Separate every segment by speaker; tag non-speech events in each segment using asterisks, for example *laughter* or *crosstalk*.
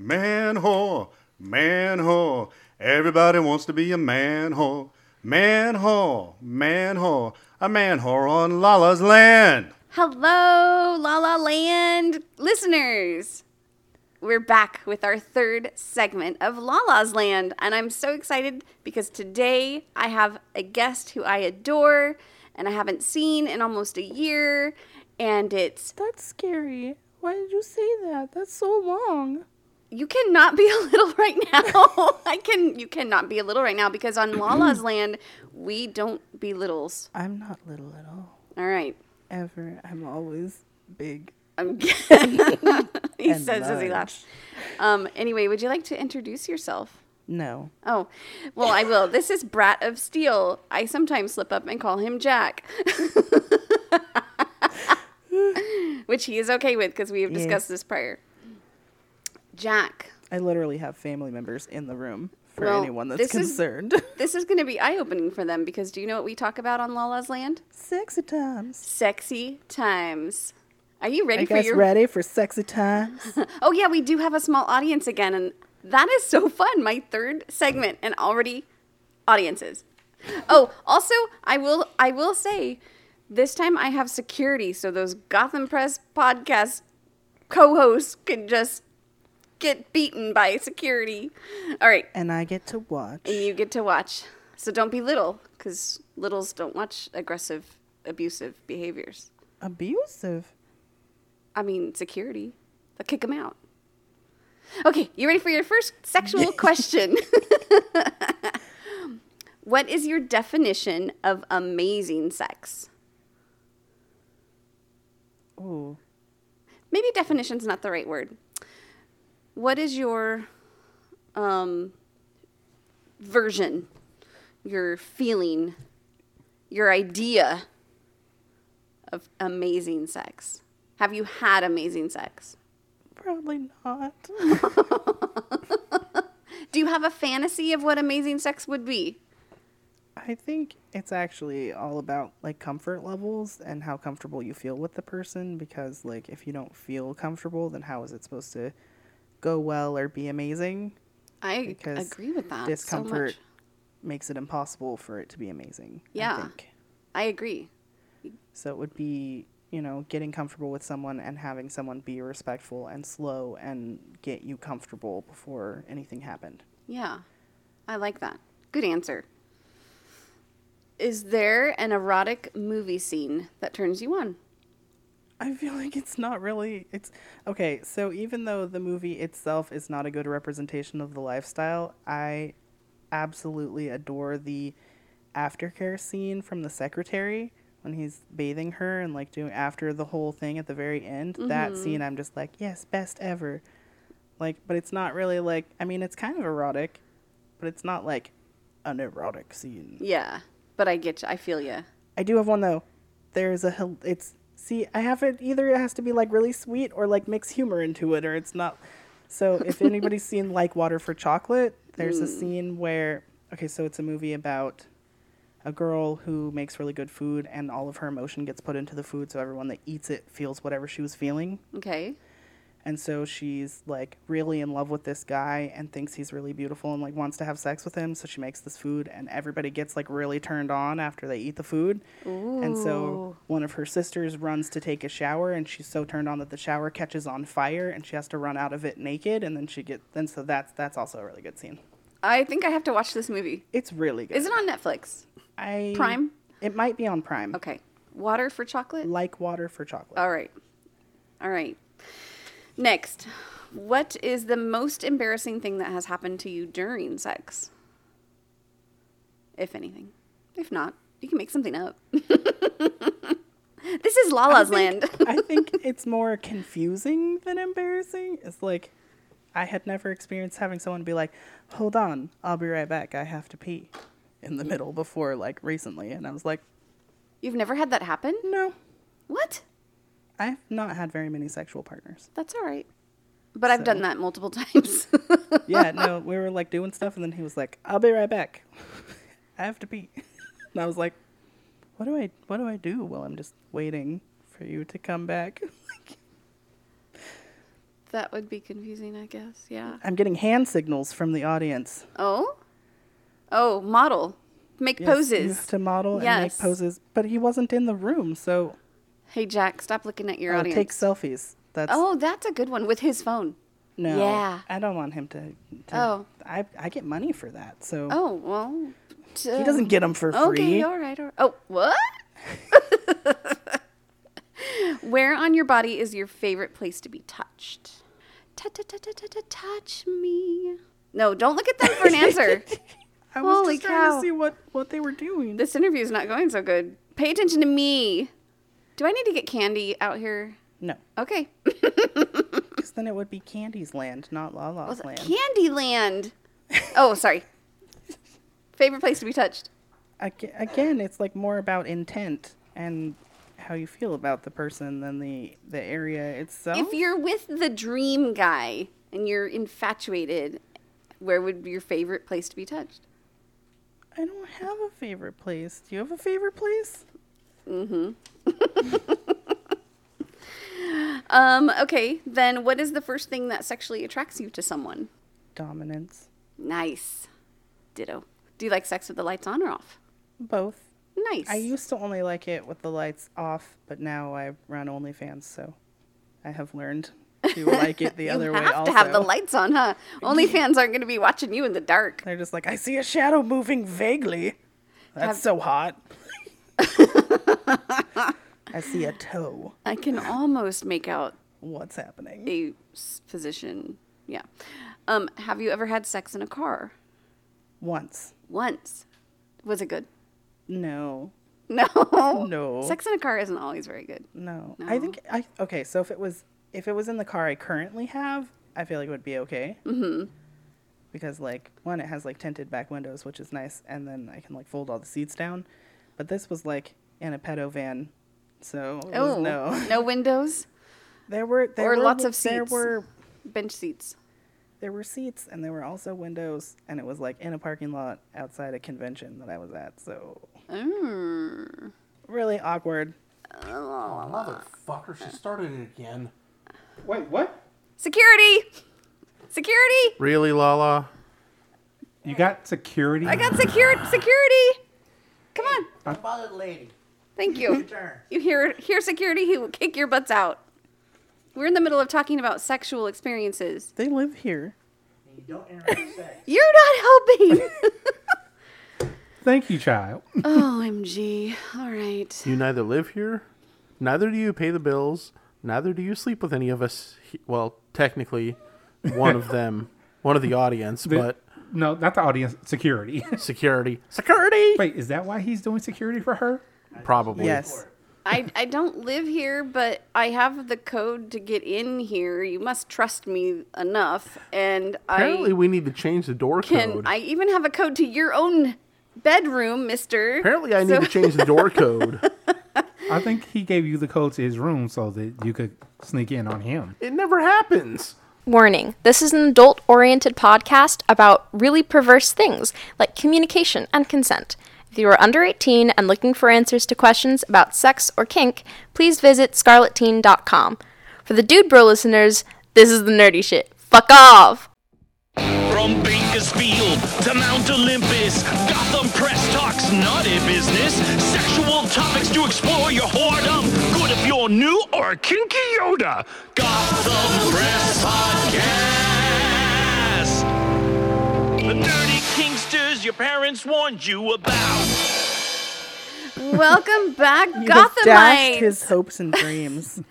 Speaker 1: Man whore, man whore. Everybody wants to be a man whore. Man whore, man whore. A man whore on Lala's land.
Speaker 2: Hello, La La Land listeners. We're back with our third segment of La La's Land, and I'm so excited because today I have a guest who I adore and I haven't seen in almost a year, and it's
Speaker 3: That's scary. Why did you say that? That's so long.
Speaker 2: you cannot be *laughs* a little right now. I can you cannot be a little right now because on La La's Land we don't be littles.
Speaker 3: I'm not little at all.
Speaker 2: All right.
Speaker 3: Ever. I'm always big.
Speaker 2: I'm *laughs* kidding. he
Speaker 3: And
Speaker 2: says as he
Speaker 3: large.
Speaker 2: laughs. Um, anyway, would you like to introduce yourself?
Speaker 3: No.
Speaker 2: Oh, well, I will. This is Brat of Steel. I sometimes slip up and call him Jack, *laughs* which he is okay with because we have
Speaker 3: Yeah.
Speaker 2: discussed this prior. Jack,
Speaker 3: I literally have family members in the room for
Speaker 2: Well,
Speaker 3: anyone that's
Speaker 2: this is-
Speaker 3: concerned.
Speaker 2: *laughs* this is going to be eye opening for them because do you know what we talk about on Lala's Land?
Speaker 3: sexy times.
Speaker 2: Sexy times. Are you
Speaker 3: Are
Speaker 2: ready
Speaker 3: you
Speaker 2: for
Speaker 3: guys
Speaker 2: your?
Speaker 3: ready for sexy times?
Speaker 2: Oh yeah, we do have a small audience again, and that is so fun. My third segment, and already audiences. Oh, also, I will I will say, this time I have security, so those Gotham Press podcast co-hosts can just get beaten by security. All right,
Speaker 3: and I get to watch.
Speaker 2: and you get to watch. So don't be little, because littles don't watch aggressive, abusive behaviors.
Speaker 3: Abusive.
Speaker 2: I mean, security. They'll kick him out. Okay, you ready for your first sexual question? *laughs* what is your definition of amazing sex?
Speaker 3: Ooh.
Speaker 2: Maybe definition's not the right word. What is your um, version, your feeling, your idea of amazing sex? Have you had amazing sex?
Speaker 3: Probably not.
Speaker 2: Do you have a fantasy of what amazing sex would be?
Speaker 3: I think it's actually all about like comfort levels and how comfortable you feel with the person because like if you don't feel comfortable then how is it supposed to go well or be amazing?
Speaker 2: I
Speaker 3: Because
Speaker 2: agree with that. So
Speaker 3: Discomfort
Speaker 2: much.
Speaker 3: makes it impossible for it to be amazing. I
Speaker 2: Yeah.
Speaker 3: think.
Speaker 2: I agree.
Speaker 3: So it would be, you know, getting comfortable with someone and having someone be respectful and slow and get you comfortable before anything happened.
Speaker 2: Yeah. I like that. Good answer. Is there an erotic movie scene that turns you on?
Speaker 3: *laughs* I feel like it's not really it's okay, so even though the movie itself is not a good representation of the lifestyle, I absolutely adore the aftercare scene from the secretary when he's bathing her and like doing after the whole thing at the very end. That scene I'm just like, yes, best ever. Like, but it's not really like I mean, it's kind of erotic, but it's not like an erotic scene.
Speaker 2: Yeah. But I get you. I feel you.
Speaker 3: I do have one though. There's a hil- it's see I have it either it has to be like really sweet or like mix humor into it or it's not. So if anybody's seen Like Water for Chocolate, there's a scene where okay, so it's a movie about a girl who makes really good food and all of her emotion gets put into the food so everyone that eats it feels whatever she was feeling.
Speaker 2: Okay.
Speaker 3: And so she's like really in love with this guy and thinks he's really beautiful and like wants to have sex with him. So she makes this food and everybody gets like really turned on after they eat the food. And so one of her sisters runs to take a shower and she's so turned on that the shower catches on fire and she has to run out of it naked and then she get then so that's that's also a really good scene.
Speaker 2: I think I have to watch this movie.
Speaker 3: It's really good.
Speaker 2: Is it on Netflix?
Speaker 3: I
Speaker 2: Prime?
Speaker 3: It might be on Prime.
Speaker 2: Okay. Water for chocolate?
Speaker 3: Like water for chocolate.
Speaker 2: All right. All right. Next. What is the most embarrassing thing that has happened to you during sex? If anything. If not, you can make something up. *laughs* this is Lala's land. *laughs*
Speaker 3: I think it's more confusing than embarrassing. It's like I had never experienced having someone be like, "Hold on, I'll be right back. I have to pee." In the middle before like recently, and I was like,
Speaker 2: You've never had that happen?
Speaker 3: "No,
Speaker 2: What?
Speaker 3: I've not had very many
Speaker 2: *laughs*
Speaker 3: sexual partners."
Speaker 2: That's all right. But I've done
Speaker 3: So-
Speaker 2: that multiple *laughs*
Speaker 3: *laughs*
Speaker 2: times.
Speaker 3: Yeah, no, we were like doing stuff and then he was like, "I'll be right back. *laughs* I have to pee." *laughs* And I was like, "What do I what do I do?" Well, I'm just waiting for you to come back.
Speaker 2: That would be confusing, I guess. Yeah.
Speaker 3: *laughs* I'm getting hand signals from the audience.
Speaker 2: Oh? Oh, model. Make
Speaker 3: Yes, You have
Speaker 2: poses.
Speaker 3: to model and
Speaker 2: Yes.
Speaker 3: make poses, but he wasn't in the room, so
Speaker 2: Hey, Jack, stop looking at your
Speaker 3: uh,
Speaker 2: audience.
Speaker 3: take selfies. That's
Speaker 2: oh, that's a good one with his phone.
Speaker 3: no.
Speaker 2: yeah.
Speaker 3: I don't want him to. to
Speaker 2: Oh.
Speaker 3: I I get money for that, so
Speaker 2: Oh, well.
Speaker 3: he doesn't get them for free.
Speaker 2: Okay, all right. All right. Oh, what? *laughs* Where on your body is your favorite place to be touched? Touch, touch, touch, touch, touch, touch me. No, don't look at them for an
Speaker 3: *laughs*
Speaker 2: answer.
Speaker 3: I was
Speaker 2: Holy
Speaker 3: just trying
Speaker 2: cow.
Speaker 3: to see what what they were doing.
Speaker 2: this interview is not going so good. Pay attention to me. Do I need to get candy out here?
Speaker 3: no,
Speaker 2: Okay.
Speaker 3: because then it would be Candy's Land, not La La's Land.
Speaker 2: Candyland. Oh, sorry. Favorite place to be touched.
Speaker 3: Aga- Again, it's like more about intent and how you feel about the person than the the area itself.
Speaker 2: If you're with the dream guy and you're infatuated, where would be your favorite place to be touched?
Speaker 3: I don't have a favorite place. Do you have a favorite place?
Speaker 2: Um, okay, then what is the first thing that sexually attracts you to someone?
Speaker 3: Dominance.
Speaker 2: Nice. Ditto. Do you like sex with the lights on or off?
Speaker 3: Both.
Speaker 2: Nice.
Speaker 3: I used to only like it with the lights off, but now I run OnlyFans, so I have learned
Speaker 2: *laughs*
Speaker 3: to like it the
Speaker 2: you
Speaker 3: other way.
Speaker 2: have
Speaker 3: also,
Speaker 2: to have the lights on, huh?
Speaker 3: *laughs*
Speaker 2: OnlyFans aren't going to be watching you in the dark.
Speaker 3: They're just like, I see a shadow moving vaguely. That's
Speaker 2: Have-
Speaker 3: so
Speaker 2: *laughs*
Speaker 3: hot. I see a toe.
Speaker 2: I can almost make out
Speaker 3: What's happening?
Speaker 2: a s- position. Yeah. Um, have you ever had sex in a car?
Speaker 3: Once.
Speaker 2: Once. Was it good?
Speaker 3: No.
Speaker 2: *laughs* No.
Speaker 3: No.
Speaker 2: Sex in a car isn't always very good.
Speaker 3: No. I
Speaker 2: No.
Speaker 3: think I okay, so if it was if it was in the car I currently have, I feel like it would be okay. Mm-hmm. Because like one, it has like tinted back windows, which is nice, and then I can like fold all the seats down. But this was like in a pedo van, so it was
Speaker 2: Oh, *laughs*
Speaker 3: no. *laughs*
Speaker 2: windows,
Speaker 3: There were there
Speaker 2: Or
Speaker 3: were,
Speaker 2: lots of
Speaker 3: There
Speaker 2: seats.
Speaker 3: were
Speaker 2: bench seats.
Speaker 3: there were seats and there were also windows, and it was like in a parking lot outside a convention that I was at. So
Speaker 2: Mm.
Speaker 3: really awkward.
Speaker 4: Motherfucker, she started it again.
Speaker 1: Wait, what?
Speaker 2: Security! Security!
Speaker 4: Really, Lala?
Speaker 1: You got security?
Speaker 2: I got security! Security! Come on.
Speaker 5: Bullet lady,
Speaker 2: Thank you.
Speaker 5: turn.
Speaker 2: You hear, hear security, he will kick your butts out. We're in the middle of talking about sexual experiences.
Speaker 3: They live here.
Speaker 5: You don't
Speaker 4: *laughs*
Speaker 5: interrupt sex.
Speaker 2: You're not
Speaker 3: *laughs*
Speaker 2: helping!
Speaker 1: Thank you, child.
Speaker 2: OMG. Oh, All right.
Speaker 4: You neither live here, neither do you pay the bills, neither do you sleep with any of us. he- Well, technically, one of *laughs* them, one of the audience, but
Speaker 1: No, not the audience. Security. *laughs*
Speaker 4: security. Security!
Speaker 1: Wait, is that why he's doing security for her?
Speaker 4: Probably.
Speaker 3: Yes.
Speaker 2: I, I don't live here, but I have the code to get in here. You must trust me enough. And
Speaker 4: Apparently,
Speaker 2: I
Speaker 4: we need to change the door
Speaker 2: can.
Speaker 4: code.
Speaker 2: I even have a code to your own bedroom, mister.
Speaker 4: Apparently, I need to change the door code. *laughs*
Speaker 1: I think he gave you the code to his room so that you could sneak in on him.
Speaker 4: It never happens.
Speaker 6: Warning this is an adult oriented podcast about really perverse things like communication and consent. If you are under 18 and looking for answers to questions about sex or kink, please visit scarletteen.com. For the Dude Bro listeners, this is the nerdy shit. Fuck off!
Speaker 7: From Bakersfield to Mount Olympus, Gotham Press talks naughty business. Sexual topics to explore your whoredom. Good if you're new or a kinky Yoda. Gotham Press Podcast. The dirty kingsters your parents warned you about.
Speaker 2: *laughs* Welcome
Speaker 4: *laughs*
Speaker 2: back,
Speaker 3: You have dashed
Speaker 2: Gothamites.
Speaker 3: his hopes
Speaker 2: *laughs*
Speaker 3: and dreams.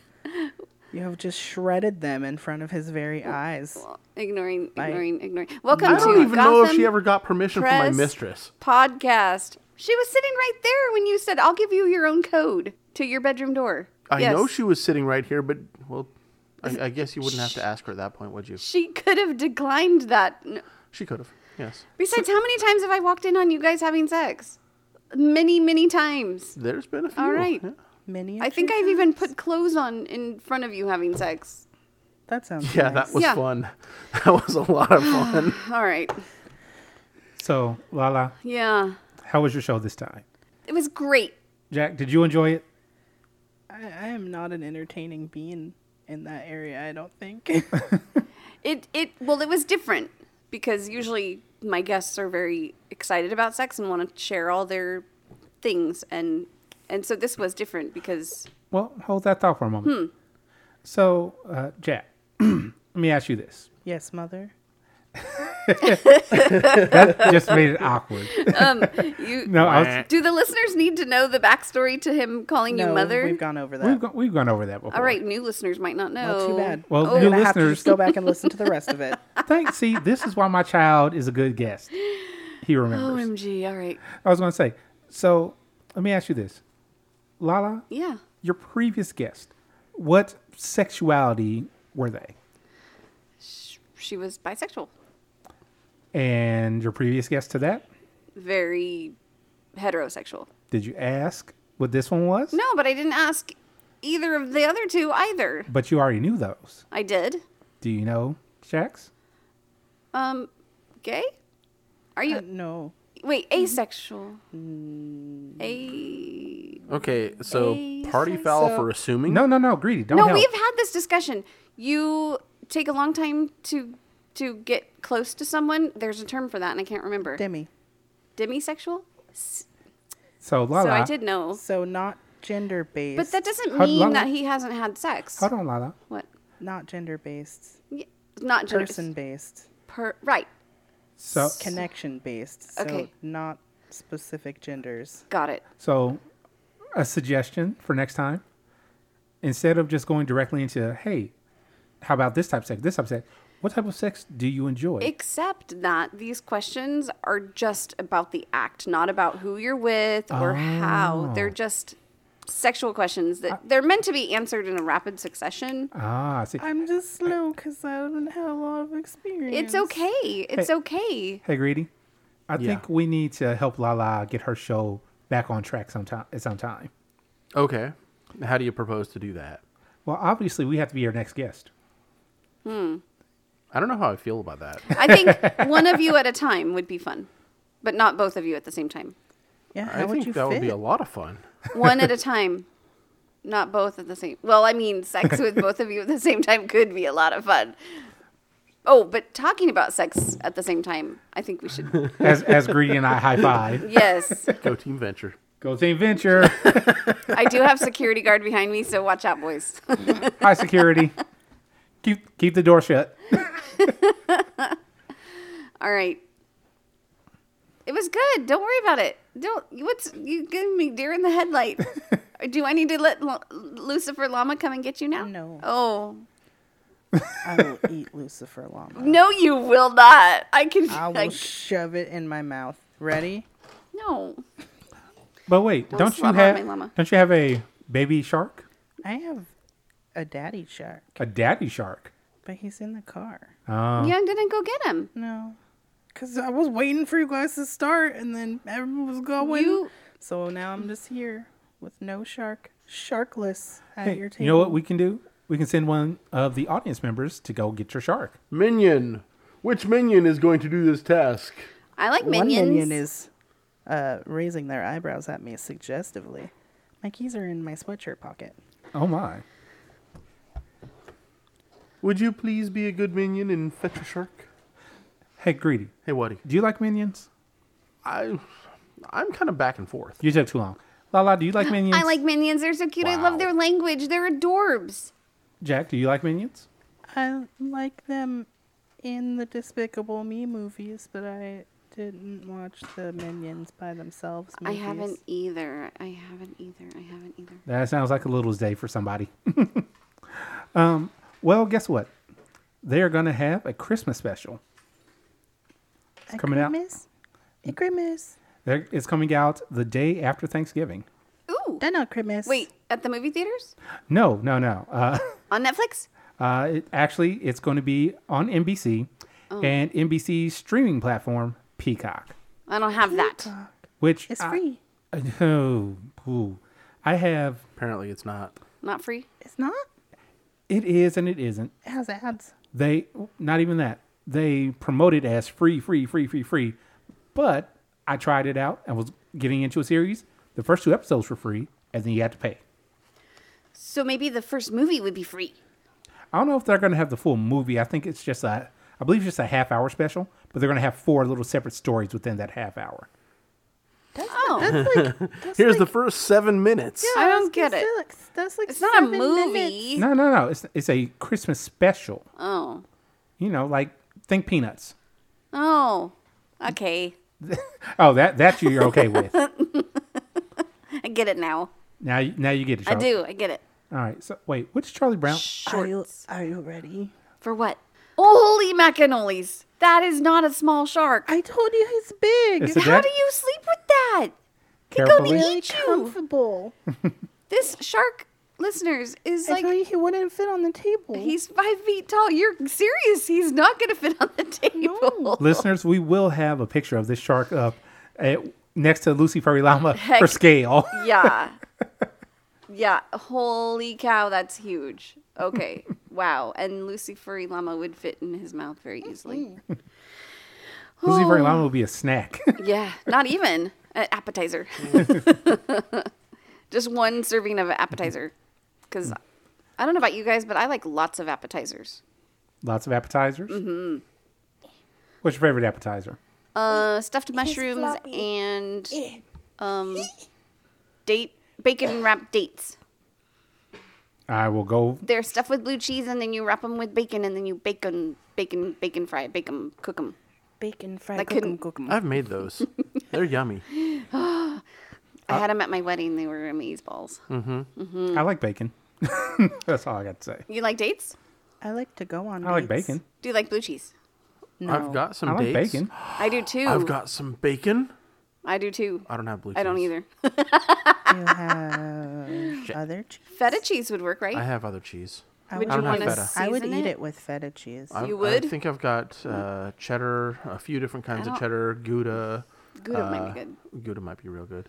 Speaker 3: you have just shredded them in front of his very eyes.
Speaker 2: ignoring, ignoring, ignoring. Welcome
Speaker 4: I don't
Speaker 2: to
Speaker 4: even
Speaker 2: Gotham
Speaker 4: know if she ever got permission from my
Speaker 2: Press
Speaker 4: mistress.
Speaker 2: podcast. She was sitting right there when you said, "I'll give you your own code to your bedroom door."
Speaker 4: I
Speaker 2: Yes.
Speaker 4: know she was sitting right here, but, well, I, I guess you wouldn't have to ask her at that point, would you?
Speaker 2: She could have declined that. N-
Speaker 4: She could have. Yes.
Speaker 2: Besides, how many times have I walked in on you guys having sex? Many, many times.
Speaker 4: There's been a few.
Speaker 2: All right.
Speaker 4: Yeah.
Speaker 3: Miniature.
Speaker 2: I think I've even put clothes on in front of you having sex.
Speaker 3: that sounds.
Speaker 4: Yeah,
Speaker 3: nice.
Speaker 4: that was
Speaker 2: Yeah.
Speaker 4: fun. *laughs* That was a lot
Speaker 2: *gasps*
Speaker 4: of fun.
Speaker 2: All right.
Speaker 1: So, Lala,
Speaker 2: Yeah.
Speaker 1: how was your show this time?
Speaker 2: It was great.
Speaker 1: Jack, did you enjoy it?
Speaker 3: I, I am not an entertaining being. in that area, I don't think.
Speaker 8: *laughs*
Speaker 2: It it well, it was different because usually my guests are very excited about sex and want to share all their things and and so this was different because
Speaker 8: Well, hold that thought for a moment.
Speaker 2: Hmm.
Speaker 8: So, uh, Jack,
Speaker 1: *clears throat*
Speaker 8: let me ask you this.
Speaker 3: yes, mother.
Speaker 8: That just made
Speaker 1: *laughs*
Speaker 8: it awkward.
Speaker 2: you
Speaker 8: No, I was,
Speaker 2: do the listeners need to know the backstory to him calling you
Speaker 3: no,
Speaker 2: mother?
Speaker 3: we've gone over
Speaker 8: we've,
Speaker 3: that.
Speaker 8: go, we've gone over that before.
Speaker 2: all right, new listeners might not know.
Speaker 3: Well, too bad.
Speaker 8: Well,
Speaker 3: You're
Speaker 8: new
Speaker 3: gonna have to just
Speaker 8: listeners,
Speaker 3: go back and listen to the rest
Speaker 2: *laughs*
Speaker 3: of it.
Speaker 8: thank, see, this is why my child is a good guest. He
Speaker 2: Oh,
Speaker 8: remembers.
Speaker 2: OMG, all right.
Speaker 8: I was going to say, so let me ask you this. Lala,
Speaker 2: Yeah.
Speaker 8: your previous guest, what sexuality were they?
Speaker 2: She was bisexual.
Speaker 8: And your previous guest to that,
Speaker 2: Very heterosexual.
Speaker 8: did you ask what this one was?
Speaker 2: No, but I didn't ask either of the other two either.
Speaker 8: But you already knew those.
Speaker 2: I did.
Speaker 8: Do you know Shax?
Speaker 2: Um gay? Are you
Speaker 3: Uh, no.
Speaker 2: Wait, asexual. A
Speaker 4: Okay, so
Speaker 2: Hey,
Speaker 4: party
Speaker 2: so-
Speaker 4: foul for assuming.
Speaker 8: No, no, no, greedy. Don't
Speaker 2: Mm-hmm. No,
Speaker 8: help.
Speaker 2: we've had this discussion. You take a long time to to get close to someone. There's a term for that, and I can't remember.
Speaker 3: Demi.
Speaker 2: Demisexual.
Speaker 8: So Lala,
Speaker 2: So I did know,
Speaker 3: So not gender based.
Speaker 2: but that doesn't
Speaker 8: Hold
Speaker 2: mean
Speaker 8: on.
Speaker 2: that he hasn't had sex.
Speaker 8: Hold on, Lala.
Speaker 2: What?
Speaker 3: not gender based.
Speaker 2: Yeah, Not gender-
Speaker 3: Person based.
Speaker 2: Per, right.
Speaker 8: So
Speaker 3: Connection based. So
Speaker 2: Okay.
Speaker 3: not specific genders.
Speaker 2: Got it.
Speaker 8: so a suggestion for next time. Instead of just going directly into, hey, how about this type of sex? This type of sex. What type of sex do you enjoy?
Speaker 2: Except that these questions are just about the act, not about who you're with or how. They're just sexual questions that they're meant to be answered in a rapid succession.
Speaker 8: ah, I see.
Speaker 3: I'm just slow because I don't have a lot of experience.
Speaker 2: It's okay. It's okay.
Speaker 8: Hey, Greedy. I
Speaker 4: Yeah.
Speaker 8: think we need to help Lala get her show back on track sometime at some time.
Speaker 4: Okay. How do you propose to do that?
Speaker 8: Well, obviously, we have to be her next guest.
Speaker 4: I don't know how I feel
Speaker 2: *laughs*
Speaker 4: about that.
Speaker 2: I think one of you at a time would be fun, but not both of you at the same time.
Speaker 3: Yeah, how
Speaker 4: I
Speaker 3: would
Speaker 4: think
Speaker 3: you
Speaker 4: that
Speaker 3: fit?
Speaker 4: would be a lot of fun.
Speaker 2: One at a time, not both at the same. Well, I mean, sex with both of you at the same time could be a lot of fun. Oh, but talking about sex at the same time, I think we
Speaker 8: *laughs*
Speaker 2: should.
Speaker 8: As, as Greedy and I high *laughs* five.
Speaker 2: Yes,
Speaker 4: Go team venture.
Speaker 8: Go Team Venture.
Speaker 2: I do have security guard behind me, so watch out, boys. *laughs*
Speaker 8: High security. keep keep the door shut.
Speaker 2: All right. It was good. Don't worry about it. Don't. What's you giving me deer in the
Speaker 3: *laughs*
Speaker 2: headlight? Do I need to let Lu- Lucifer Llama come and get you now?
Speaker 3: No.
Speaker 2: Oh
Speaker 3: I will eat Lucifer
Speaker 2: *laughs*
Speaker 3: Llama.
Speaker 2: no, you will not. I can.
Speaker 3: I
Speaker 2: I
Speaker 3: will shove it in my mouth. Ready?
Speaker 2: no.
Speaker 8: But wait, don't, you
Speaker 2: slap on my
Speaker 8: have
Speaker 2: llama.
Speaker 8: don't you have a baby shark?
Speaker 3: I have a daddy shark,
Speaker 8: A daddy shark?
Speaker 3: but he's in the car.
Speaker 2: yeah, I didn't go get him.
Speaker 3: No. Because I was waiting for you guys to start and then everyone was going.
Speaker 2: You-
Speaker 3: So now I'm just here with no shark. Sharkless at
Speaker 8: Hey,
Speaker 3: your table.
Speaker 8: you know what we can do? We can send one of the audience members to go get your shark.
Speaker 4: Minion. Which minion is going to do this task?
Speaker 2: I like
Speaker 3: One
Speaker 2: minions.
Speaker 3: minion is uh, raising their eyebrows at me suggestively. My keys are in my sweatshirt pocket.
Speaker 8: Oh my.
Speaker 4: Would you please be a good minion and fetch a shark?
Speaker 8: Hey, Greedy,
Speaker 4: Hey, Waddy.
Speaker 8: do you like minions?
Speaker 4: I, I'm kind of back and forth.
Speaker 8: You took too long. Lala, do you like minions?
Speaker 2: I like minions. They're so cute. I
Speaker 4: Wow.
Speaker 2: love their language. They're adorbs.
Speaker 8: Jack, do you like minions?
Speaker 3: I like them in the Despicable Me movies, but I didn't watch the Minions by themselves. Movies.
Speaker 2: I haven't either. I haven't either. I haven't either.
Speaker 8: That sounds like a little day for somebody. *laughs* um, well, guess what? They are going to have a Christmas special.
Speaker 3: A
Speaker 8: coming out.
Speaker 3: grimace? A grimace.
Speaker 8: They're, it's coming out the day after Thanksgiving.
Speaker 2: Ooh.
Speaker 3: Then a grimace.
Speaker 2: Wait, at the movie theaters
Speaker 8: No, no, no. Uh, *laughs*
Speaker 2: on Netflix?
Speaker 8: uh, it, actually, it's going to be on NBC
Speaker 3: Oh.
Speaker 8: and NBC's streaming platform, Peacock,
Speaker 2: I don't have that.
Speaker 8: which
Speaker 3: It's
Speaker 8: I-
Speaker 3: free.
Speaker 8: *laughs* Oh, ooh. I have.
Speaker 4: Apparently, it's not.
Speaker 2: Not free.
Speaker 3: It's not.
Speaker 8: It is and it isn't.
Speaker 3: It has
Speaker 8: *laughs*
Speaker 3: ads.
Speaker 8: They not even that. They promote it as free, free, free, free, free. But I tried it out. I was getting into a series. The first two episodes were free, and then you had to pay.
Speaker 2: So maybe the first movie would be free.
Speaker 8: I don't know if they're going to have the full movie. I think it's just a, I believe it's just a half hour special, but they're going to have four little separate stories within that half hour.
Speaker 2: Oh,
Speaker 3: That's like, that's
Speaker 4: Here's the
Speaker 3: like-
Speaker 4: first seven minutes.
Speaker 3: yeah,
Speaker 2: I
Speaker 3: was
Speaker 2: don't
Speaker 3: gonna
Speaker 2: get it.
Speaker 3: say, like, that's like
Speaker 2: it's not a
Speaker 3: seven minutes.
Speaker 2: movie.
Speaker 8: No, no, no. It's it's a Christmas special.
Speaker 2: Oh,
Speaker 8: You know, like think Peanuts.
Speaker 2: oh, okay.
Speaker 8: Oh, that that you're
Speaker 2: *laughs*
Speaker 8: okay with.
Speaker 2: I get it now.
Speaker 8: Now you- now you get it.
Speaker 2: I
Speaker 8: Charlie.
Speaker 2: do. I get it.
Speaker 8: All right. So wait, which Charlie Brown?
Speaker 3: Are you,
Speaker 2: Shorts
Speaker 3: are you ready?
Speaker 2: for what? Holy macanolis! That is not a small shark.
Speaker 3: I told you he's big.
Speaker 8: It's a
Speaker 2: How
Speaker 8: dead.
Speaker 2: do you sleep with that?
Speaker 8: Carefully.
Speaker 3: really
Speaker 2: eat you.
Speaker 3: comfortable.
Speaker 2: This shark, listeners, is
Speaker 3: I
Speaker 2: like
Speaker 3: told you he wouldn't fit on the table.
Speaker 2: he's five feet tall. You're serious? He's not gonna fit on the table.
Speaker 8: Listeners, we will have a picture of this shark up at, next to Lucy Furry Llama for
Speaker 2: Heck.
Speaker 8: scale.
Speaker 2: Yeah. yeah. Holy cow, that's huge. Okay. wow. And Lucy Furry Llama would fit in his mouth very easily.
Speaker 8: Lucy Furry Llama will be a snack. *laughs*
Speaker 2: Yeah, not even an appetizer. *laughs* Just one serving of an appetizer. Because I don't know about you guys, but I like lots of appetizers.
Speaker 8: Lots of appetizers. What's your favorite appetizer?
Speaker 2: Uh, stuffed mushrooms and um, date bacon wrapped dates.
Speaker 8: I will go.
Speaker 2: They're stuffed with blue cheese, and then you wrap them with bacon, and then you bake 'em, bacon, bacon fry, bake them, cook them.
Speaker 3: bacon fried.
Speaker 2: I
Speaker 3: cook 'em,
Speaker 2: couldn't-
Speaker 3: cook 'em.
Speaker 4: I've made those.
Speaker 2: *laughs*
Speaker 4: They're yummy. Uh,
Speaker 2: I had them at my wedding. They were amazing balls.
Speaker 4: Hmm.
Speaker 8: I like bacon. *laughs* That's all I got to say.
Speaker 2: You like dates?
Speaker 3: I like to go on.
Speaker 8: I like
Speaker 3: dates.
Speaker 8: bacon.
Speaker 2: Do you like blue cheese?
Speaker 3: No.
Speaker 4: I've got some
Speaker 8: I like
Speaker 4: dates.
Speaker 8: bacon.
Speaker 2: I do too.
Speaker 4: I've got some bacon.
Speaker 2: I do too.
Speaker 4: I don't have blue cheese.
Speaker 2: I don't either. *laughs*
Speaker 3: You
Speaker 8: *laughs*
Speaker 3: have other cheese.
Speaker 2: Feta cheese would work, right?
Speaker 4: I have other cheese.
Speaker 3: I
Speaker 2: Would
Speaker 3: would,
Speaker 2: you
Speaker 4: don't have
Speaker 2: want to
Speaker 4: feta.
Speaker 2: season
Speaker 3: I would eat
Speaker 2: it?
Speaker 3: it with feta cheese.
Speaker 4: I,
Speaker 2: You
Speaker 4: I
Speaker 2: would? Mm-hmm.
Speaker 4: think I've got uh, cheddar, a few different kinds of
Speaker 2: don't-
Speaker 4: cheddar, Gouda.
Speaker 2: Gouda might
Speaker 4: uh, hmm.
Speaker 2: be good. Um,
Speaker 4: Gouda might be real good.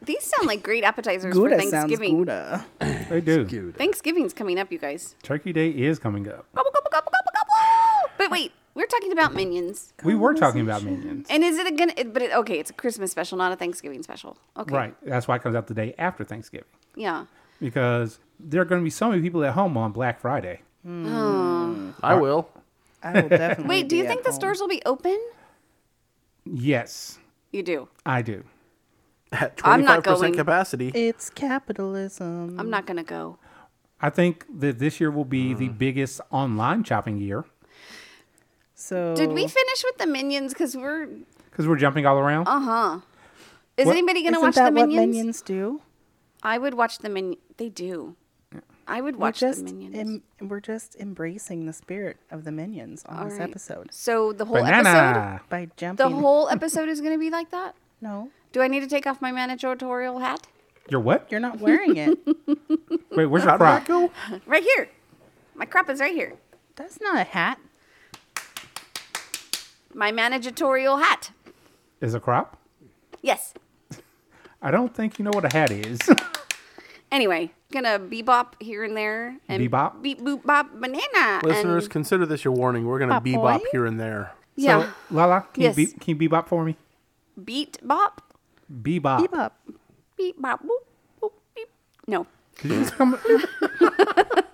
Speaker 2: These sound like great appetizers for
Speaker 3: Gouda sounds
Speaker 2: Thanksgiving.
Speaker 3: Gouda.
Speaker 8: They do.
Speaker 4: Gouda.
Speaker 2: Thanksgiving's coming up, you guys.
Speaker 8: Turkey Day is coming up.
Speaker 2: Gobble, gobble, gobble, gobble, gobble. But wait, we're talking about minions.
Speaker 8: We were talking about minions.
Speaker 2: And is it gonna? But it, okay, it's a Christmas special, not a Thanksgiving special. Okay.
Speaker 8: Right. That's why it comes out the day after Thanksgiving.
Speaker 2: Yeah.
Speaker 8: Because there are going to be so many people at home on Black Friday.
Speaker 4: I will.
Speaker 3: I *laughs* will definitely.
Speaker 2: Wait, do you
Speaker 3: be
Speaker 2: think
Speaker 3: at
Speaker 2: the
Speaker 3: home.
Speaker 2: stores will be open?
Speaker 8: Yes,
Speaker 2: You do.
Speaker 8: I do.
Speaker 4: At
Speaker 2: I'm not
Speaker 4: 25%
Speaker 2: going.
Speaker 4: capacity.
Speaker 3: It's capitalism.
Speaker 2: I'm not gonna go.
Speaker 8: I think that this year will be the biggest online shopping year
Speaker 3: So
Speaker 2: Did
Speaker 4: Oh.
Speaker 2: we finish with the minions? Because we're.
Speaker 8: because we're jumping all around.
Speaker 2: Is
Speaker 8: What-
Speaker 2: anybody gonna
Speaker 3: Isn't
Speaker 2: watch the
Speaker 3: that
Speaker 2: minions?
Speaker 3: what minions do?
Speaker 2: I would watch the minions. They do. I would watch
Speaker 3: we're just
Speaker 2: the minions.
Speaker 3: em- we're just embracing the spirit of the minions on this
Speaker 2: right.
Speaker 3: episode
Speaker 2: so the whole episode.
Speaker 8: *laughs* Banana.
Speaker 3: by
Speaker 2: The
Speaker 3: jumping.
Speaker 2: whole episode is gonna be like that.
Speaker 3: no,
Speaker 2: Do I need to take off my managerial hat?
Speaker 8: You're what?
Speaker 3: you're not
Speaker 2: *laughs*
Speaker 3: wearing it.
Speaker 8: Wait, where's
Speaker 4: Not
Speaker 8: your prop?
Speaker 4: go.
Speaker 2: Right here. My crop is right here.
Speaker 3: That's not a hat.
Speaker 2: My managerial hat.
Speaker 8: Is a crop?
Speaker 2: Yes.
Speaker 8: I don't think you know what a
Speaker 2: *laughs*
Speaker 8: hat is.
Speaker 2: Anyway, gonna bebop here and there and
Speaker 8: Bebop?
Speaker 2: beep boop bop banana.
Speaker 4: Listeners,
Speaker 2: and,
Speaker 4: consider this your warning. We're going to
Speaker 3: Bop boy.
Speaker 4: bebop here and there.
Speaker 2: yeah,
Speaker 8: So, Lala, can,
Speaker 2: Yes.
Speaker 8: you beep, can you bebop for me?
Speaker 2: beat bop,
Speaker 8: Bebop.
Speaker 3: Keep up.
Speaker 2: beep bop boop boop beep. No, *laughs*
Speaker 8: Did you just come?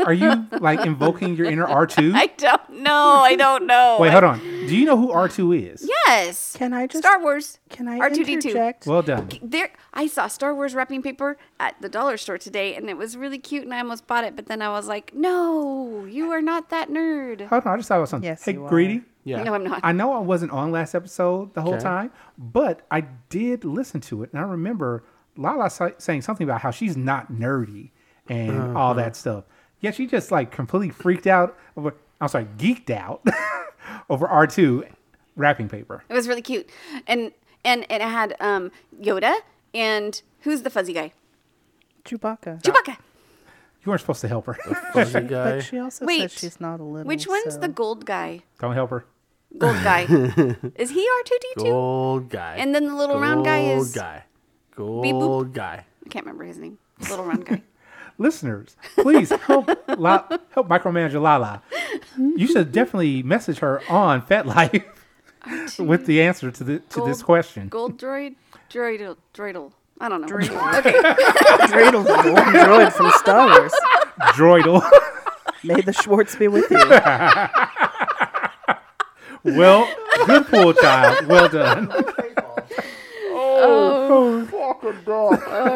Speaker 8: are you like invoking your inner R2?
Speaker 2: *laughs* I don't know. I don't know.
Speaker 8: Wait,
Speaker 2: I-
Speaker 8: hold on. Do you know who R2 is?
Speaker 2: Yes.
Speaker 3: Can I just-
Speaker 2: Star Wars?
Speaker 3: Can I
Speaker 2: R2D2.
Speaker 3: interject?
Speaker 8: Well done.
Speaker 2: There, I saw Star Wars wrapping paper at the dollar store today, and it was really cute, and I almost bought it. But then I was like, "No, you are not that nerd."
Speaker 8: Hold on, I just thought about something.
Speaker 3: Yes,
Speaker 8: hey,
Speaker 3: you are.
Speaker 8: greedy.
Speaker 4: Yeah.
Speaker 2: No, I'm not.
Speaker 8: I know I wasn't on last episode the whole
Speaker 4: Okay.
Speaker 8: time, but I did listen to it, and I remember Lala sa- saying something about how she's not nerdy and all that stuff. Yeah, she just like completely freaked out over. I'm sorry, geeked out *laughs* over R2 wrapping paper.
Speaker 2: It was really cute, and and and it had um, Yoda and who's the fuzzy guy?
Speaker 3: Chewbacca.
Speaker 2: Chewbacca.
Speaker 8: You weren't supposed to help her. *laughs*
Speaker 4: Fuzzy guy.
Speaker 2: *laughs*
Speaker 3: But she also
Speaker 2: Wait,
Speaker 3: says she's not a little.
Speaker 2: Which one's the
Speaker 3: *laughs* so-
Speaker 2: gold guy?
Speaker 8: Don't help her.
Speaker 4: *laughs*
Speaker 2: Gold guy. Is he R two D two?
Speaker 4: Gold guy.
Speaker 2: And then the little round guy
Speaker 4: Gold
Speaker 2: is-
Speaker 4: guy.
Speaker 2: boop.
Speaker 4: Gold guy.
Speaker 2: I can't remember his name. Little round
Speaker 3: *laughs*
Speaker 2: guy.
Speaker 8: Listeners, please help La- help micromanager Lala. You should definitely message her on FetLife *laughs* with the answer to the to this
Speaker 2: Gold-
Speaker 8: question.
Speaker 2: Gold droid, droidle, droidle. I don't know.
Speaker 3: Dreidel, the golden droid from Star Wars.
Speaker 8: Droidal. *laughs*
Speaker 3: May the Schwartz be with you.
Speaker 8: Well, good pool child. Well done.
Speaker 2: *laughs* All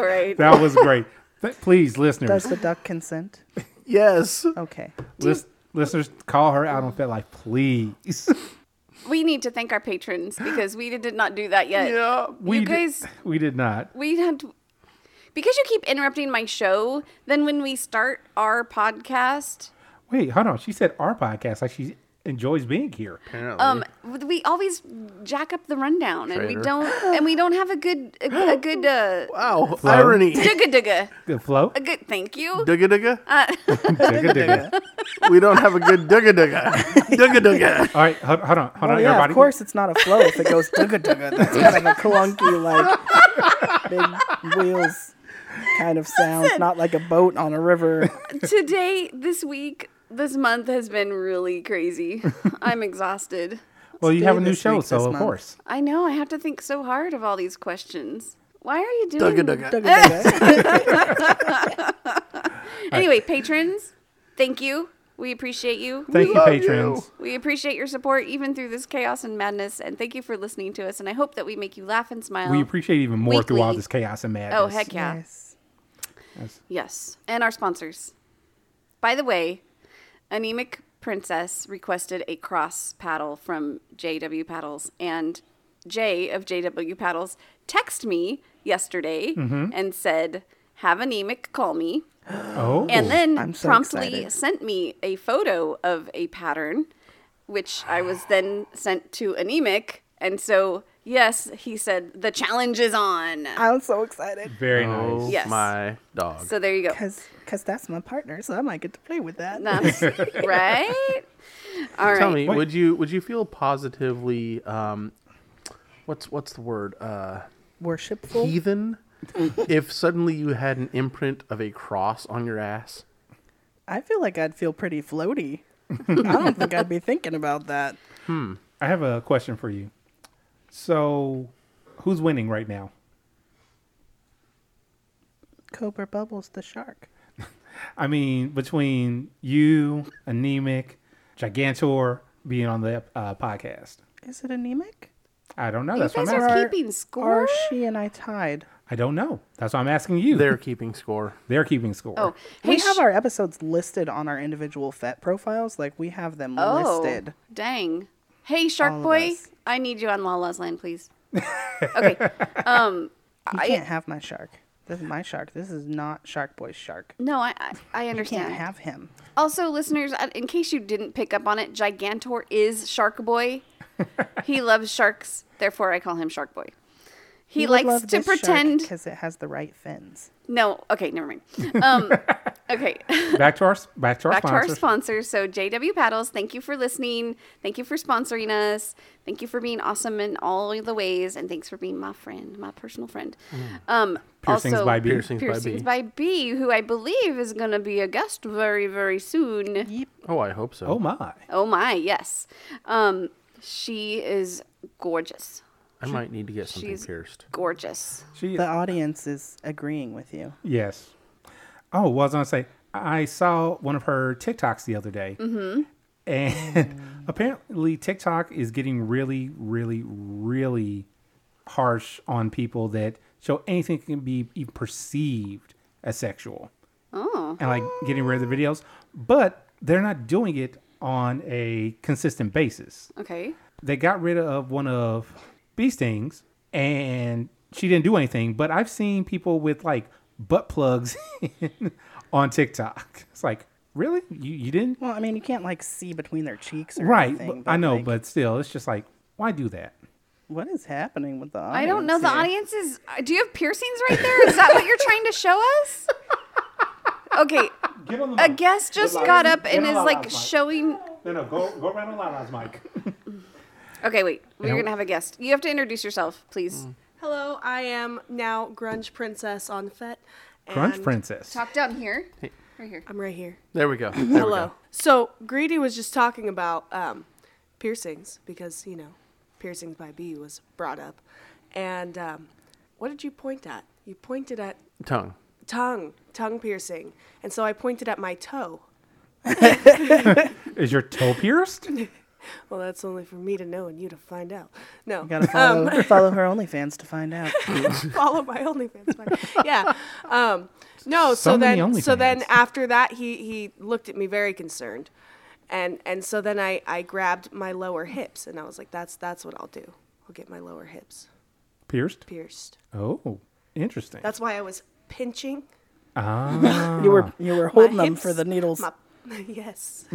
Speaker 2: right.
Speaker 8: That was great. Th- Please, listeners,
Speaker 3: Does the duck consent?
Speaker 4: Yes.
Speaker 3: Okay.
Speaker 8: lis- listeners, call her out on FetLife, please.
Speaker 2: We need to thank our patrons because we did not do that yet.
Speaker 4: Yeah.
Speaker 8: We
Speaker 2: you
Speaker 8: di-
Speaker 2: guys,
Speaker 8: we did not.
Speaker 2: we had to, because you keep interrupting my show. Then when we start our podcast,
Speaker 8: Wait, hold on. She said our podcast like she enjoys being here.
Speaker 2: um, we always jack up the rundown, and we
Speaker 4: Oh, Traitor.
Speaker 2: don't,
Speaker 4: *sighs*
Speaker 2: and we don't have a good, a, a good, uh,
Speaker 4: Wow. Oh, Irony.
Speaker 2: digga digga,
Speaker 8: Good flow.
Speaker 2: a good. Thank you.
Speaker 4: Digga digga.
Speaker 8: Digga, digga.
Speaker 4: we don't have a good digga digga. digga digga.
Speaker 8: All right, hold, hold on, hold
Speaker 3: Well,
Speaker 8: on,
Speaker 3: yeah,
Speaker 8: everybody.
Speaker 3: of course it's not a flow if it goes dugga dugga. That's kind of a clunky, like big wheels kind of sound, not like a boat on a river.
Speaker 2: Today, this week, this month has been really
Speaker 4: *laughs*
Speaker 2: crazy. I'm exhausted.
Speaker 8: Well, you have a
Speaker 3: Stay
Speaker 8: new
Speaker 3: this
Speaker 8: show,
Speaker 3: week,
Speaker 8: so
Speaker 3: this
Speaker 8: of
Speaker 3: month.
Speaker 8: course.
Speaker 2: I know. I have to think so hard of all these questions. Why are you doing?
Speaker 4: Digga digga.
Speaker 3: Dugga dugga.
Speaker 2: Anyway, patrons, thank you. We appreciate you.
Speaker 8: Thank
Speaker 2: we,
Speaker 8: you, patrons.
Speaker 2: we appreciate your support even through this chaos and madness, and thank you for listening to us. And I hope that we make you laugh and smile.
Speaker 8: We appreciate even more through all
Speaker 2: Oh. Weekly.
Speaker 8: this chaos and madness.
Speaker 2: Oh heck yeah!
Speaker 3: Yes.
Speaker 2: Yes, and our sponsors. By the way, anemic princess requested a cross paddle from JW Paddles, and Jay of JW Paddles texted me yesterday
Speaker 8: Mm-hmm.
Speaker 2: and said, "Have anemic call me."
Speaker 8: Oh,
Speaker 2: and then
Speaker 3: I'm so
Speaker 2: promptly
Speaker 3: excited.
Speaker 2: sent me a photo of a pattern, which I was then sent to anemic. And so, yes, he said the challenge is on.
Speaker 3: I'm so excited
Speaker 8: very nice.
Speaker 4: Oh
Speaker 2: Yes.
Speaker 4: my dog.
Speaker 2: So there you go.
Speaker 3: because that's my partner, so I might get to play with
Speaker 2: *laughs*
Speaker 3: that. *laughs*
Speaker 2: That's right. All
Speaker 4: Tell
Speaker 2: right.
Speaker 4: me,
Speaker 8: Wait.
Speaker 4: would you would you feel positively um, what's what's the word uh,
Speaker 3: Worshipful.
Speaker 4: heathen if suddenly you had an imprint of a cross on your ass?
Speaker 3: I feel like I'd feel pretty floaty. I don't think I'd be thinking about that.
Speaker 8: I have a question for you. So, who's winning right now?
Speaker 3: Cobra Bubbles the shark.
Speaker 8: I mean, between you, anemic, Gigantor being on the uh, podcast,
Speaker 3: Is it anemic?
Speaker 8: I don't know.
Speaker 2: You
Speaker 8: That's what
Speaker 2: guys
Speaker 8: I'm asking.
Speaker 2: are
Speaker 3: asking.
Speaker 2: keeping
Speaker 3: Or
Speaker 2: score.
Speaker 3: she and I tied.
Speaker 8: I don't know. That's what I'm asking you.
Speaker 4: They're keeping score.
Speaker 8: they're keeping score.
Speaker 2: Oh, hey,
Speaker 3: We have
Speaker 2: sh-
Speaker 3: our episodes listed on our individual FET profiles. Like we have them
Speaker 2: oh,
Speaker 3: listed.
Speaker 2: dang. Hey, Shark
Speaker 3: All of
Speaker 2: Boy,
Speaker 3: us.
Speaker 2: I need you on Lala's Land,
Speaker 3: *laughs*
Speaker 2: please. Okay. Um,
Speaker 3: You
Speaker 2: I-
Speaker 3: can't have my shark. This is my shark. This is not Shark Boy's shark.
Speaker 2: no, I I, I
Speaker 3: You can't
Speaker 2: understand.
Speaker 3: have him.
Speaker 2: Also, listeners, uh, in case you didn't pick up on it, Gigantor is Shark Boy.
Speaker 8: *laughs*
Speaker 2: he loves sharks, therefore I call him Shark Boy. He, likes to pretend.
Speaker 3: because it has the right fins.
Speaker 2: No, okay, never mind.
Speaker 8: *laughs*
Speaker 2: Um, okay,
Speaker 8: Back to our back to
Speaker 2: *laughs*
Speaker 8: our
Speaker 2: back to our
Speaker 8: sponsors.
Speaker 2: sponsors. So JW Paddles, thank you for listening. Thank you for sponsoring us. Thank you for being awesome in all the ways, and thanks for being my friend, my personal friend. Um,
Speaker 8: Mm. Piercings
Speaker 2: also,
Speaker 8: by B.
Speaker 4: Piercings,
Speaker 2: Piercings
Speaker 4: by B.
Speaker 2: by B, who I believe is going to be a guest very, very soon.
Speaker 4: Oh, I hope so.
Speaker 8: oh my!
Speaker 2: Oh my, yes. Um, she is gorgeous.
Speaker 4: I might need to get something
Speaker 2: she's-
Speaker 4: pierced.
Speaker 2: Gorgeous.
Speaker 8: She
Speaker 3: The audience is agreeing with you.
Speaker 8: yes. Oh, well, I was gonna say I saw one of her TikToks the other day, mm-hmm. and *laughs* apparently TikTok is getting really, really, really harsh on people that show anything that can be even perceived as sexual. Oh. And like getting rid of the videos, but they're not doing it on a consistent basis.
Speaker 2: Okay.
Speaker 8: they got rid of one of Bee Sting's and she didn't do anything. But I've seen people with like butt plugs *laughs* on TikTok. It's like, really? You, you didn't?
Speaker 3: Well, I mean, you can't like see between their cheeks or
Speaker 8: Right.
Speaker 3: anything,
Speaker 8: but I know,
Speaker 3: like,
Speaker 8: but still, it's just like, why do that?
Speaker 3: what is happening with the audience?
Speaker 2: I don't know. The
Speaker 3: here?
Speaker 2: audience is. uh, Do you have piercings right there? Is that what you're trying to show us? Okay.
Speaker 8: Get on the
Speaker 2: A guest just got up and is like
Speaker 8: show.
Speaker 2: showing.
Speaker 8: No, no, go, go right on Lala's mic.
Speaker 2: Okay, wait. We're
Speaker 8: know-
Speaker 2: gonna have a guest. You have to introduce yourself, please.
Speaker 9: Hello, I am now Grunge Princess on FET. and
Speaker 8: Crunch Princess.
Speaker 2: Talk down here. Right here.
Speaker 9: I'm right here.
Speaker 4: There we go. There We
Speaker 9: Hello.
Speaker 4: go.
Speaker 9: So, Greedy was just talking about um, piercings because, you know, piercings by B was brought up. And um, what did you point at? You pointed at
Speaker 4: Tongue.
Speaker 9: tongue, tongue piercing. And so I pointed at my toe.
Speaker 8: Is
Speaker 2: *laughs*
Speaker 8: your toe pierced?
Speaker 9: Well, that's only for me to know and you to find out. No, Um,
Speaker 3: Gotta follow,
Speaker 2: Um,
Speaker 3: *laughs* follow her OnlyFans to
Speaker 2: *laughs*
Speaker 3: find out.
Speaker 9: *laughs* follow my OnlyFans. fine. yeah.
Speaker 3: *laughs*
Speaker 9: Um, no. So,
Speaker 8: So many
Speaker 9: then, so then
Speaker 8: OnlyFans.
Speaker 9: after that, he he looked at me very concerned, and and so then I I grabbed my lower hips and I was like, that's that's what I'll do. I'll get my lower hips
Speaker 8: Pierced?
Speaker 9: pierced.
Speaker 8: Oh, interesting.
Speaker 9: That's why I was pinching
Speaker 8: ah,
Speaker 3: You were you were holding
Speaker 9: my
Speaker 3: them for
Speaker 9: hips,
Speaker 3: the needles.
Speaker 9: my- *laughs*
Speaker 3: *laughs*
Speaker 9: yes.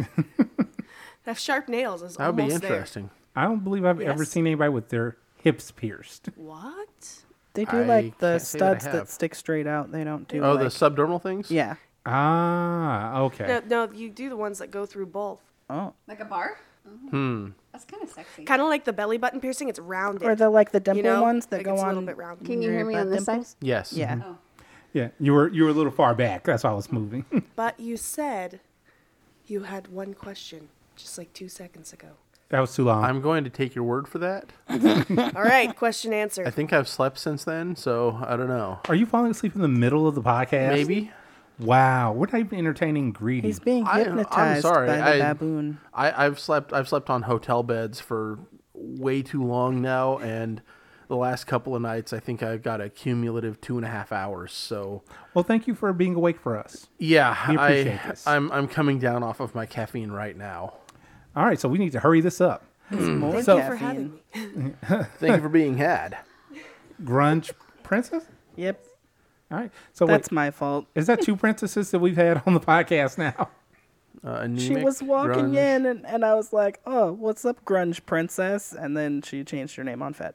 Speaker 9: I have sharp nails. I was
Speaker 4: That would be
Speaker 9: almost there.
Speaker 4: interesting.
Speaker 8: I don't believe I've ever
Speaker 9: Yes.
Speaker 8: seen anybody with their hips pierced.
Speaker 9: What?
Speaker 3: They do
Speaker 4: I
Speaker 3: like the
Speaker 4: can't say that I
Speaker 3: studs that,
Speaker 4: have.
Speaker 3: stick straight out. They don't do.
Speaker 4: Oh,
Speaker 3: like,
Speaker 4: the subdermal things.
Speaker 3: yeah.
Speaker 8: Ah, okay.
Speaker 9: No, no, you do the ones that go through both.
Speaker 3: Oh,
Speaker 2: Like a bar? Hmm. That's kind of sexy.
Speaker 9: Kind of like the belly button piercing. It's rounded.
Speaker 3: or the like the dimple
Speaker 9: you know?
Speaker 3: ones that
Speaker 9: Like
Speaker 3: go
Speaker 9: it's
Speaker 3: on.
Speaker 9: a little bit round.
Speaker 2: Can you
Speaker 3: your
Speaker 2: hear me
Speaker 3: butt
Speaker 2: on this side?
Speaker 3: dimples?
Speaker 4: Yes.
Speaker 3: Yeah.
Speaker 8: Yeah, you were you were a little far back. That's why I was moving. *laughs*
Speaker 9: But you said you had one question just like two seconds ago.
Speaker 8: that was too long.
Speaker 4: I'm going to take your word for that.
Speaker 9: All right, *laughs* question answered.
Speaker 4: I think I've slept since then, so I don't know.
Speaker 8: Are you falling asleep in the middle of the podcast?
Speaker 4: Maybe.
Speaker 8: Wow, we're not even entertaining greedy.
Speaker 3: He's being
Speaker 4: I- I'm
Speaker 3: hypnotized
Speaker 4: sorry,
Speaker 3: by the
Speaker 4: I-
Speaker 3: baboon.
Speaker 4: I, I've slept I've slept on hotel beds for way too long now, and the last couple of nights I think I got a cumulative two and a half hours. So
Speaker 8: well, thank you for being awake for us.
Speaker 4: yeah,
Speaker 8: We
Speaker 4: I
Speaker 8: appreciate this.
Speaker 4: I'm I'm coming down off of my caffeine right now.
Speaker 8: All right, so we need to hurry this up.
Speaker 4: Hmm.
Speaker 3: More
Speaker 8: So-
Speaker 9: for having
Speaker 3: caffeine.
Speaker 9: me.
Speaker 4: Thank you for being had.
Speaker 8: Grunge princess.
Speaker 3: Yep,
Speaker 8: All right, so
Speaker 3: that's
Speaker 8: that's
Speaker 3: my fault.
Speaker 8: is that two princesses that we've had on the podcast now?
Speaker 4: Uh,
Speaker 3: *laughs* She
Speaker 4: anemic,
Speaker 3: was walking
Speaker 4: grunge.
Speaker 3: in, and, and I was like, "Oh, what's up, grunge princess?" And then she changed her name on Fed.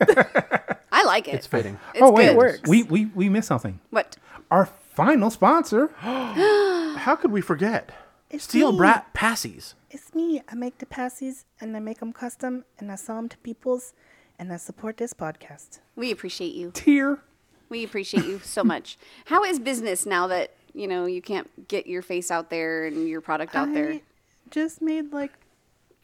Speaker 2: I like it.
Speaker 4: It's fitting.
Speaker 8: *laughs*
Speaker 2: It's good.
Speaker 3: works.
Speaker 8: Oh, we we we missed something.
Speaker 2: What?
Speaker 8: Our final sponsor. *gasps*
Speaker 4: How could we forget?
Speaker 3: *gasps* It's
Speaker 4: Steel
Speaker 3: me.
Speaker 4: brat passies.
Speaker 3: It's me. I make the passes, and I make them custom, and I sell them to peoples, and I support this podcast.
Speaker 2: We appreciate you.
Speaker 8: Tier.
Speaker 2: We appreciate you so much. How is business now that you know you can't get your face out there and your product out there?
Speaker 3: I just made like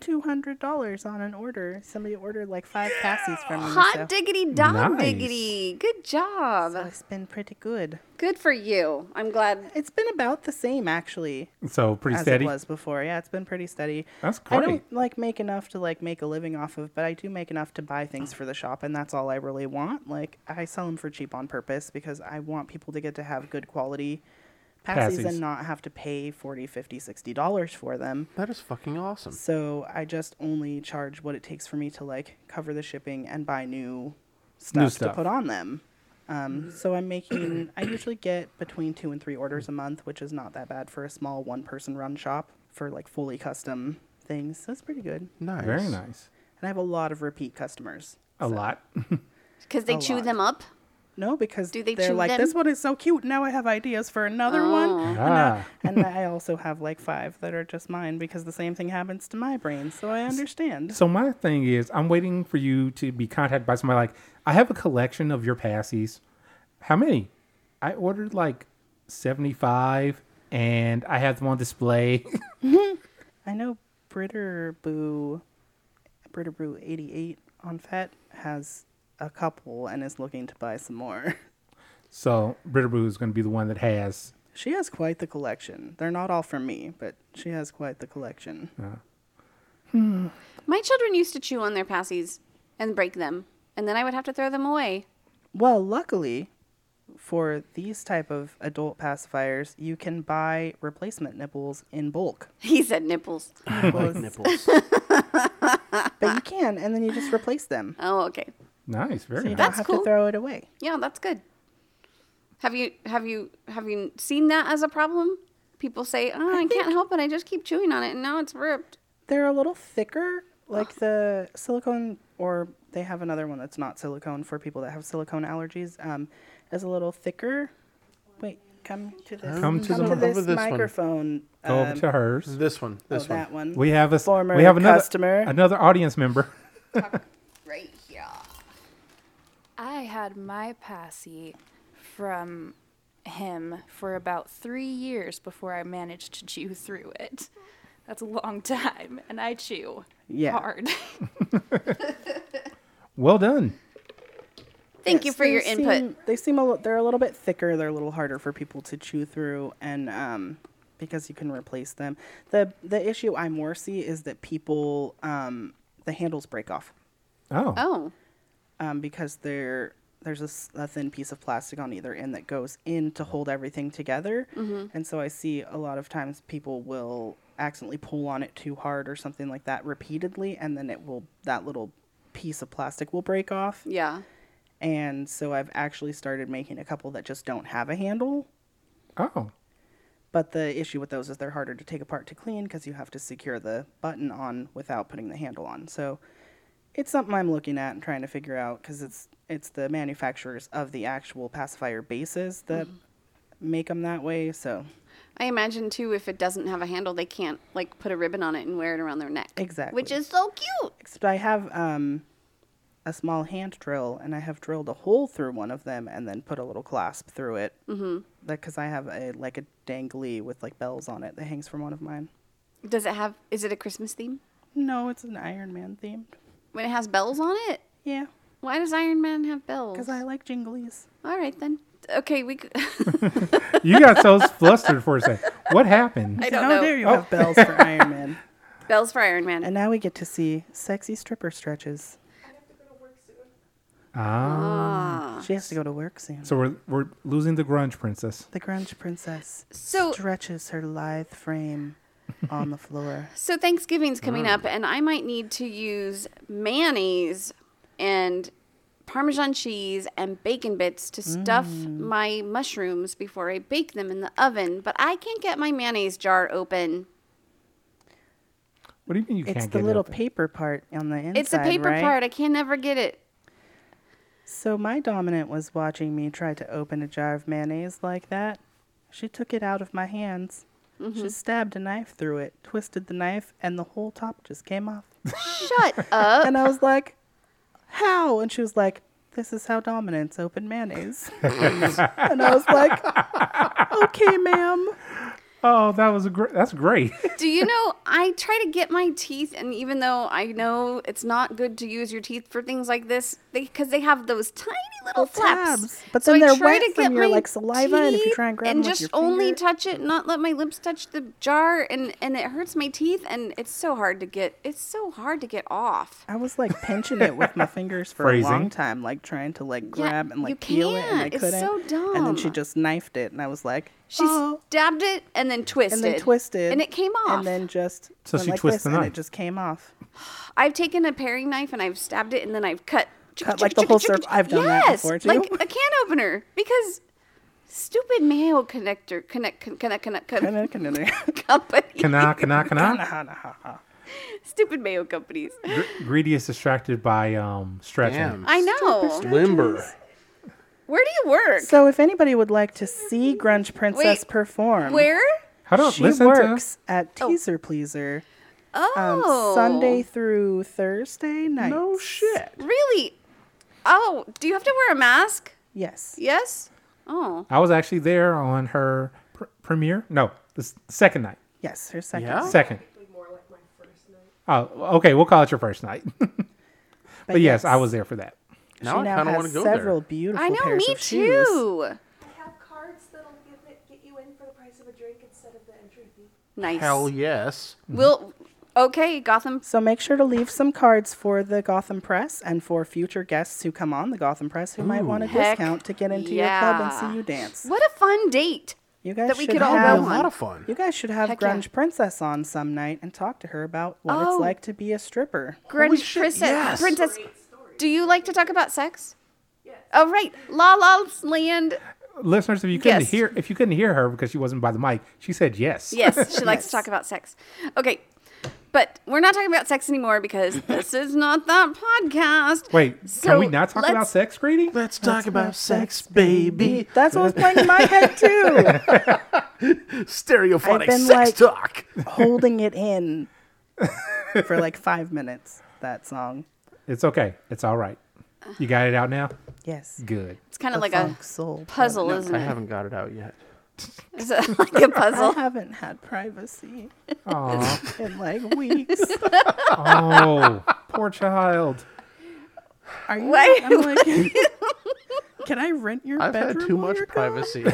Speaker 3: two hundred dollars on an order. Somebody ordered like five passes from me. so-
Speaker 2: Hot diggity dog
Speaker 8: Nice.
Speaker 2: diggity. Good
Speaker 3: so
Speaker 2: job.
Speaker 3: it's been pretty good.
Speaker 2: Good for you. I'm glad.
Speaker 3: It's been about the same actually
Speaker 8: So pretty
Speaker 3: as
Speaker 8: steady.
Speaker 3: it was before. Yeah, it's been pretty steady.
Speaker 8: That's
Speaker 3: I
Speaker 8: great.
Speaker 3: don't like make enough to like make a living off of, but I do make enough to buy things for the shop, and that's all I really want. Like I sell them for cheap on purpose because I want people to get to have good quality passes,
Speaker 8: Passes.
Speaker 3: and not have to pay 40 50 60 dollars for them
Speaker 4: That is fucking awesome.
Speaker 3: so i just only charge what it takes for me to like cover the shipping and buy new stuff,
Speaker 8: New
Speaker 3: to
Speaker 8: stuff.
Speaker 3: put on them um, so i'm making *clears throat* i usually get between two and three orders a month which is not that bad for a small one person run shop for like fully custom things so it's pretty good and
Speaker 4: Nice.
Speaker 8: Very nice.
Speaker 3: i have a lot of repeat customers
Speaker 8: A lot.
Speaker 2: Because they chew them up.
Speaker 3: no because
Speaker 2: Do they
Speaker 3: they're
Speaker 2: chew
Speaker 3: like
Speaker 2: them? Oh.
Speaker 3: this one is so cute now i have ideas for another one
Speaker 8: ah,
Speaker 3: and i also have like five that are just mine because the same thing happens to my brain so i understand
Speaker 8: *laughs* So my thing is, I'm waiting for you to be contacted by somebody like, I have a collection of your passes. How many? I ordered like 75 and I have them on display. *laughs*
Speaker 3: I know Britterboo, Britterboo eighty eight on Fat has a couple and is looking to buy some more. *laughs*
Speaker 8: so Britterboo is going to be the one that has.
Speaker 3: She has quite the collection. They're not all from me, but she has quite the collection.
Speaker 2: My children used to chew on their pasties and break them, and then I would have to throw them away. *laughs*
Speaker 3: Well, luckily for these type of adult pacifiers, you can buy replacement nipples in bulk.
Speaker 2: He said nipples.
Speaker 3: Nipples,
Speaker 4: Nipples.
Speaker 3: but
Speaker 2: Ah.
Speaker 3: you can, and then you just
Speaker 2: *laughs*
Speaker 3: replace them.
Speaker 2: Oh, okay.
Speaker 8: Nice, very
Speaker 3: So you don't
Speaker 8: nice.
Speaker 2: That's
Speaker 3: have
Speaker 2: cool.
Speaker 3: to throw it away.
Speaker 2: Yeah, that's good. Have you have you have you seen that as a problem? People say, "Oh, I, can't help it. I just keep chewing on it, and now it's ripped."
Speaker 3: They're a little thicker, like the silicone, or they have another one that's not silicone for people that have silicone allergies. Um, is a little thicker. Wait, come to this.
Speaker 8: Come to the-
Speaker 3: this
Speaker 4: over this one.
Speaker 3: microphone.
Speaker 8: Go over
Speaker 3: um,
Speaker 8: to hers.
Speaker 4: this one.
Speaker 3: oh,
Speaker 4: This one.
Speaker 3: that one.
Speaker 8: We have a
Speaker 3: former
Speaker 8: we have another
Speaker 3: customer.
Speaker 8: another audience member. *laughs*
Speaker 10: right here. I had my passy from him for about three years before I managed to chew through it. That's a long *laughs* time, and I chew
Speaker 3: Yeah.
Speaker 10: hard.
Speaker 8: Well done.
Speaker 2: Thank you
Speaker 3: Yes,
Speaker 2: for
Speaker 3: they
Speaker 2: your input.
Speaker 3: seem- They seem a little. They're a little bit thicker. They're a little harder for people to chew through, and um, because you can replace them. the The issue I more see is that people um, the handles break off.
Speaker 8: Oh.
Speaker 2: Oh.
Speaker 3: Um, because there there's a, s- a thin piece of plastic on either end that goes in to hold everything together,
Speaker 2: Mhm.
Speaker 3: and so I see a lot of times people will accidentally pull on it too hard or something like that repeatedly, and then it will that little piece of plastic will break off.
Speaker 2: Yeah.
Speaker 3: And so I've actually started making a couple that just don't have a handle.
Speaker 8: Oh.
Speaker 3: But the issue with those is they're harder to take apart to clean because you have to secure the button on without putting the handle on. So it's something I'm looking at and trying to figure out because it's it's the manufacturers of the actual pacifier bases that
Speaker 2: Mm-hmm.
Speaker 3: make 'em make them that way. So
Speaker 2: I imagine too, if it doesn't have a handle, they can't like put a ribbon on it and wear it around their neck.
Speaker 3: Exactly.
Speaker 2: Which is so cute.
Speaker 3: except I have um, a small hand drill and I have drilled a hole through one of them and then put a little clasp through it.
Speaker 2: Mhm.
Speaker 3: Like because I have a like a dangly with like bells on it that hangs from one of mine.
Speaker 2: Does it have? Is it a Christmas theme?
Speaker 3: No, it's an Iron Man themed.
Speaker 2: When it has bells on it.
Speaker 3: Yeah.
Speaker 2: Why does Iron Man have bells? Because I
Speaker 3: like jinglies.
Speaker 2: All right then. Okay, we. c- *laughs*
Speaker 8: You got so flustered for a second. What happened?
Speaker 2: I don't know.
Speaker 3: dare Oh,
Speaker 8: Oh.
Speaker 3: you have bells
Speaker 8: *laughs*
Speaker 3: for Iron Man.
Speaker 2: Bells for Iron Man.
Speaker 3: And now we get to see sexy stripper stretches.
Speaker 8: Ah.
Speaker 3: She has to go to work soon.
Speaker 8: So we're we're losing the grunge princess.
Speaker 3: The grunge princess
Speaker 2: So-
Speaker 3: stretches her lithe frame on the
Speaker 8: *laughs*
Speaker 3: floor.
Speaker 2: So Thanksgiving's coming
Speaker 3: Mm.
Speaker 2: up, and I might need to use mayonnaise and Parmesan cheese and bacon bits to stuff
Speaker 3: Mm.
Speaker 2: my mushrooms before I bake them in the oven. But I can't get my mayonnaise jar open.
Speaker 8: What do you mean you
Speaker 3: It's
Speaker 8: can't
Speaker 3: the
Speaker 8: get
Speaker 3: little
Speaker 8: it? open?
Speaker 3: paper part on the inside.
Speaker 2: it's a paper
Speaker 3: right?
Speaker 2: part. I can never get it.
Speaker 3: So my dominant was watching me try to open a jar of mayonnaise like that. She took it out of my hands.
Speaker 2: Mm-hmm.
Speaker 3: She stabbed a knife through it, twisted the knife, and the whole top just came off.
Speaker 2: Shut up.
Speaker 3: And I was like, how? And she was like, this is how dominants open
Speaker 8: *laughs*
Speaker 3: mayonnaise. and I was like, okay, ma'am.
Speaker 8: Oh, that was a gr- that's *laughs* great.
Speaker 2: Do you know, I try to get my teeth, and even though I know it's not good to use your teeth for things like this, because they, have those tiny little flaps.
Speaker 3: tabs. But
Speaker 2: So
Speaker 3: then
Speaker 2: I
Speaker 3: they're
Speaker 2: try
Speaker 3: wet
Speaker 2: to
Speaker 3: from
Speaker 2: get
Speaker 3: your,
Speaker 2: my
Speaker 3: like, saliva, and if you
Speaker 2: teeth
Speaker 3: try and grab
Speaker 2: and
Speaker 3: them with
Speaker 2: just
Speaker 3: your
Speaker 2: only
Speaker 3: finger-
Speaker 2: touch it, not let my lips touch the jar, and and it hurts my teeth, and it's so hard to get. It's so hard to get off.
Speaker 3: I was like pinching it with my fingers for a long
Speaker 8: Phrasing.
Speaker 3: time, like trying to like
Speaker 2: Yeah,
Speaker 3: grab and
Speaker 2: you
Speaker 3: like peel it, and I
Speaker 2: can't. It's
Speaker 3: couldn't.
Speaker 2: so
Speaker 3: And then she
Speaker 2: dumb.
Speaker 3: just knifed it, and I was like,
Speaker 2: She
Speaker 3: "Oh."
Speaker 2: stabbed it and then twisted,
Speaker 3: and then twisted,
Speaker 2: and it came off.
Speaker 3: and then just
Speaker 8: So
Speaker 3: went
Speaker 8: she
Speaker 3: like
Speaker 8: twists
Speaker 3: this,
Speaker 8: the
Speaker 3: and
Speaker 8: knife.
Speaker 3: it just came off.
Speaker 2: I've taken a paring knife and I've stabbed it and then I've cut.
Speaker 3: Cut like the whole circle. I've done that
Speaker 2: yes,
Speaker 3: before, too.
Speaker 2: like a can opener because stupid mayo connector connect con- connect connect,
Speaker 3: And
Speaker 2: connect
Speaker 3: then- and then- *laughs*
Speaker 2: company.
Speaker 8: Kana kana *laughs*
Speaker 2: *laughs*
Speaker 8: kana.
Speaker 2: Stupid mayo companies.
Speaker 8: Gr- Greedy is distracted by um stretching.
Speaker 4: Damn.
Speaker 2: I know.
Speaker 4: Limber.
Speaker 2: Where do you work?
Speaker 3: so if anybody would like to see Grunge Princess
Speaker 2: Wait,
Speaker 3: perform,
Speaker 2: Where?
Speaker 8: How do
Speaker 3: she
Speaker 8: Oh, listen
Speaker 3: works at Teaser Pleaser um,
Speaker 2: Oh,
Speaker 3: Sunday through Thursday night. No shit.
Speaker 2: Really? Oh, do you have to wear a mask?
Speaker 3: Yes.
Speaker 2: Yes. Oh,
Speaker 8: to? I was actually there on her pr- premiere. No, the s- second night.
Speaker 3: Yes. Her second.
Speaker 4: Yeah?
Speaker 8: Second. Oh, okay. We'll call it your first night. *laughs* but, yes, I was there for that.
Speaker 4: Now
Speaker 3: she
Speaker 4: I
Speaker 3: now
Speaker 4: kind of
Speaker 3: has
Speaker 4: want to go
Speaker 3: several
Speaker 4: there.
Speaker 3: beautiful
Speaker 2: I know.
Speaker 3: pairs
Speaker 2: Me
Speaker 3: of shoes.
Speaker 2: too.
Speaker 5: I have cards that'll give it, get you in for the price of a drink instead of the entry fee.
Speaker 2: Nice.
Speaker 4: Hell yes.
Speaker 2: We'll. Okay, Gotham.
Speaker 3: So make sure to leave some cards for the Gotham Press and for future guests who come on the Gotham Press who might want a
Speaker 2: Heck
Speaker 3: discount to get into your club
Speaker 2: yeah.
Speaker 3: and see you dance.
Speaker 2: What a fun date.
Speaker 3: You guys
Speaker 2: that we
Speaker 3: should
Speaker 2: could all
Speaker 3: have-
Speaker 4: A
Speaker 2: go on.
Speaker 4: lot of fun.
Speaker 3: You guys should have
Speaker 2: Heck yeah.
Speaker 3: Grunge Princess on some night and talk to her about what
Speaker 2: Oh.
Speaker 3: it's like to be a stripper.
Speaker 2: Grunge
Speaker 4: shit,
Speaker 2: princess.
Speaker 4: yes.
Speaker 2: Princess, do you like to talk about sex? Yes. Oh right, La La's Land.
Speaker 8: Listeners, if you couldn't
Speaker 2: Yes.
Speaker 8: hear, if you couldn't hear her because she wasn't by the mic, she said yes.
Speaker 3: *laughs*
Speaker 2: Yes, she likes to talk about sex. Okay, but we're not talking about sex anymore
Speaker 3: *laughs*
Speaker 2: because this is not that podcast.
Speaker 8: Wait,
Speaker 2: So
Speaker 8: can we not talk about
Speaker 2: let's-
Speaker 8: sex, Greedy?
Speaker 4: Let's talk about sex, baby.
Speaker 3: That's what was playing in
Speaker 2: *laughs*
Speaker 3: my head too. I've
Speaker 4: Stereophonic
Speaker 3: been
Speaker 4: sex
Speaker 3: like-
Speaker 4: talk.
Speaker 3: Holding it in for like five minutes, that song.
Speaker 8: It's okay. It's all right. You got it out now.
Speaker 3: Yes.
Speaker 8: Good.
Speaker 2: It's kind of
Speaker 3: The
Speaker 2: like
Speaker 3: funk
Speaker 2: a
Speaker 3: soul.
Speaker 2: puzzle,
Speaker 4: *laughs* I
Speaker 2: *laughs* isn't
Speaker 4: haven't got it out yet.
Speaker 2: it? Is it like a
Speaker 3: *laughs* I
Speaker 2: puzzle?
Speaker 3: haven't had privacy
Speaker 8: Aw.
Speaker 3: in like
Speaker 2: *laughs*
Speaker 3: weeks.
Speaker 8: oh, *laughs* poor child.
Speaker 3: Are you?
Speaker 2: Why- *laughs*
Speaker 3: I'm like, can I rent your
Speaker 4: I've
Speaker 3: bedroom?
Speaker 4: had too
Speaker 3: while
Speaker 4: much *laughs*
Speaker 3: you're gone?
Speaker 4: privacy.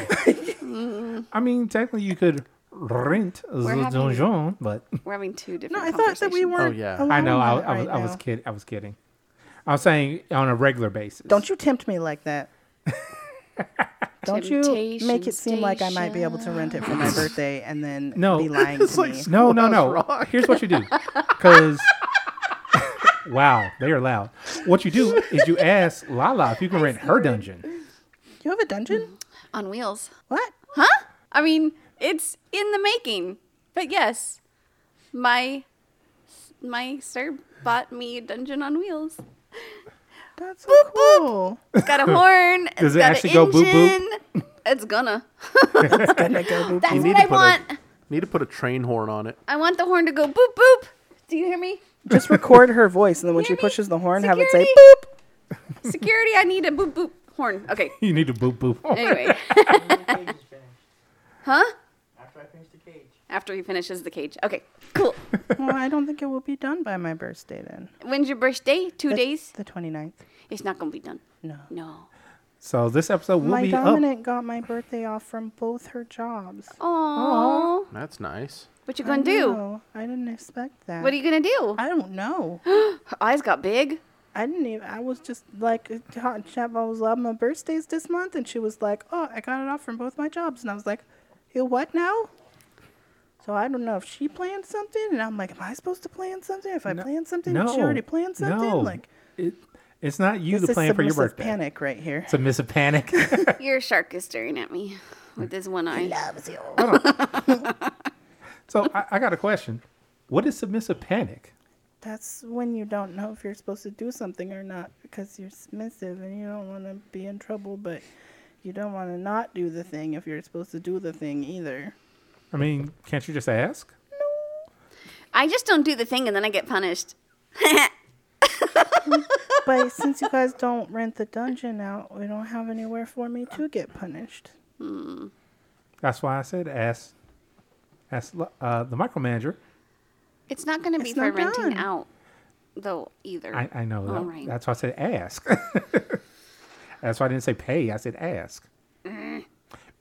Speaker 8: I mean, technically, you could rent
Speaker 2: We're
Speaker 8: the
Speaker 2: having-
Speaker 8: dungeon, but
Speaker 2: We're having two different.
Speaker 3: No, I thought that we
Speaker 2: conversations.
Speaker 3: were.
Speaker 8: I know I,
Speaker 3: allowing that right
Speaker 8: I was I was
Speaker 3: now.
Speaker 8: kidding. I was kidding. I was saying on a regular basis.
Speaker 3: Don't you tempt me like that. *laughs* Don't you make it seem like I might be able to rent it for my birthday and then
Speaker 8: *laughs* no *laughs*
Speaker 3: be lying to me.
Speaker 8: no no no. Here's what you do, because *laughs* wow, they are loud. What you do is you ask Lala if you can rent her dungeon.
Speaker 3: You have a dungeon?
Speaker 2: on wheels.
Speaker 3: What?
Speaker 2: Huh? I mean, it's in the making. But yes, my my sir bought me a dungeon on wheels.
Speaker 3: That's so cool.
Speaker 2: It's got
Speaker 3: *laughs*
Speaker 2: a horn. it's
Speaker 8: Does it
Speaker 2: got
Speaker 8: actually
Speaker 2: an
Speaker 8: go boop, boop?
Speaker 2: engine. It's gonna.
Speaker 3: Gonna go boop
Speaker 2: That's
Speaker 3: boop.
Speaker 2: what I want.
Speaker 4: A, need to put a train horn on it.
Speaker 2: I want the horn to go boop boop. Do you hear me?
Speaker 3: Just record her voice and then when she
Speaker 2: Hear me?
Speaker 3: pushes the horn, have it
Speaker 2: Security?
Speaker 3: say boop.
Speaker 2: Security, I need a boop boop horn.
Speaker 3: *laughs*
Speaker 2: Okay.
Speaker 8: You need to boop boop.
Speaker 2: Anyway. *laughs* huh? After he finishes the cage. Okay. Cool.
Speaker 3: *laughs* Well, I don't think it will be done by my birthday then.
Speaker 2: When's your birthday? Two
Speaker 3: The-
Speaker 2: days.
Speaker 3: The 29th.
Speaker 2: It's not gonna be done.
Speaker 3: No.
Speaker 2: No.
Speaker 8: So this episode will
Speaker 3: my
Speaker 8: be up.
Speaker 3: dominant got my birthday off from both her jobs.
Speaker 2: Aww.
Speaker 4: That's nice.
Speaker 2: What you
Speaker 3: I
Speaker 2: gonna Oh, do?
Speaker 3: know. I didn't expect that.
Speaker 2: What are you gonna do?
Speaker 3: I don't
Speaker 2: *gasps*
Speaker 3: know.
Speaker 2: Her eyes got big.
Speaker 3: I didn't even. I was just like, hot and chap. I was like, my birthday's this month, and she was like, "Oh, I got it off from both my jobs," and I was like, "You what now?" So I don't know if she planned something, and I'm like, "Am I supposed to plan something? If I plan something,
Speaker 8: No,
Speaker 3: she already planned something."
Speaker 8: No,
Speaker 3: Like,
Speaker 8: it, it's not you
Speaker 3: this
Speaker 8: the
Speaker 3: is
Speaker 8: plan for your
Speaker 3: submissive
Speaker 8: birthday.
Speaker 3: panic right here.
Speaker 8: Submissive panic.
Speaker 2: Your shark is staring at me with his one eye.
Speaker 8: so I, I got a question. What is submissive panic?
Speaker 3: That's when you don't know if you're supposed to do something or not because you're submissive and you don't want to be in trouble, but you don't want to not do the thing if you're supposed to do the thing either.
Speaker 8: I mean, can't you just ask?
Speaker 2: I just don't do the thing and then I get punished.
Speaker 3: But since you guys don't rent the dungeon out, we don't have anywhere for me to get punished.
Speaker 8: That's why I said ask. Ask uh, the micromanager.
Speaker 2: It's not gonna be
Speaker 3: It's
Speaker 2: for
Speaker 3: not
Speaker 2: renting
Speaker 3: done.
Speaker 2: out though either.
Speaker 8: I, I know that.
Speaker 2: All right.
Speaker 8: That's why I said ask. *laughs* That's why I didn't say pay. I said ask.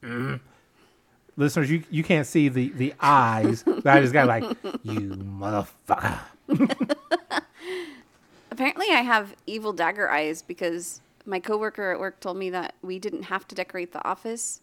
Speaker 8: Mm. Listeners, you, you can't see the, the eyes. but I just got like, you motherfucker.
Speaker 2: Apparently I have evil dagger eyes because my coworker at work told me that we didn't have to decorate the office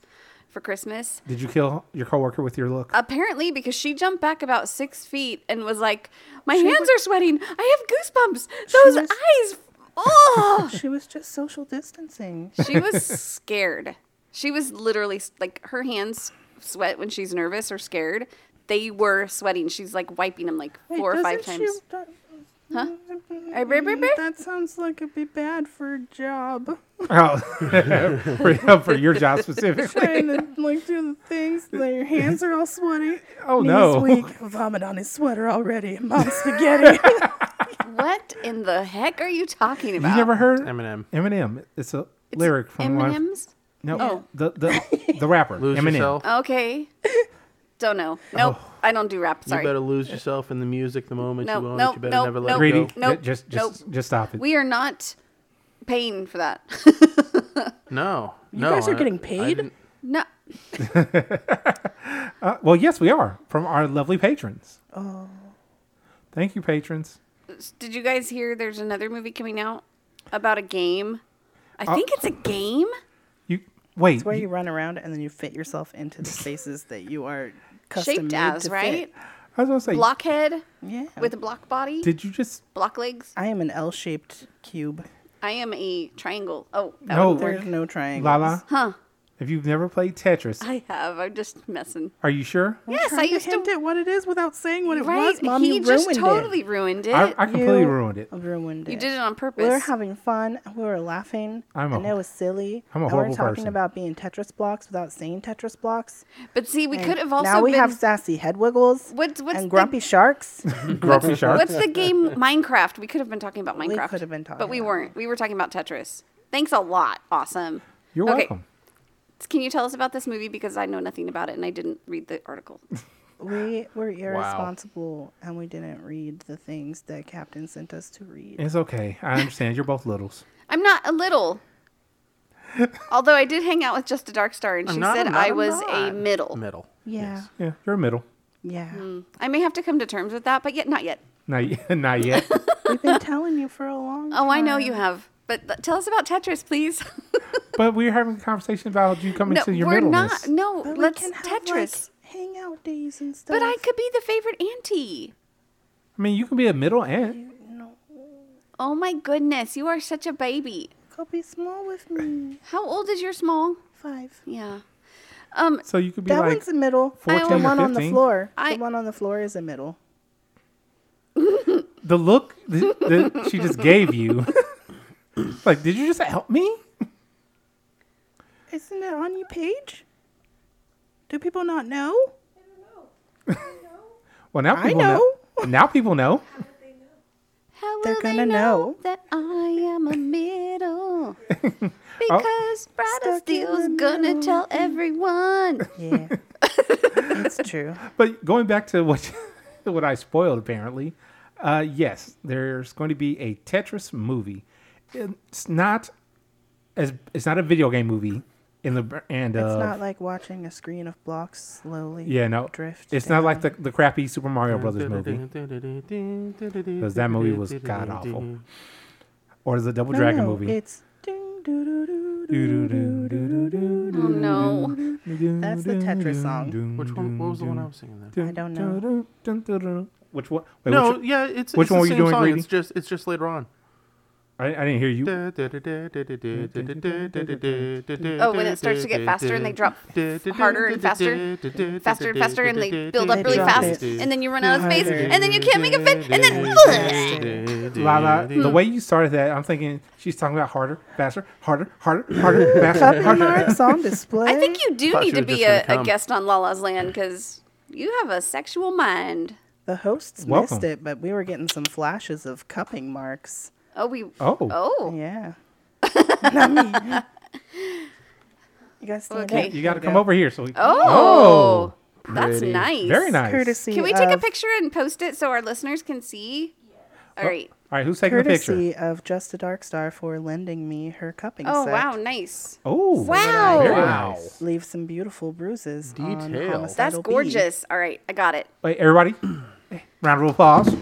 Speaker 2: for Christmas.
Speaker 8: Did you kill your coworker with your
Speaker 2: *laughs*
Speaker 8: look?
Speaker 2: Apparently because she jumped back about six feet and was like, My hands are sweating. I have goosebumps. Those
Speaker 3: was-
Speaker 2: eyes *laughs* Oh
Speaker 3: She was just social distancing.
Speaker 2: She was scared. She was literally like her hands sweat when she's nervous or scared. They were sweating. She's like wiping them like
Speaker 3: Wait,
Speaker 2: four or five
Speaker 3: doesn't
Speaker 2: times.
Speaker 3: she- that-
Speaker 2: Huh? Eh, brr, brr, brr?
Speaker 3: Mm, That sounds like it'd be bad for a job.
Speaker 8: Oh, *laughs* for, for your job specifically.
Speaker 2: *laughs*
Speaker 3: trying to like do the things. Like, your hands are all sweaty.
Speaker 8: Oh,
Speaker 3: Knees
Speaker 2: *laughs*
Speaker 8: no.
Speaker 3: Weak. Vomit on his sweater already. Mom's spaghetti. *laughs*
Speaker 2: What in the heck are you talking
Speaker 8: You
Speaker 2: about?
Speaker 8: never heard
Speaker 4: Eminem.
Speaker 8: Eminem. It's a lyric from one.
Speaker 2: M&Ms?
Speaker 8: No,
Speaker 2: Oh.
Speaker 8: the the the rapper
Speaker 4: Lose
Speaker 8: Eminem.
Speaker 4: yourself.
Speaker 3: Oh, *laughs*
Speaker 2: Okay. Don't know. Nope.
Speaker 8: Oh.
Speaker 2: I don't do rap. Sorry.
Speaker 4: You better lose yourself in the music the moment
Speaker 2: Nope,
Speaker 4: you own
Speaker 2: nope,
Speaker 4: it. You better
Speaker 2: nope,
Speaker 4: never
Speaker 2: nope.
Speaker 4: let
Speaker 8: Greedy.
Speaker 4: it go.
Speaker 2: Nope,
Speaker 8: Ju- Just just just stop it.
Speaker 2: We are not paying for that. *laughs*
Speaker 4: No.
Speaker 3: You
Speaker 4: no,
Speaker 3: guys are
Speaker 4: I-
Speaker 3: getting
Speaker 4: I
Speaker 3: paid?
Speaker 4: didn't-
Speaker 2: no.
Speaker 8: Uh, well, yes, we are from our lovely patrons. Oh. Thank you, patrons.
Speaker 2: Did you guys hear there's another movie coming out about a game? I
Speaker 8: Uh,
Speaker 2: think it's a game.
Speaker 8: You wait.
Speaker 3: It's where
Speaker 8: you-
Speaker 3: you run around and then you fit yourself into the spaces that you are custom
Speaker 2: Shaped
Speaker 3: made
Speaker 2: as,
Speaker 3: to
Speaker 2: right?
Speaker 3: Fit.
Speaker 8: I was gonna say.
Speaker 2: Blockhead
Speaker 3: Yeah.
Speaker 2: with a block body,
Speaker 8: Did you just?
Speaker 2: block legs.
Speaker 3: I am an L-shaped cube.
Speaker 2: I am a triangle. Oh, that
Speaker 8: No.
Speaker 2: wouldn't work.
Speaker 3: There's no triangle.
Speaker 8: Lala,
Speaker 2: Huh.
Speaker 8: if you've never played Tetris,
Speaker 2: I have. I'm just messing.
Speaker 8: are you sure?
Speaker 2: yes, I
Speaker 3: Trying
Speaker 2: used
Speaker 3: to
Speaker 2: to.
Speaker 3: hint at what it is without saying what it
Speaker 2: right?
Speaker 3: was. Mom,
Speaker 2: he
Speaker 3: you
Speaker 2: just
Speaker 3: ruined
Speaker 2: totally
Speaker 3: it.
Speaker 2: ruined it.
Speaker 8: I, I completely
Speaker 3: You-
Speaker 8: ruined it.
Speaker 3: Ruined it.
Speaker 2: you did it on
Speaker 3: We
Speaker 2: purpose.
Speaker 3: were having fun. We were laughing.
Speaker 8: I'm a
Speaker 3: and it
Speaker 8: hor-
Speaker 3: was silly.
Speaker 8: I'm a
Speaker 3: and
Speaker 8: horrible
Speaker 3: we were talking
Speaker 8: person.
Speaker 3: about being Tetris blocks without saying Tetris blocks.
Speaker 2: but see, we
Speaker 3: And
Speaker 2: could have also
Speaker 3: now we
Speaker 2: been.
Speaker 3: have sassy head wiggles
Speaker 2: What's- what's the-
Speaker 3: and
Speaker 2: *laughs*
Speaker 3: grumpy
Speaker 8: *laughs*
Speaker 3: sharks.
Speaker 8: Grumpy shark.
Speaker 2: what's the
Speaker 3: *laughs*
Speaker 2: game Minecraft? We could have been talking about Minecraft.
Speaker 3: could have been
Speaker 2: but
Speaker 3: talking
Speaker 2: we
Speaker 3: about
Speaker 2: weren't. We were talking about Tetris. Thanks a lot. Awesome.
Speaker 8: You're
Speaker 2: Okay.
Speaker 8: welcome.
Speaker 2: Can you tell us about this movie because I know nothing about it and I didn't read the
Speaker 3: *laughs*
Speaker 2: article.
Speaker 3: we were irresponsible and we didn't read the things that Captain sent us to read.
Speaker 8: It's okay. I understand. You're both littles.
Speaker 2: I'm not a little. Although I did hang out with Just a Dark Star and
Speaker 4: I'm
Speaker 2: she
Speaker 4: not,
Speaker 2: said
Speaker 4: I'm not,
Speaker 2: I
Speaker 4: I'm
Speaker 2: was a
Speaker 4: not.
Speaker 2: middle.
Speaker 4: Middle.
Speaker 3: Yeah.
Speaker 8: Yeah, you're middle.
Speaker 3: Yeah.
Speaker 2: I may have to come to terms with that, but yet not yet.
Speaker 8: Not y- *laughs*
Speaker 2: *laughs*
Speaker 8: not yet.
Speaker 3: *laughs* We've been telling you for a long time.
Speaker 2: Oh, I know you have, but th- tell us about Tetris, please. *laughs*
Speaker 8: but we're having a conversation about you coming
Speaker 2: no,
Speaker 8: to your
Speaker 2: we're not.
Speaker 8: middleness.
Speaker 2: No,
Speaker 3: But
Speaker 2: let's
Speaker 3: we can have,
Speaker 2: Tetris.
Speaker 3: Like, hangout days and stuff.
Speaker 2: but I could be the favorite auntie.
Speaker 8: I mean, you can be a middle aunt.
Speaker 3: No.
Speaker 2: Oh my goodness, you are such a baby.
Speaker 3: Go be small with me.
Speaker 2: How old is your small?
Speaker 3: Five.
Speaker 2: Yeah. Um,
Speaker 8: So you could be
Speaker 3: That
Speaker 8: like
Speaker 3: one's a middle.
Speaker 8: 14
Speaker 3: The
Speaker 8: or
Speaker 3: one
Speaker 8: 15.
Speaker 3: on the floor.
Speaker 2: I-
Speaker 3: The one on the floor is a middle.
Speaker 8: The look th- that she just gave you. *laughs* like, did you just help me?
Speaker 3: Isn't it on your page? Do people not know?
Speaker 8: Well, now
Speaker 3: I
Speaker 8: people know. Now people know.
Speaker 2: how
Speaker 3: They're
Speaker 2: will they
Speaker 3: gonna know. Oh,
Speaker 2: that I am a
Speaker 3: *laughs*
Speaker 2: middle? because Brada
Speaker 3: Stuck in
Speaker 2: Steele's
Speaker 3: the
Speaker 2: gonna
Speaker 3: middle.
Speaker 2: tell everyone.
Speaker 3: Yeah. it's true.
Speaker 8: But going back to what *laughs* what I spoiled, apparently, uh, yes, there's going to be a Tetris movie. It's not as it's not a video game movie in the br- and
Speaker 3: It's
Speaker 8: uh,
Speaker 3: not like watching a screen of blocks slowly.
Speaker 8: yeah no
Speaker 3: drift
Speaker 8: It's not like the the crappy Super Mario Brothers
Speaker 4: *laughs*
Speaker 8: movie
Speaker 4: Because
Speaker 8: because that movie was god awful, or the Double
Speaker 3: No,
Speaker 8: Dragon
Speaker 3: no,
Speaker 8: movie.
Speaker 3: It's ding, doo, doo, doo, doo.
Speaker 8: That's
Speaker 2: Oh no.
Speaker 3: That's the Tetris song.
Speaker 4: Which one? What was the one I was singing there?
Speaker 3: I don't know.
Speaker 8: know. Which one? Wait,
Speaker 4: no,
Speaker 8: which,
Speaker 4: yeah, it's
Speaker 8: which
Speaker 4: it's the
Speaker 8: one were you
Speaker 4: same
Speaker 8: doing,
Speaker 4: Song.
Speaker 8: Greedy?
Speaker 4: It's just it's just later
Speaker 2: *laughs*
Speaker 4: on.
Speaker 8: I, I didn't hear you.
Speaker 4: Oh,
Speaker 2: when it starts to get faster and they drop harder and faster, Faster and faster, and they build up
Speaker 3: They
Speaker 2: really
Speaker 3: drop
Speaker 2: fast,
Speaker 3: it.
Speaker 2: and then you run out of space,
Speaker 3: Harder.
Speaker 2: and then you can't make a fit, and then.
Speaker 4: *laughs*
Speaker 8: Lala, the way you started that, I'm thinking she's talking about harder, faster, harder, harder, harder, faster,
Speaker 3: Puppet
Speaker 8: harder.
Speaker 3: marks on display.
Speaker 2: I think you do
Speaker 4: Thought
Speaker 2: need to
Speaker 4: you were
Speaker 2: be
Speaker 4: just
Speaker 2: a,
Speaker 4: gonna
Speaker 2: a
Speaker 4: come.
Speaker 2: guest on Lala's Land because you have a sexual mind.
Speaker 3: the hosts
Speaker 8: Welcome.
Speaker 3: missed it, but we were getting some flashes of cupping marks.
Speaker 2: Oh, we.
Speaker 8: Oh.
Speaker 2: Oh. *laughs*
Speaker 3: Yeah. Not me. You guys stand
Speaker 2: Okay.
Speaker 3: up.
Speaker 8: You got
Speaker 3: There we
Speaker 8: to come
Speaker 3: go.
Speaker 8: over here. So we,
Speaker 2: Oh. That's
Speaker 4: Pretty.
Speaker 2: nice.
Speaker 8: very nice.
Speaker 3: Courtesy.
Speaker 2: Can we take a
Speaker 3: of-
Speaker 2: picture and post it so our listeners can see? All right.
Speaker 8: All right, who's taking the picture?
Speaker 3: Courtesy of Just a Dark Star for lending me her cupping
Speaker 2: Oh,
Speaker 3: set.
Speaker 2: wow. Nice.
Speaker 8: Oh,
Speaker 2: Wow.
Speaker 8: very
Speaker 4: Wow.
Speaker 8: nice.
Speaker 3: Leave some beautiful bruises. on
Speaker 4: Detail.
Speaker 2: That's
Speaker 3: homicidal bee.
Speaker 2: gorgeous. All right. I got it.
Speaker 8: Wait, everybody, round of applause.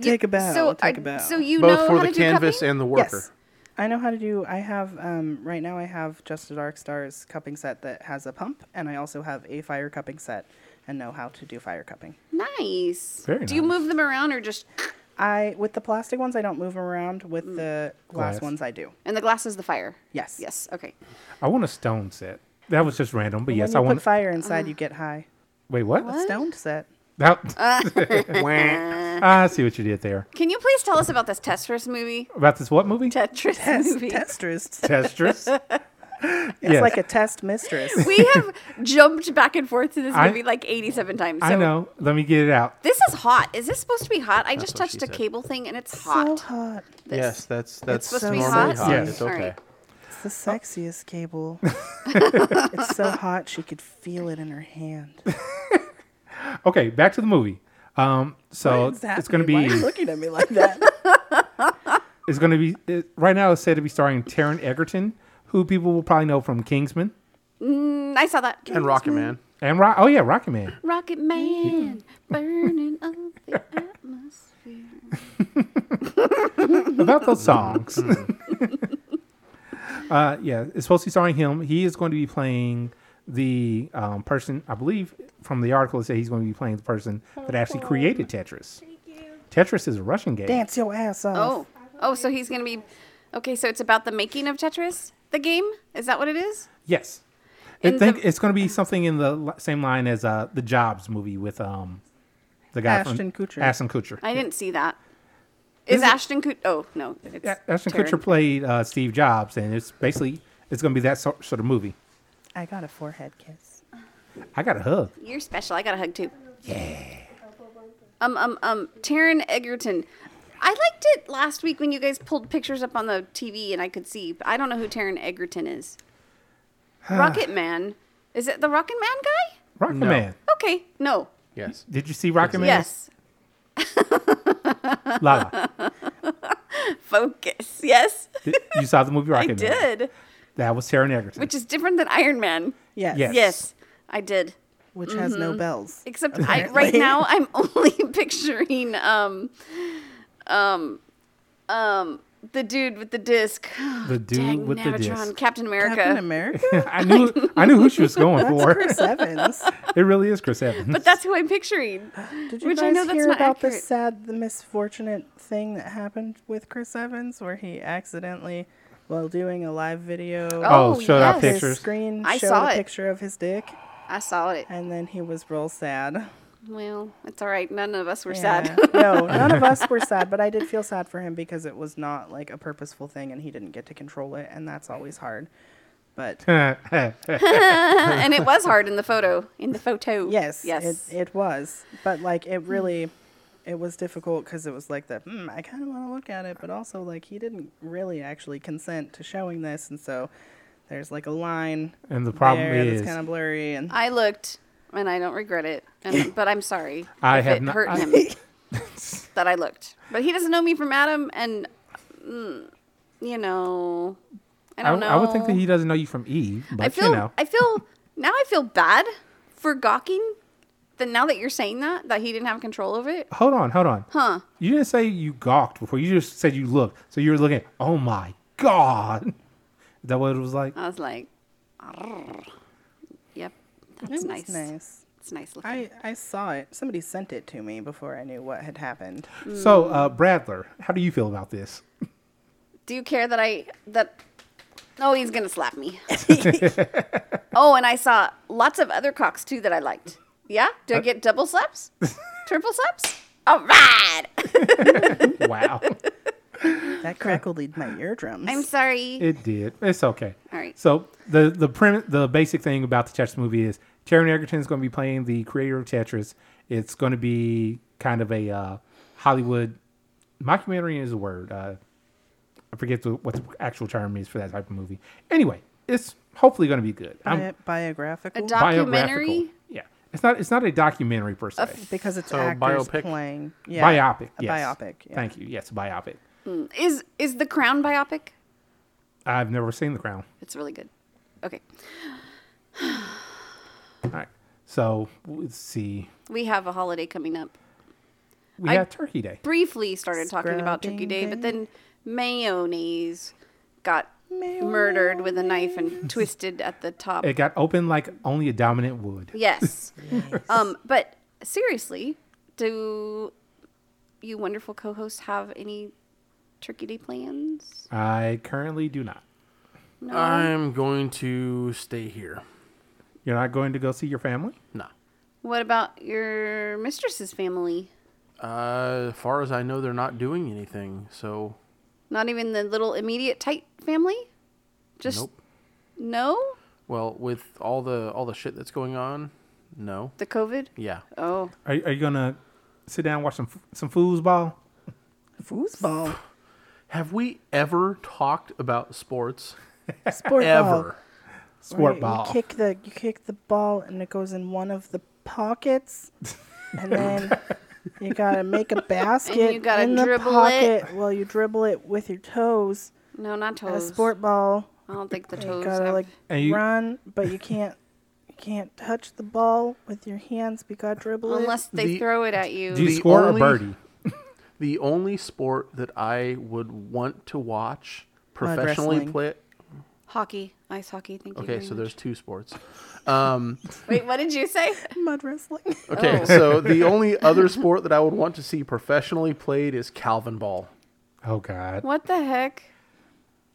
Speaker 3: Take a bow.
Speaker 2: So,
Speaker 3: take a
Speaker 2: I-
Speaker 3: bow.
Speaker 2: so you know
Speaker 4: Both for
Speaker 2: how
Speaker 4: the
Speaker 2: to do
Speaker 4: canvas
Speaker 2: cupping?
Speaker 4: and the worker.
Speaker 3: yes, I know how to do. I have um, right now. I have Just a Dark Star's cupping set that has a pump, and I also have a fire cupping set, and know how to do fire cupping.
Speaker 2: Nice.
Speaker 8: Very
Speaker 2: Do you
Speaker 8: nice.
Speaker 2: move them around or just.
Speaker 3: I with the plastic ones, I don't move 'em around. With
Speaker 2: Mm.
Speaker 3: the glass
Speaker 8: Glass.
Speaker 3: ones, I do.
Speaker 2: And the glass is the fire?
Speaker 3: Yes.
Speaker 2: Yes. Okay.
Speaker 8: I want a stone set. That was just random, but yes,
Speaker 3: when you put
Speaker 8: I want.
Speaker 3: fire
Speaker 2: Uh.
Speaker 3: inside, you get high.
Speaker 8: Wait, what?
Speaker 3: A stoned
Speaker 2: *laughs*
Speaker 3: set. *laughs*
Speaker 8: That- *laughs* I see what you did there.
Speaker 2: Can you please tell us about this Tetris movie?
Speaker 8: About this what movie?
Speaker 2: Tetris
Speaker 3: Test,
Speaker 2: movie. *laughs*
Speaker 3: testress.
Speaker 8: Tetris.
Speaker 3: *laughs* It's
Speaker 8: Yes.
Speaker 3: like a
Speaker 2: *laughs*
Speaker 3: test mistress.
Speaker 2: We have jumped back and forth to this
Speaker 8: I-
Speaker 2: movie like 87 times. So
Speaker 8: I know. Let me get it out.
Speaker 2: This is hot. Is this supposed to be hot? I just
Speaker 4: what she
Speaker 2: touched a
Speaker 4: said.
Speaker 2: cable thing and it's
Speaker 3: so
Speaker 2: hot.
Speaker 3: hot.
Speaker 2: This.
Speaker 4: Yes, that's that's
Speaker 2: supposed
Speaker 3: to be
Speaker 4: normally
Speaker 3: hot?
Speaker 8: Yes.
Speaker 4: It's
Speaker 2: All right.
Speaker 4: okay.
Speaker 3: It's the
Speaker 2: Oh.
Speaker 3: sexiest cable.
Speaker 8: *laughs*
Speaker 3: it's so hot she could feel it in her hand.
Speaker 2: *laughs*
Speaker 8: Okay, back to the movie. Um, so it's going to be.
Speaker 3: looking at me like that. *laughs*
Speaker 8: is going to be it, right now. It's said to be starring Taron Egerton, who people will probably know from Kingsman
Speaker 2: Mm, I saw that.
Speaker 4: And Rocket Man.
Speaker 2: Mm-hmm.
Speaker 8: and Ro- oh yeah, Rocket Man.
Speaker 2: Rocket Man burning up the atmosphere.
Speaker 3: *laughs*
Speaker 8: About those songs.
Speaker 3: Mm.
Speaker 8: *laughs* uh, yeah, it's supposed to be starring him. He is going to be playing the um, person I believe from the article. It said he's going to be playing the person that
Speaker 2: Oh,
Speaker 8: actually created Tetris. Tetris is a Russian game.
Speaker 3: Dance your ass off.
Speaker 2: Oh, oh, so he's gonna be. Okay, so it's about the making of Tetris, the game. Is that what it is?
Speaker 8: Yes. I
Speaker 2: And
Speaker 8: think
Speaker 2: the-
Speaker 8: it's going to be something in the li- same line as uh, the Jobs movie with um, the guy
Speaker 3: Ashton
Speaker 8: from
Speaker 3: Kutcher.
Speaker 8: Ashton Kutcher.
Speaker 2: I didn't see that. Is Ashton Kutcher? Oh no, it's
Speaker 8: Yeah, Ashton
Speaker 2: Taron.
Speaker 8: Kutcher played uh, Steve Jobs, and it's basically it's going to be that sort, sort of movie.
Speaker 3: I got a forehead kiss.
Speaker 8: I got a hug.
Speaker 2: You're special. I got a hug too. Yeah. Um, um, um, Taryn Egerton. I liked it last week when you guys pulled pictures up on the TV and I could see. But I don't know who Taryn Egerton is. Rocket Man. Is it the Rocket Man guy?
Speaker 8: Rocket
Speaker 4: No.
Speaker 8: Man.
Speaker 2: Okay. No.
Speaker 4: Yes.
Speaker 8: Did you see Rocket Man?
Speaker 2: Yes.
Speaker 8: Lala,
Speaker 2: Focus. Yes. *laughs*
Speaker 8: did- you saw the movie Rocket
Speaker 2: *laughs* I
Speaker 8: Man.
Speaker 2: did.
Speaker 8: That was Sarah Negerton.
Speaker 2: which is different than Iron Man.
Speaker 8: Yes. Yes.
Speaker 2: Yes, I did.
Speaker 3: Which has no
Speaker 2: Mhm.
Speaker 3: bells,
Speaker 2: Except I, right
Speaker 3: apparently.
Speaker 2: now, I'm *laughs* only picturing um, um, um, the dude with the disc.
Speaker 8: The dude
Speaker 2: Dang,
Speaker 8: with the
Speaker 2: Navatron,
Speaker 8: disc.
Speaker 2: Captain America.
Speaker 3: Captain America?
Speaker 8: I knew I knew who she was going
Speaker 3: That's
Speaker 8: for.
Speaker 2: *laughs*
Speaker 3: Chris Evans.
Speaker 8: *laughs* It really is Chris Evans.
Speaker 2: But that's who I'm picturing.
Speaker 3: *gasps* Did you
Speaker 2: which
Speaker 3: guys
Speaker 2: I know that's
Speaker 3: hear
Speaker 2: not
Speaker 3: about the
Speaker 2: accurate.
Speaker 3: sad, the misfortunate thing that happened with Chris Evans, where he accidentally, while doing a live video,
Speaker 8: *laughs* Oh, Oh, showed out
Speaker 3: his
Speaker 8: pictures. *laughs*
Speaker 3: Screen
Speaker 2: I
Speaker 3: showed
Speaker 2: saw
Speaker 3: a
Speaker 2: it.
Speaker 3: picture of his dick,
Speaker 2: I saw it.
Speaker 3: and then he was real sad.
Speaker 2: Well, it's all right. None of us were
Speaker 3: Yeah.
Speaker 2: sad. *laughs*
Speaker 3: no, none of us were sad, but I did feel sad for him because it was not like a purposeful thing, and he didn't get to control it, and that's always hard. But
Speaker 2: and it was hard in the photo. In the photo.
Speaker 3: Yes,
Speaker 2: Yes. Hmm.
Speaker 3: it, it was. But like it really, it was difficult because it was like the hmm, I kind of want to look at it, but also like he didn't really actually consent to showing this, and so there's like a line.
Speaker 8: And the problem
Speaker 3: there
Speaker 8: is-
Speaker 3: that's kind of blurry, and
Speaker 2: I looked, and I don't regret it.
Speaker 8: *laughs*
Speaker 2: And, but I'm sorry.
Speaker 8: I
Speaker 2: if
Speaker 8: have
Speaker 2: it
Speaker 8: not-
Speaker 2: hurt
Speaker 8: I- *laughs*
Speaker 2: him that I looked. But he doesn't know me from Adam, and mm, you know, I don't know.
Speaker 8: I would think that he doesn't know you from Eve, but
Speaker 2: I feel.
Speaker 8: you know.
Speaker 2: I
Speaker 8: *laughs*
Speaker 2: feel now. I feel bad for gawking. Then now that you're saying that, that he didn't have control of it,
Speaker 8: hold on, hold on.
Speaker 2: huh?
Speaker 8: You didn't say you gawked before. You just said you looked. So you were looking. Oh my god. Is that what it was like?
Speaker 2: I was like, "Arrr." yep,
Speaker 3: it
Speaker 2: that's
Speaker 3: was
Speaker 2: nice.
Speaker 3: nice.
Speaker 2: It's nice looking.
Speaker 3: I I saw it. Somebody sent it to me before I knew what had happened.
Speaker 2: Uh-uh.
Speaker 8: So, uh, Bradler, how do you feel
Speaker 2: *laughs*
Speaker 8: about this?
Speaker 2: Do you care that I that? Oh, he's gonna slap me. *laughs* oh, and I saw lots of other cocks too that I liked. Yeah, do I get double slaps? Triple slaps? All right.
Speaker 8: Wow,
Speaker 3: That crackled my eardrums.
Speaker 2: I'm sorry.
Speaker 8: it did. It's okay.
Speaker 2: All right.
Speaker 8: So the the prim- the basic thing about the Tetris movie is Taron Egerton is going to be playing the creator of Tetris. It's going to be kind of a uh, Hollywood mockumentary is a word. Uh, I forget the, what the actual term is for that type of movie. Anyway, it's hopefully going to be good. I'm-
Speaker 3: Bi- biographical
Speaker 2: A documentary.
Speaker 8: biographical. Yeah, it's not it's not a documentary per se.
Speaker 3: because it's
Speaker 4: So,
Speaker 3: actors
Speaker 4: biopic.
Speaker 3: playing. Yeah,
Speaker 8: biopic.
Speaker 3: A
Speaker 8: yes.
Speaker 3: biopic. Yeah.
Speaker 8: Thank you. Yes, a biopic.
Speaker 2: Is is the Crown biopic?
Speaker 8: I've never seen The Crown.
Speaker 2: It's really good. Okay,
Speaker 8: All right. So let's see.
Speaker 2: we have a holiday coming up.
Speaker 8: We
Speaker 2: I-
Speaker 8: had Turkey Day.
Speaker 2: Briefly started talking about Turkey
Speaker 3: Scrubbing
Speaker 2: Day, but
Speaker 3: day.
Speaker 2: then mayonnaise got murdered with a knife and twisted at the top.
Speaker 8: It got open like only a dominant would.
Speaker 2: Yes. Um, but seriously, do you wonderful co-hosts have any Turkey Day plans?
Speaker 8: I currently do not.
Speaker 2: No.
Speaker 4: I'm going to stay here.
Speaker 8: You're not going to go see your family?
Speaker 4: No.
Speaker 2: what about your mistress's family?
Speaker 4: Uh, as far as I know, they're not doing anything. So
Speaker 2: Not even the little immediate tight family? Just
Speaker 4: nope.
Speaker 2: no?
Speaker 4: Well, with all the all the shit that's going on, no.
Speaker 2: The COVID?
Speaker 4: Yeah.
Speaker 2: Oh.
Speaker 8: Are, are you gonna sit down and watch some f- some foosball?
Speaker 3: Foosball.
Speaker 4: Have we ever talked about sports
Speaker 3: Sport ball.
Speaker 4: ever?
Speaker 8: Sport
Speaker 3: Right,
Speaker 8: ball.
Speaker 3: You kick the you kick the ball and it goes in one of the pockets, and
Speaker 8: *laughs*
Speaker 3: then you gotta make a basket.
Speaker 2: gotta
Speaker 3: in
Speaker 2: dribble
Speaker 3: the
Speaker 2: it.
Speaker 3: pocket. Well, you dribble it with your toes.
Speaker 2: No, not
Speaker 3: and A
Speaker 2: toes.
Speaker 3: sport ball.
Speaker 2: I don't think the
Speaker 3: You
Speaker 2: toes
Speaker 3: gotta
Speaker 2: have-
Speaker 3: like
Speaker 8: And you-
Speaker 3: run, but you can't you can't touch the ball with your hands. You gotta dribble
Speaker 2: unless they
Speaker 4: The-
Speaker 2: throw it at you.
Speaker 8: Do you
Speaker 4: The
Speaker 8: score
Speaker 4: only-
Speaker 8: a birdie?
Speaker 4: The only sport that I would want to watch
Speaker 3: Mud
Speaker 4: professionally
Speaker 3: wrestling.
Speaker 4: play.
Speaker 2: hockey, ice hockey, thank you.
Speaker 4: Okay,
Speaker 2: very
Speaker 4: so
Speaker 2: much.
Speaker 4: there's two sports.
Speaker 3: *laughs*
Speaker 4: Um,
Speaker 2: Wait, what did you
Speaker 4: *laughs*
Speaker 2: say?
Speaker 3: it. Mud wrestling. *laughs*
Speaker 4: okay,
Speaker 2: Oh.
Speaker 4: so the only other sport that I would want to see professionally played is Calvin ball.
Speaker 8: Oh God,
Speaker 2: What the heck?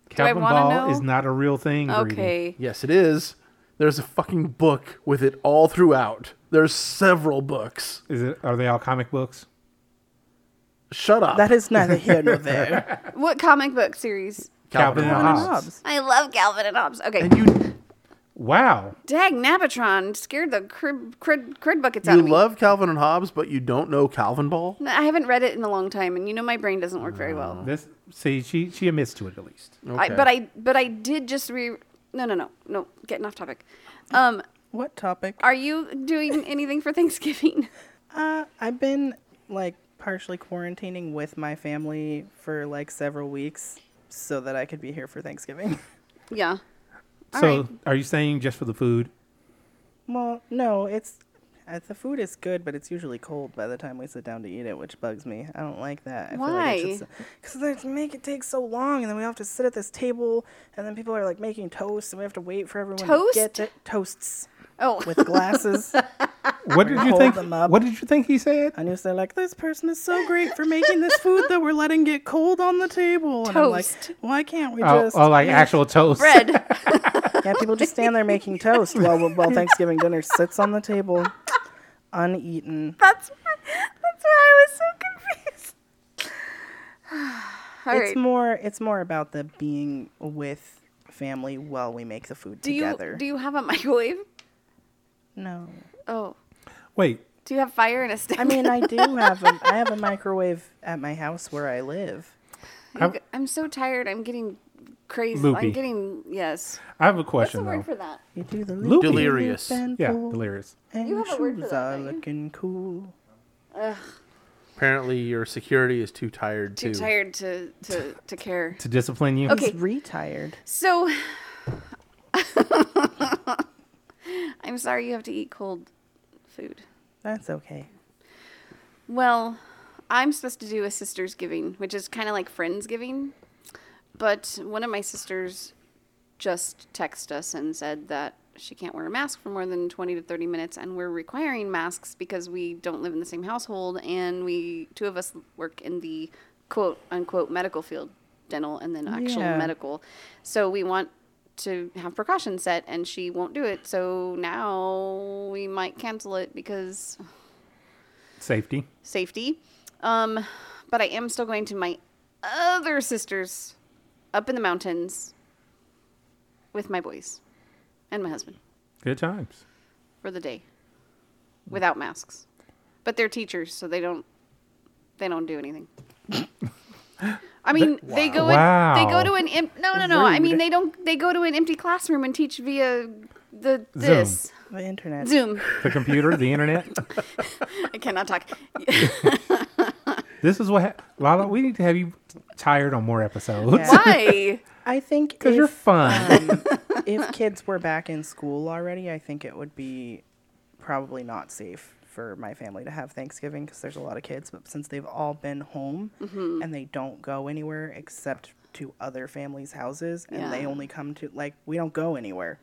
Speaker 2: I
Speaker 8: Calvin
Speaker 2: wanna
Speaker 8: ball
Speaker 2: know?
Speaker 8: is not a real thing. Greedy.
Speaker 2: Okay.
Speaker 4: Yes, it is. There's a fucking book with it all throughout. There's several books.
Speaker 8: Is it? Are they all comic books?
Speaker 4: Shut up.
Speaker 3: that is neither here nor
Speaker 8: *laughs*
Speaker 3: there.
Speaker 2: What comic book series?
Speaker 8: Calvin and
Speaker 4: Hobbes.
Speaker 8: Hobbes.
Speaker 3: Knobs.
Speaker 2: I love Calvin and Hobbes. Okay.
Speaker 4: And you
Speaker 8: Wow.
Speaker 2: Dag Nabatron scared the crib, crib, crib buckets out
Speaker 4: you
Speaker 2: of me.
Speaker 4: love Calvin and Hobbes, but you don't know Calvin Ball.
Speaker 2: I haven't read it in a long time, and you know my brain doesn't work very well.
Speaker 8: This see, she she admits to it at least.
Speaker 2: I, but I but I did just re. No no no no. Getting off topic. Um,
Speaker 3: What topic?
Speaker 2: are you doing anything for Thanksgiving? *laughs*
Speaker 3: Uh, I've been like partially quarantining with my family for like several weeks so that I could be here for Thanksgiving. *laughs*
Speaker 2: yeah. All
Speaker 8: so,
Speaker 2: right.
Speaker 8: are you saying just for the food?
Speaker 3: Well, no, it's uh, the food is good, but it's usually cold by the time we sit down to eat it, which bugs me. I don't like that. I
Speaker 2: Why?
Speaker 3: Because they make it take so long, and then we have to sit at this table, and then people are like making toast, and we have to wait for everyone to get
Speaker 2: Toast?
Speaker 3: the toasts
Speaker 2: Oh. *laughs*
Speaker 3: with glasses. *laughs*
Speaker 8: What did you
Speaker 3: Hold
Speaker 8: think?
Speaker 3: them up.
Speaker 8: What did you think he said?
Speaker 3: And you say like, this person is so great for making this food that we're letting get cold on the table. And I'm like,
Speaker 2: Toast.
Speaker 3: why can't we
Speaker 8: Oh,
Speaker 3: just
Speaker 8: oh, like
Speaker 3: yeah.
Speaker 8: actual toast.
Speaker 2: Bread.
Speaker 3: Yeah, people just stand there making toast while while Thanksgiving dinner sits on the table, uneaten.
Speaker 2: That's why, that's why I was so confused. *sighs* All
Speaker 3: it's
Speaker 2: right.
Speaker 3: more it's more about the being with family while we make the food
Speaker 2: do
Speaker 3: together.
Speaker 2: you do you have a microwave?
Speaker 3: no.
Speaker 2: Oh,
Speaker 8: *laughs* Wait,
Speaker 2: do you have fire and a stick?
Speaker 3: I mean, I do have a I have a microwave at my house where I live.
Speaker 2: I'm, g- I'm so tired. I'm getting crazy.
Speaker 8: Loopy.
Speaker 2: I'm getting yes.
Speaker 8: I have a
Speaker 2: What's the
Speaker 8: question
Speaker 2: word
Speaker 8: though.
Speaker 2: for that?
Speaker 3: You do the
Speaker 8: Loopy.
Speaker 4: Delirious.
Speaker 8: Yeah, delirious.
Speaker 2: You have a word for that,
Speaker 3: are
Speaker 2: don't you?
Speaker 3: looking cool.
Speaker 4: Apparently, your security is too tired
Speaker 2: Too
Speaker 4: too.
Speaker 2: tired to to to care.
Speaker 8: To discipline you.
Speaker 2: Okay.
Speaker 3: He's retired.
Speaker 2: So *laughs* I'm sorry you have to eat cold food.
Speaker 3: That's okay.
Speaker 2: Well, I'm supposed to do a sister's giving, which is kind of like friends giving. But one of my sisters just texted us and said that she can't wear a mask for more than 20 to 30 minutes and we're requiring masks because we don't live in the same household and we two of us work in the quote unquote medical field, dental and then actual
Speaker 3: Yeah.
Speaker 2: medical. So we want to have precautions set and she won't do it. So now we might cancel it because
Speaker 8: Safety.
Speaker 2: safety. Um, but I am still going to my other sisters up in the mountains with my boys and my husband
Speaker 8: Good times.
Speaker 2: for the day without masks. But they're teachers, so they don't they don't do anything. I mean, they go in, they go
Speaker 8: Wow.
Speaker 2: to an em- no no no. I mean, they don't they go to an empty classroom and teach via the this
Speaker 3: The internet.
Speaker 2: Zoom.
Speaker 8: The computer, the internet.
Speaker 2: I cannot talk. *laughs*
Speaker 8: This is what ha- Lala. We need to have you tired on more episodes
Speaker 3: Yeah.
Speaker 2: Why?
Speaker 3: I think
Speaker 8: because you're
Speaker 3: if-
Speaker 8: fun. *laughs*
Speaker 3: um, if kids were back in school already, I think it would be probably not safe for my family to have Thanksgiving because there's a lot of kids. But since they've all been home
Speaker 2: Mm-hmm.
Speaker 3: and they don't go anywhere except to other families' houses, and they
Speaker 2: Yeah.
Speaker 3: only come to like we don't go anywhere.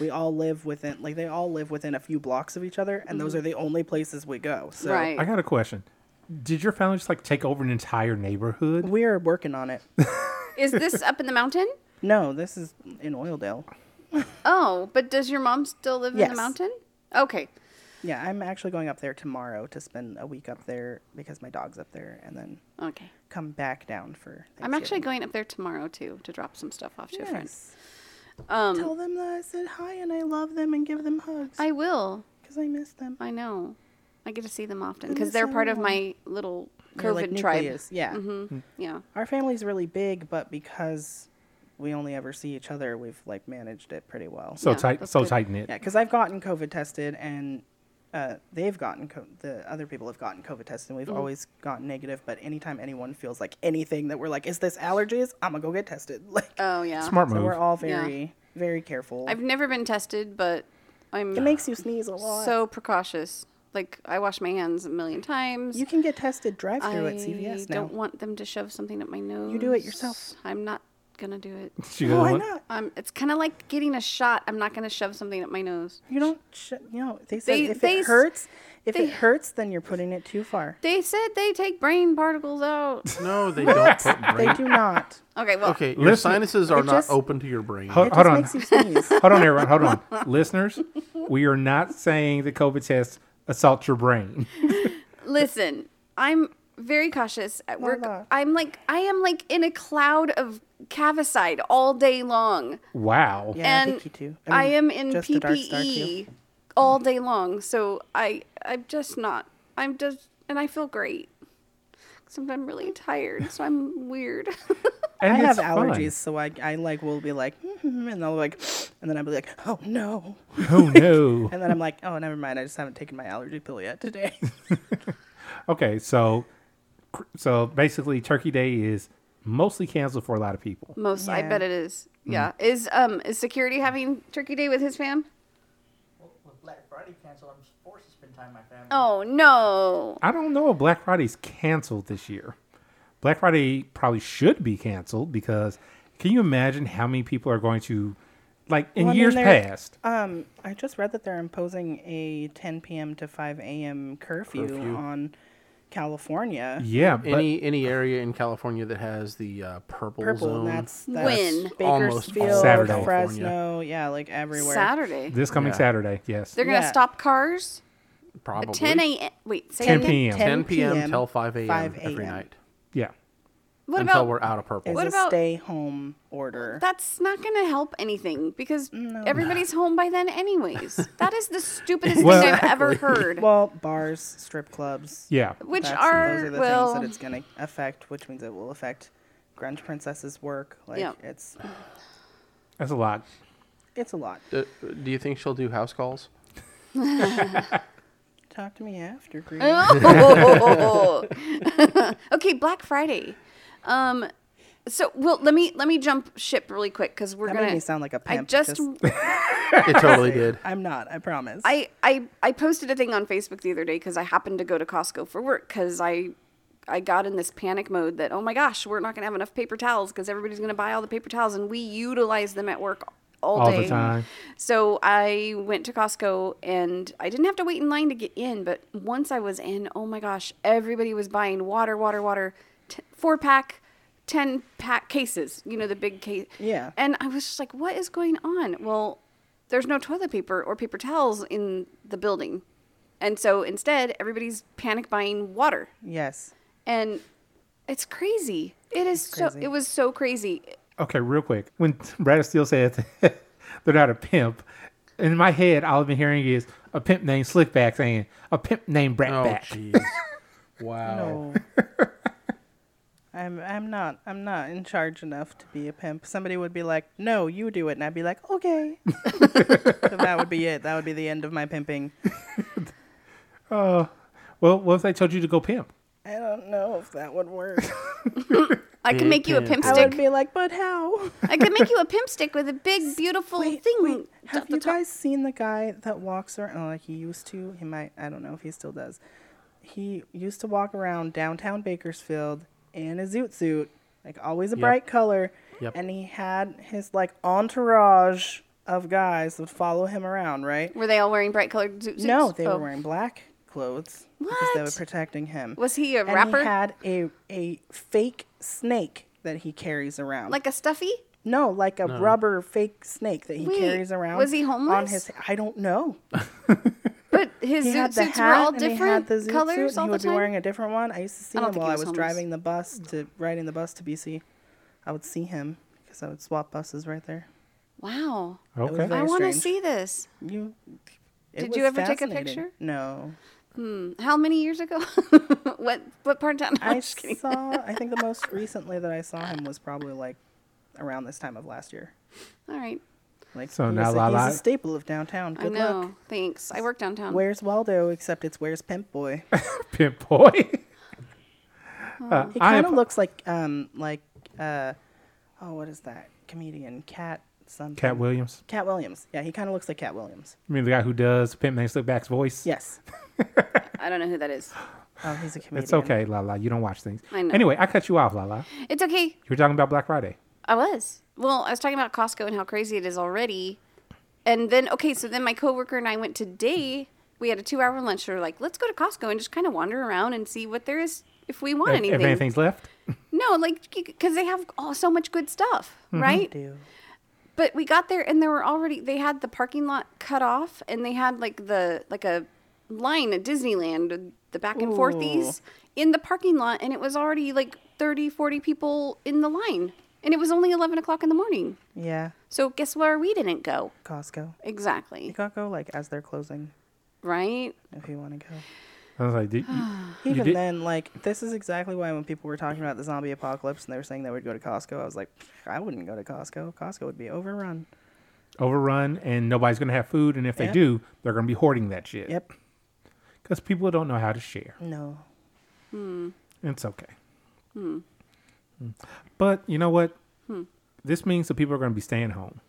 Speaker 3: We all live within like they all live within a few blocks of each other, and those are the only places we go. So
Speaker 2: Mm-hmm. right.
Speaker 8: I got a question. Did your family just like take over an entire neighborhood?
Speaker 3: we're working on it.
Speaker 2: Is this up in the mountain?
Speaker 3: no, this is in Oildale.
Speaker 2: Oh, but does your mom still live in
Speaker 3: Yes.
Speaker 2: the mountain? Okay.
Speaker 3: Yeah, I'm actually going up there tomorrow to spend a week up there because my dog's up there, and then
Speaker 2: Okay.
Speaker 3: come back down for.
Speaker 2: I'm actually
Speaker 3: Thanksgiving.
Speaker 2: going up there tomorrow too to drop some stuff off to a friend.
Speaker 3: Nice.
Speaker 2: Um,
Speaker 3: Tell them that I said hi and I love them and give them hugs
Speaker 2: I will.
Speaker 3: because I miss them.
Speaker 2: I know. I get to see them often
Speaker 3: I
Speaker 2: because
Speaker 3: miss
Speaker 2: they're part of
Speaker 3: everyone.
Speaker 2: my little
Speaker 3: They're like
Speaker 2: COVID tribe.
Speaker 3: nucleus, Yeah,
Speaker 2: hmm Yeah.
Speaker 3: our family's really big, but because we only ever see each other, we've like managed it pretty well.
Speaker 8: So
Speaker 2: Yeah,
Speaker 8: tight,
Speaker 2: that's
Speaker 8: so
Speaker 2: good.
Speaker 8: tight knit.
Speaker 3: Yeah, because I've gotten COVID tested and uh, they've gotten co- the other people have gotten COVID tested. and We've
Speaker 2: Mm-hmm.
Speaker 3: always gotten negative, but anytime anyone feels like anything that we're like, is this allergies? I'm gonna go get tested. *laughs* Like,
Speaker 2: Oh yeah.
Speaker 8: Smart
Speaker 3: so
Speaker 8: move.
Speaker 3: we're all very, very careful.
Speaker 2: I've never been tested, but I'm
Speaker 3: it makes you sneeze a lot.
Speaker 2: so precautious. Like I wash my hands a million times.
Speaker 3: you can get tested drive
Speaker 2: I
Speaker 3: through at CVS now.
Speaker 2: don't want them to shove something up my nose.
Speaker 3: do it yourself.
Speaker 2: I'm not gonna do it. *laughs*
Speaker 8: She goes,
Speaker 3: Why
Speaker 8: "What?"
Speaker 3: not?
Speaker 2: Um, it's kind of like getting a shot. I'm not gonna shove something up my nose.
Speaker 3: You don't. Sh- you know, they said
Speaker 2: They-
Speaker 3: if
Speaker 2: they
Speaker 3: it
Speaker 2: s-
Speaker 3: hurts, if
Speaker 2: they-
Speaker 3: it hurts, then you're putting it too far.
Speaker 2: They said they take brain particles out.
Speaker 3: *laughs*
Speaker 4: No,
Speaker 2: *laughs*
Speaker 4: they don't put
Speaker 3: They
Speaker 4: brain.
Speaker 3: do not.
Speaker 2: Okay, well,
Speaker 4: Okay, your
Speaker 8: Listen,
Speaker 4: sinuses are
Speaker 3: it
Speaker 4: not
Speaker 3: just-
Speaker 4: open to your brain.
Speaker 8: Ho-
Speaker 3: It
Speaker 8: hold
Speaker 3: just
Speaker 8: on,
Speaker 3: makes you
Speaker 8: *laughs*
Speaker 3: sneeze.
Speaker 8: hold on, everyone,
Speaker 3: *laughs*
Speaker 8: hold on, listeners. We are not saying the COVID tests assault
Speaker 3: *laughs*
Speaker 8: your brain.
Speaker 2: listen, I'm very cautious at work.
Speaker 3: Lala.
Speaker 2: I'm like, I am like in a cloud of cavicide all day long,
Speaker 8: Wow.
Speaker 3: Yeah, I
Speaker 2: and
Speaker 3: think you do.
Speaker 2: I,
Speaker 3: mean,
Speaker 2: am in
Speaker 3: just the dark star too.
Speaker 2: PPE all day long. So I, I'm just not. I'm just, and I feel great. Except I'm really tired, so I'm weird. *laughs*
Speaker 8: And
Speaker 3: I have
Speaker 8: it's fun.
Speaker 3: allergies, so I, I like will be like, "Mhm," and I'll like, and then I'll be like, oh no,
Speaker 8: Oh
Speaker 3: *laughs*
Speaker 8: no.
Speaker 3: and then I'm like, oh never mind, I just haven't taken my allergy pill yet
Speaker 4: *laughs*
Speaker 3: today.
Speaker 8: Okay, so so basically, Turkey Day is mostly canceled for a lot of people.
Speaker 2: Most, I
Speaker 8: Yeah.
Speaker 2: bet it is.
Speaker 3: Hmm.
Speaker 2: Yeah. Is um is security having Turkey Day with his fam?
Speaker 11: With Black Friday canceled, I'm forced to spend time with my family.
Speaker 2: Oh no.
Speaker 8: I don't know if Black Friday's canceled this year. Black Friday probably should be canceled because can you imagine how many people are going to like in
Speaker 3: Well, I mean,
Speaker 8: years
Speaker 3: they're-
Speaker 8: past?
Speaker 3: Um, I just read that they're imposing a 10 p.m. to 5 a.m. curfew,
Speaker 4: Curfew.
Speaker 3: on California.
Speaker 4: any any area in California that has the uh, purple,
Speaker 3: purple.
Speaker 4: zone.
Speaker 3: and That's, that's
Speaker 4: almost all
Speaker 3: Bakersfield,
Speaker 4: of
Speaker 8: Saturday.
Speaker 4: California.
Speaker 3: Fresno. Yeah, like everywhere.
Speaker 2: Saturday.
Speaker 8: This coming
Speaker 4: Yeah.
Speaker 8: Saturday, yes.
Speaker 2: They're gonna
Speaker 3: Yeah.
Speaker 2: stop cars.
Speaker 4: Probably.
Speaker 2: At 10 a.m. Wait, say
Speaker 8: 10
Speaker 2: that again?
Speaker 8: p.m.
Speaker 4: 10 p.m. till 5 a.m.
Speaker 3: 5
Speaker 4: every
Speaker 3: a.m.
Speaker 4: night.
Speaker 8: Yeah.
Speaker 2: What
Speaker 4: until
Speaker 2: about-
Speaker 4: we're out of purple.
Speaker 3: Is
Speaker 2: What
Speaker 3: a
Speaker 2: about-
Speaker 3: stay home order?
Speaker 2: That's not going to help anything because everybody's home by then,
Speaker 3: *laughs*
Speaker 2: anyways. that is the stupidest
Speaker 8: Well-
Speaker 2: thing I've ever heard.
Speaker 3: Well, bars, strip clubs.
Speaker 8: Yeah.
Speaker 2: Which
Speaker 3: that's-
Speaker 2: are-
Speaker 3: those are the
Speaker 2: well-
Speaker 3: things that it's going to affect, which means it will affect Grunge Princess's work. Like
Speaker 2: Yeah.
Speaker 3: it's
Speaker 8: That's a lot.
Speaker 3: it's a lot.
Speaker 4: Uh, do you think she'll do house calls?
Speaker 3: Talk to me after, Green. *laughs*
Speaker 2: Oh. okay, Black Friday. Um, so well, let me let me jump ship really quick because we're
Speaker 3: That
Speaker 2: gonna
Speaker 3: made me sound like a
Speaker 2: I
Speaker 3: pimp,
Speaker 2: just
Speaker 4: *laughs*
Speaker 2: *laughs*
Speaker 4: It totally did.
Speaker 3: I'm not. I promise.
Speaker 2: I, I I posted a thing on Facebook the other day because I happened to go to Costco for work because I I got in this panic mode that oh my gosh we're not gonna have enough paper towels because everybody's gonna buy all the paper towels and we utilize them at work all,
Speaker 8: All the
Speaker 2: day.
Speaker 8: time.
Speaker 2: So I went to Costco and I didn't have to wait in line to get in, but once I was in, oh my gosh, everybody was buying water, water, water, t- four pack. 10 pack cases, you know, the big case.
Speaker 3: Yeah.
Speaker 2: And I was just like, what is going on? Well, there's no toilet paper or paper towels in the building. And so instead, everybody's panic buying water.
Speaker 3: yes.
Speaker 2: And it's crazy. It is so
Speaker 3: crazy.
Speaker 2: it was so crazy.
Speaker 8: Okay, real quick. When *laughs* Brad Steele said *laughs* they're not a pimp, in my head, all I've been hearing is a pimp named Slickback saying a pimp named
Speaker 4: Oh,
Speaker 2: *laughs*
Speaker 8: Bratback.
Speaker 4: jeez. Wow.
Speaker 3: No. I'm I'm not I'm not in charge enough to be a pimp. Somebody would be like, "No, you do it," and I'd be like, "Okay." So that would be it. That would be the end of my pimping.
Speaker 8: well, what if they told you to go pimp?
Speaker 3: I don't know if that
Speaker 2: *laughs*
Speaker 3: would work.
Speaker 2: I can make you a pimp
Speaker 4: pants.
Speaker 3: I would
Speaker 2: stick.
Speaker 3: be like, "But how?"
Speaker 2: I could make you a pimp stick with a big beautiful thing.
Speaker 3: Have
Speaker 2: at the
Speaker 3: you
Speaker 2: top.
Speaker 3: guys seen the guy that walks around? Like he used to. He might. I don't know if he still does. He used to walk around downtown Bakersfield in a zoot suit, like always a bright color.
Speaker 4: Yep.
Speaker 3: And he had his like entourage of guys would follow him around, right?
Speaker 2: Were they all wearing bright colored zoot suits?
Speaker 3: No, they
Speaker 2: Oh.
Speaker 3: were wearing black clothes because they were
Speaker 2: What?
Speaker 3: protecting him.
Speaker 2: Was he a
Speaker 3: and
Speaker 2: rapper?
Speaker 3: He had a a fake snake that he carries around.
Speaker 2: like a stuffy?
Speaker 3: No, like a rubber fake snake that he
Speaker 2: Wait,
Speaker 3: carries around.
Speaker 2: was he
Speaker 3: On
Speaker 2: homeless?
Speaker 3: his, I don't know.
Speaker 2: But his
Speaker 3: He
Speaker 2: zoot
Speaker 3: had the
Speaker 2: suits were all
Speaker 3: hat and he had
Speaker 2: different
Speaker 3: the zoot suit, and
Speaker 2: colors
Speaker 3: he
Speaker 2: all the
Speaker 3: would
Speaker 2: time.
Speaker 3: be wearing a different one. I used to see
Speaker 2: I don't
Speaker 3: him
Speaker 2: think he
Speaker 3: while I
Speaker 2: was
Speaker 3: was
Speaker 2: homeless.
Speaker 3: driving the bus to riding the bus to BC. I would see him because I would swap buses right there.
Speaker 2: wow.
Speaker 3: was
Speaker 8: Okay.
Speaker 3: very
Speaker 2: I want to
Speaker 3: strange.
Speaker 2: see this.
Speaker 3: You. it
Speaker 2: Did you
Speaker 3: was
Speaker 2: ever take a
Speaker 3: fascinating.
Speaker 2: picture?
Speaker 3: No,
Speaker 2: How many years ago? *laughs* what what part of town? *laughs* *laughs* I'm
Speaker 3: I
Speaker 2: just kidding.
Speaker 3: saw. I think
Speaker 2: *laughs*
Speaker 3: the most recently that I saw him was probably like around this time of last year.
Speaker 2: All right.
Speaker 3: Like
Speaker 8: So
Speaker 3: he
Speaker 8: now
Speaker 3: was a-
Speaker 8: La
Speaker 3: he's
Speaker 8: La-
Speaker 3: a staple of downtown.
Speaker 2: I
Speaker 3: Good
Speaker 2: know. Um,
Speaker 3: luck.
Speaker 2: Thanks. I work downtown.
Speaker 3: Where's Waldo? Except it's where's Pimp Boy.
Speaker 8: *laughs* Pimp boy. Uh,
Speaker 3: He
Speaker 8: I
Speaker 3: kind of
Speaker 8: am-
Speaker 3: looks like um like uh oh what is that comedian Cat something
Speaker 8: *laughs* Cat Williams.
Speaker 3: Cat Williams yeah he kind of looks like Cat Williams
Speaker 8: I mean, the guy who does Pimp Named Slickback's voice.
Speaker 3: yes
Speaker 2: I don't know who that is.
Speaker 3: oh he's a comedian
Speaker 8: *laughs* It's okay, Lala. You don't watch things.
Speaker 2: I know.
Speaker 8: Anyway, I cut you off, Lala.
Speaker 2: It's okay.
Speaker 8: You were talking about Black Friday.
Speaker 2: I was. Well, I was talking about Costco and how crazy it is already. And then okay, so then my coworker and I went today. We had a two-hour lunch. We were like, let's go to Costco and just kind of wander around and see what there is if we want
Speaker 8: If-
Speaker 2: anything.
Speaker 8: If anything's left,
Speaker 2: No, like because they have all so much good stuff,
Speaker 8: Mm-hmm.
Speaker 2: right?
Speaker 3: do
Speaker 2: But we got there and there were already they had the parking lot cut off and they had like the like a line at Disneyland the back and forthies in the parking lot and it was already like 30 40 people in the line and it was only 11 o'clock in the morning
Speaker 3: yeah
Speaker 2: so guess where we didn't go
Speaker 3: Costco you
Speaker 2: exactly
Speaker 3: gotta go like as they're closing
Speaker 2: right
Speaker 3: if you want to go
Speaker 8: I was like, did you,
Speaker 3: *sighs* even
Speaker 8: did-
Speaker 3: then like this is exactly why when people were talking about the zombie apocalypse and they were saying they would go to Costco I was like I wouldn't go to Costco Costco would be overrun
Speaker 8: overrun and nobody's going to have food. And if they
Speaker 3: Yeah.
Speaker 8: do, they're going to be hoarding that shit.
Speaker 3: yep
Speaker 8: Because people don't know how to share.
Speaker 3: no
Speaker 8: It's okay. Hmm. But you know what?
Speaker 2: Hmm.
Speaker 8: This means that people are going to be staying home.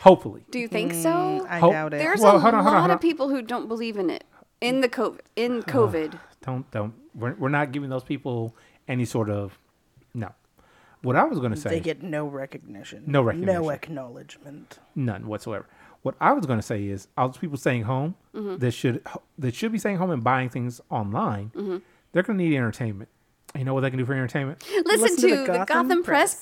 Speaker 8: Hopefully.
Speaker 2: Do you think so?
Speaker 8: Mm, I Ho- doubt it.
Speaker 2: There's
Speaker 8: Well,
Speaker 2: a
Speaker 8: hold on, hold on,
Speaker 2: lot
Speaker 8: hold on.
Speaker 2: of people who don't believe in it. In the COVID. In COVID.
Speaker 8: Don't don't. We're, we're not giving those people any sort of no. What I was going to say.
Speaker 3: They get no recognition.
Speaker 8: No recognition.
Speaker 3: No acknowledgement.
Speaker 8: None whatsoever. What I was going to say is, all those people staying home
Speaker 3: Mhm.
Speaker 8: that should that should be staying home and buying things online,
Speaker 3: Mm-hmm.
Speaker 2: Mhm.
Speaker 8: they're going to need entertainment. You know what they can do for entertainment?
Speaker 2: Listen, to, the Gotham, Press,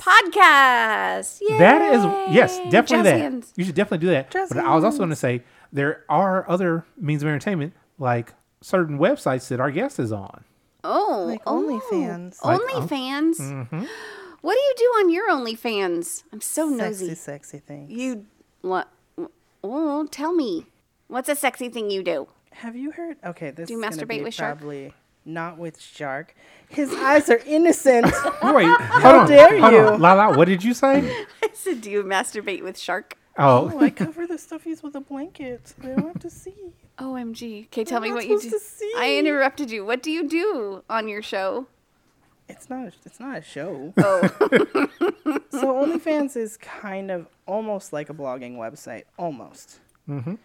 Speaker 2: podcast. Yay!
Speaker 8: That is yes, definitely
Speaker 2: Jazz
Speaker 8: that.
Speaker 2: hands.
Speaker 8: You should definitely do that.
Speaker 2: Jazz
Speaker 8: but I was
Speaker 2: hands.
Speaker 8: also going to say there are other means of entertainment, like certain websites that our guest is on.
Speaker 2: Oh,
Speaker 3: Like
Speaker 2: oh.
Speaker 3: OnlyFans.
Speaker 8: Like, um,
Speaker 2: OnlyFans.
Speaker 8: mhm.
Speaker 2: What do you do on your OnlyFans? I'm so
Speaker 3: Sexy,
Speaker 2: nosy.
Speaker 3: sexy thing.
Speaker 2: You what? Oh, tell me. What's a sexy thing you do?
Speaker 3: Have you heard? Okay, this
Speaker 2: Do you
Speaker 3: is gonna
Speaker 2: masturbate
Speaker 3: be
Speaker 2: with shark?
Speaker 3: probably not with shark. His eyes are
Speaker 2: *laughs*
Speaker 3: innocent. Oh,
Speaker 8: Wait,
Speaker 3: *laughs*
Speaker 8: hold
Speaker 3: How
Speaker 8: on,
Speaker 3: dare
Speaker 8: hold
Speaker 3: you?
Speaker 8: on. Lala, what did you
Speaker 3: *laughs*
Speaker 8: say?
Speaker 2: *laughs* I said, do you masturbate with shark?
Speaker 8: Oh. *laughs*
Speaker 3: I cover the stuffies with a blanket. so They don't have to see.
Speaker 2: OMG. Okay, tell
Speaker 3: I'm
Speaker 2: me
Speaker 3: not
Speaker 2: what you do.
Speaker 3: supposed to see.
Speaker 2: I interrupted you. What do you do on your show?
Speaker 3: It's not. A, it's not a show.
Speaker 2: Oh.
Speaker 3: *laughs* so OnlyFans is kind of almost like a blogging website, almost.
Speaker 8: Mhm.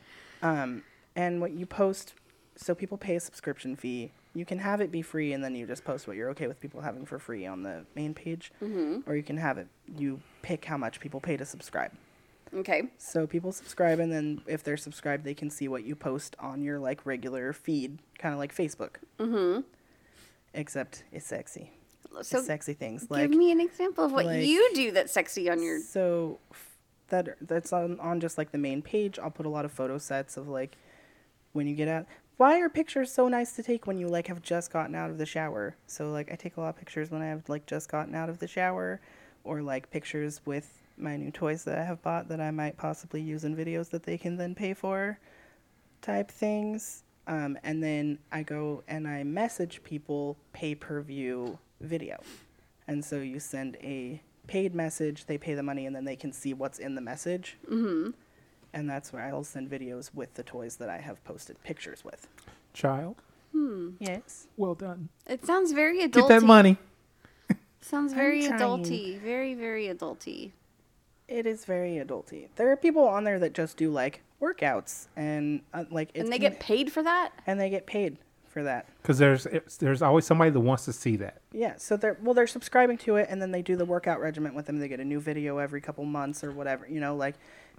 Speaker 3: Um, and what you post, so people pay a subscription fee. You can have it be free, and then you just post what you're okay with people having for free on the main page,
Speaker 2: Mhm.
Speaker 3: or you can have it. You pick how much people pay to subscribe.
Speaker 2: Okay.
Speaker 3: So people subscribe, and then if they're subscribed, they can see what you post on your like regular feed, kind of like Facebook,
Speaker 2: Mm-hmm.
Speaker 3: except it's sexy.
Speaker 2: So
Speaker 3: it's sexy things
Speaker 2: Give
Speaker 3: like
Speaker 2: me an example of what
Speaker 3: like-
Speaker 2: you do that's sexy on your.
Speaker 3: so f- that that's on, on just like the main page i'll put a lot of photo sets of like when you get out why are pictures so nice to take when you like have just gotten out of the shower so like i take a lot of pictures when i have like just gotten out of the shower or like pictures with my new toys that i have bought that i might possibly use in videos that they can then pay for type things um, and then i go and i message people pay per view video and so you send a paid message, they pay the money, and then they can see what's in the message.
Speaker 2: Mm-hmm.
Speaker 3: And that's where I'll send videos with the toys that I have posted pictures with.
Speaker 8: Child,
Speaker 2: Hmm.
Speaker 3: Yes.
Speaker 8: well done.
Speaker 2: It sounds very adulty.
Speaker 8: Get that money.
Speaker 2: Sounds very
Speaker 3: trying.
Speaker 2: adulty. Very, very adulty.
Speaker 3: It is very adulty. There are people on there that just do like workouts and uh, like it's
Speaker 2: and they get paid for that?
Speaker 3: and they get paid for that.
Speaker 8: Because there's it's, there's always somebody that wants to see that.
Speaker 3: Yeah, so they're well, they're subscribing to it, and then they do the workout regimen with them. They get a new video every couple months or whatever, you know, like,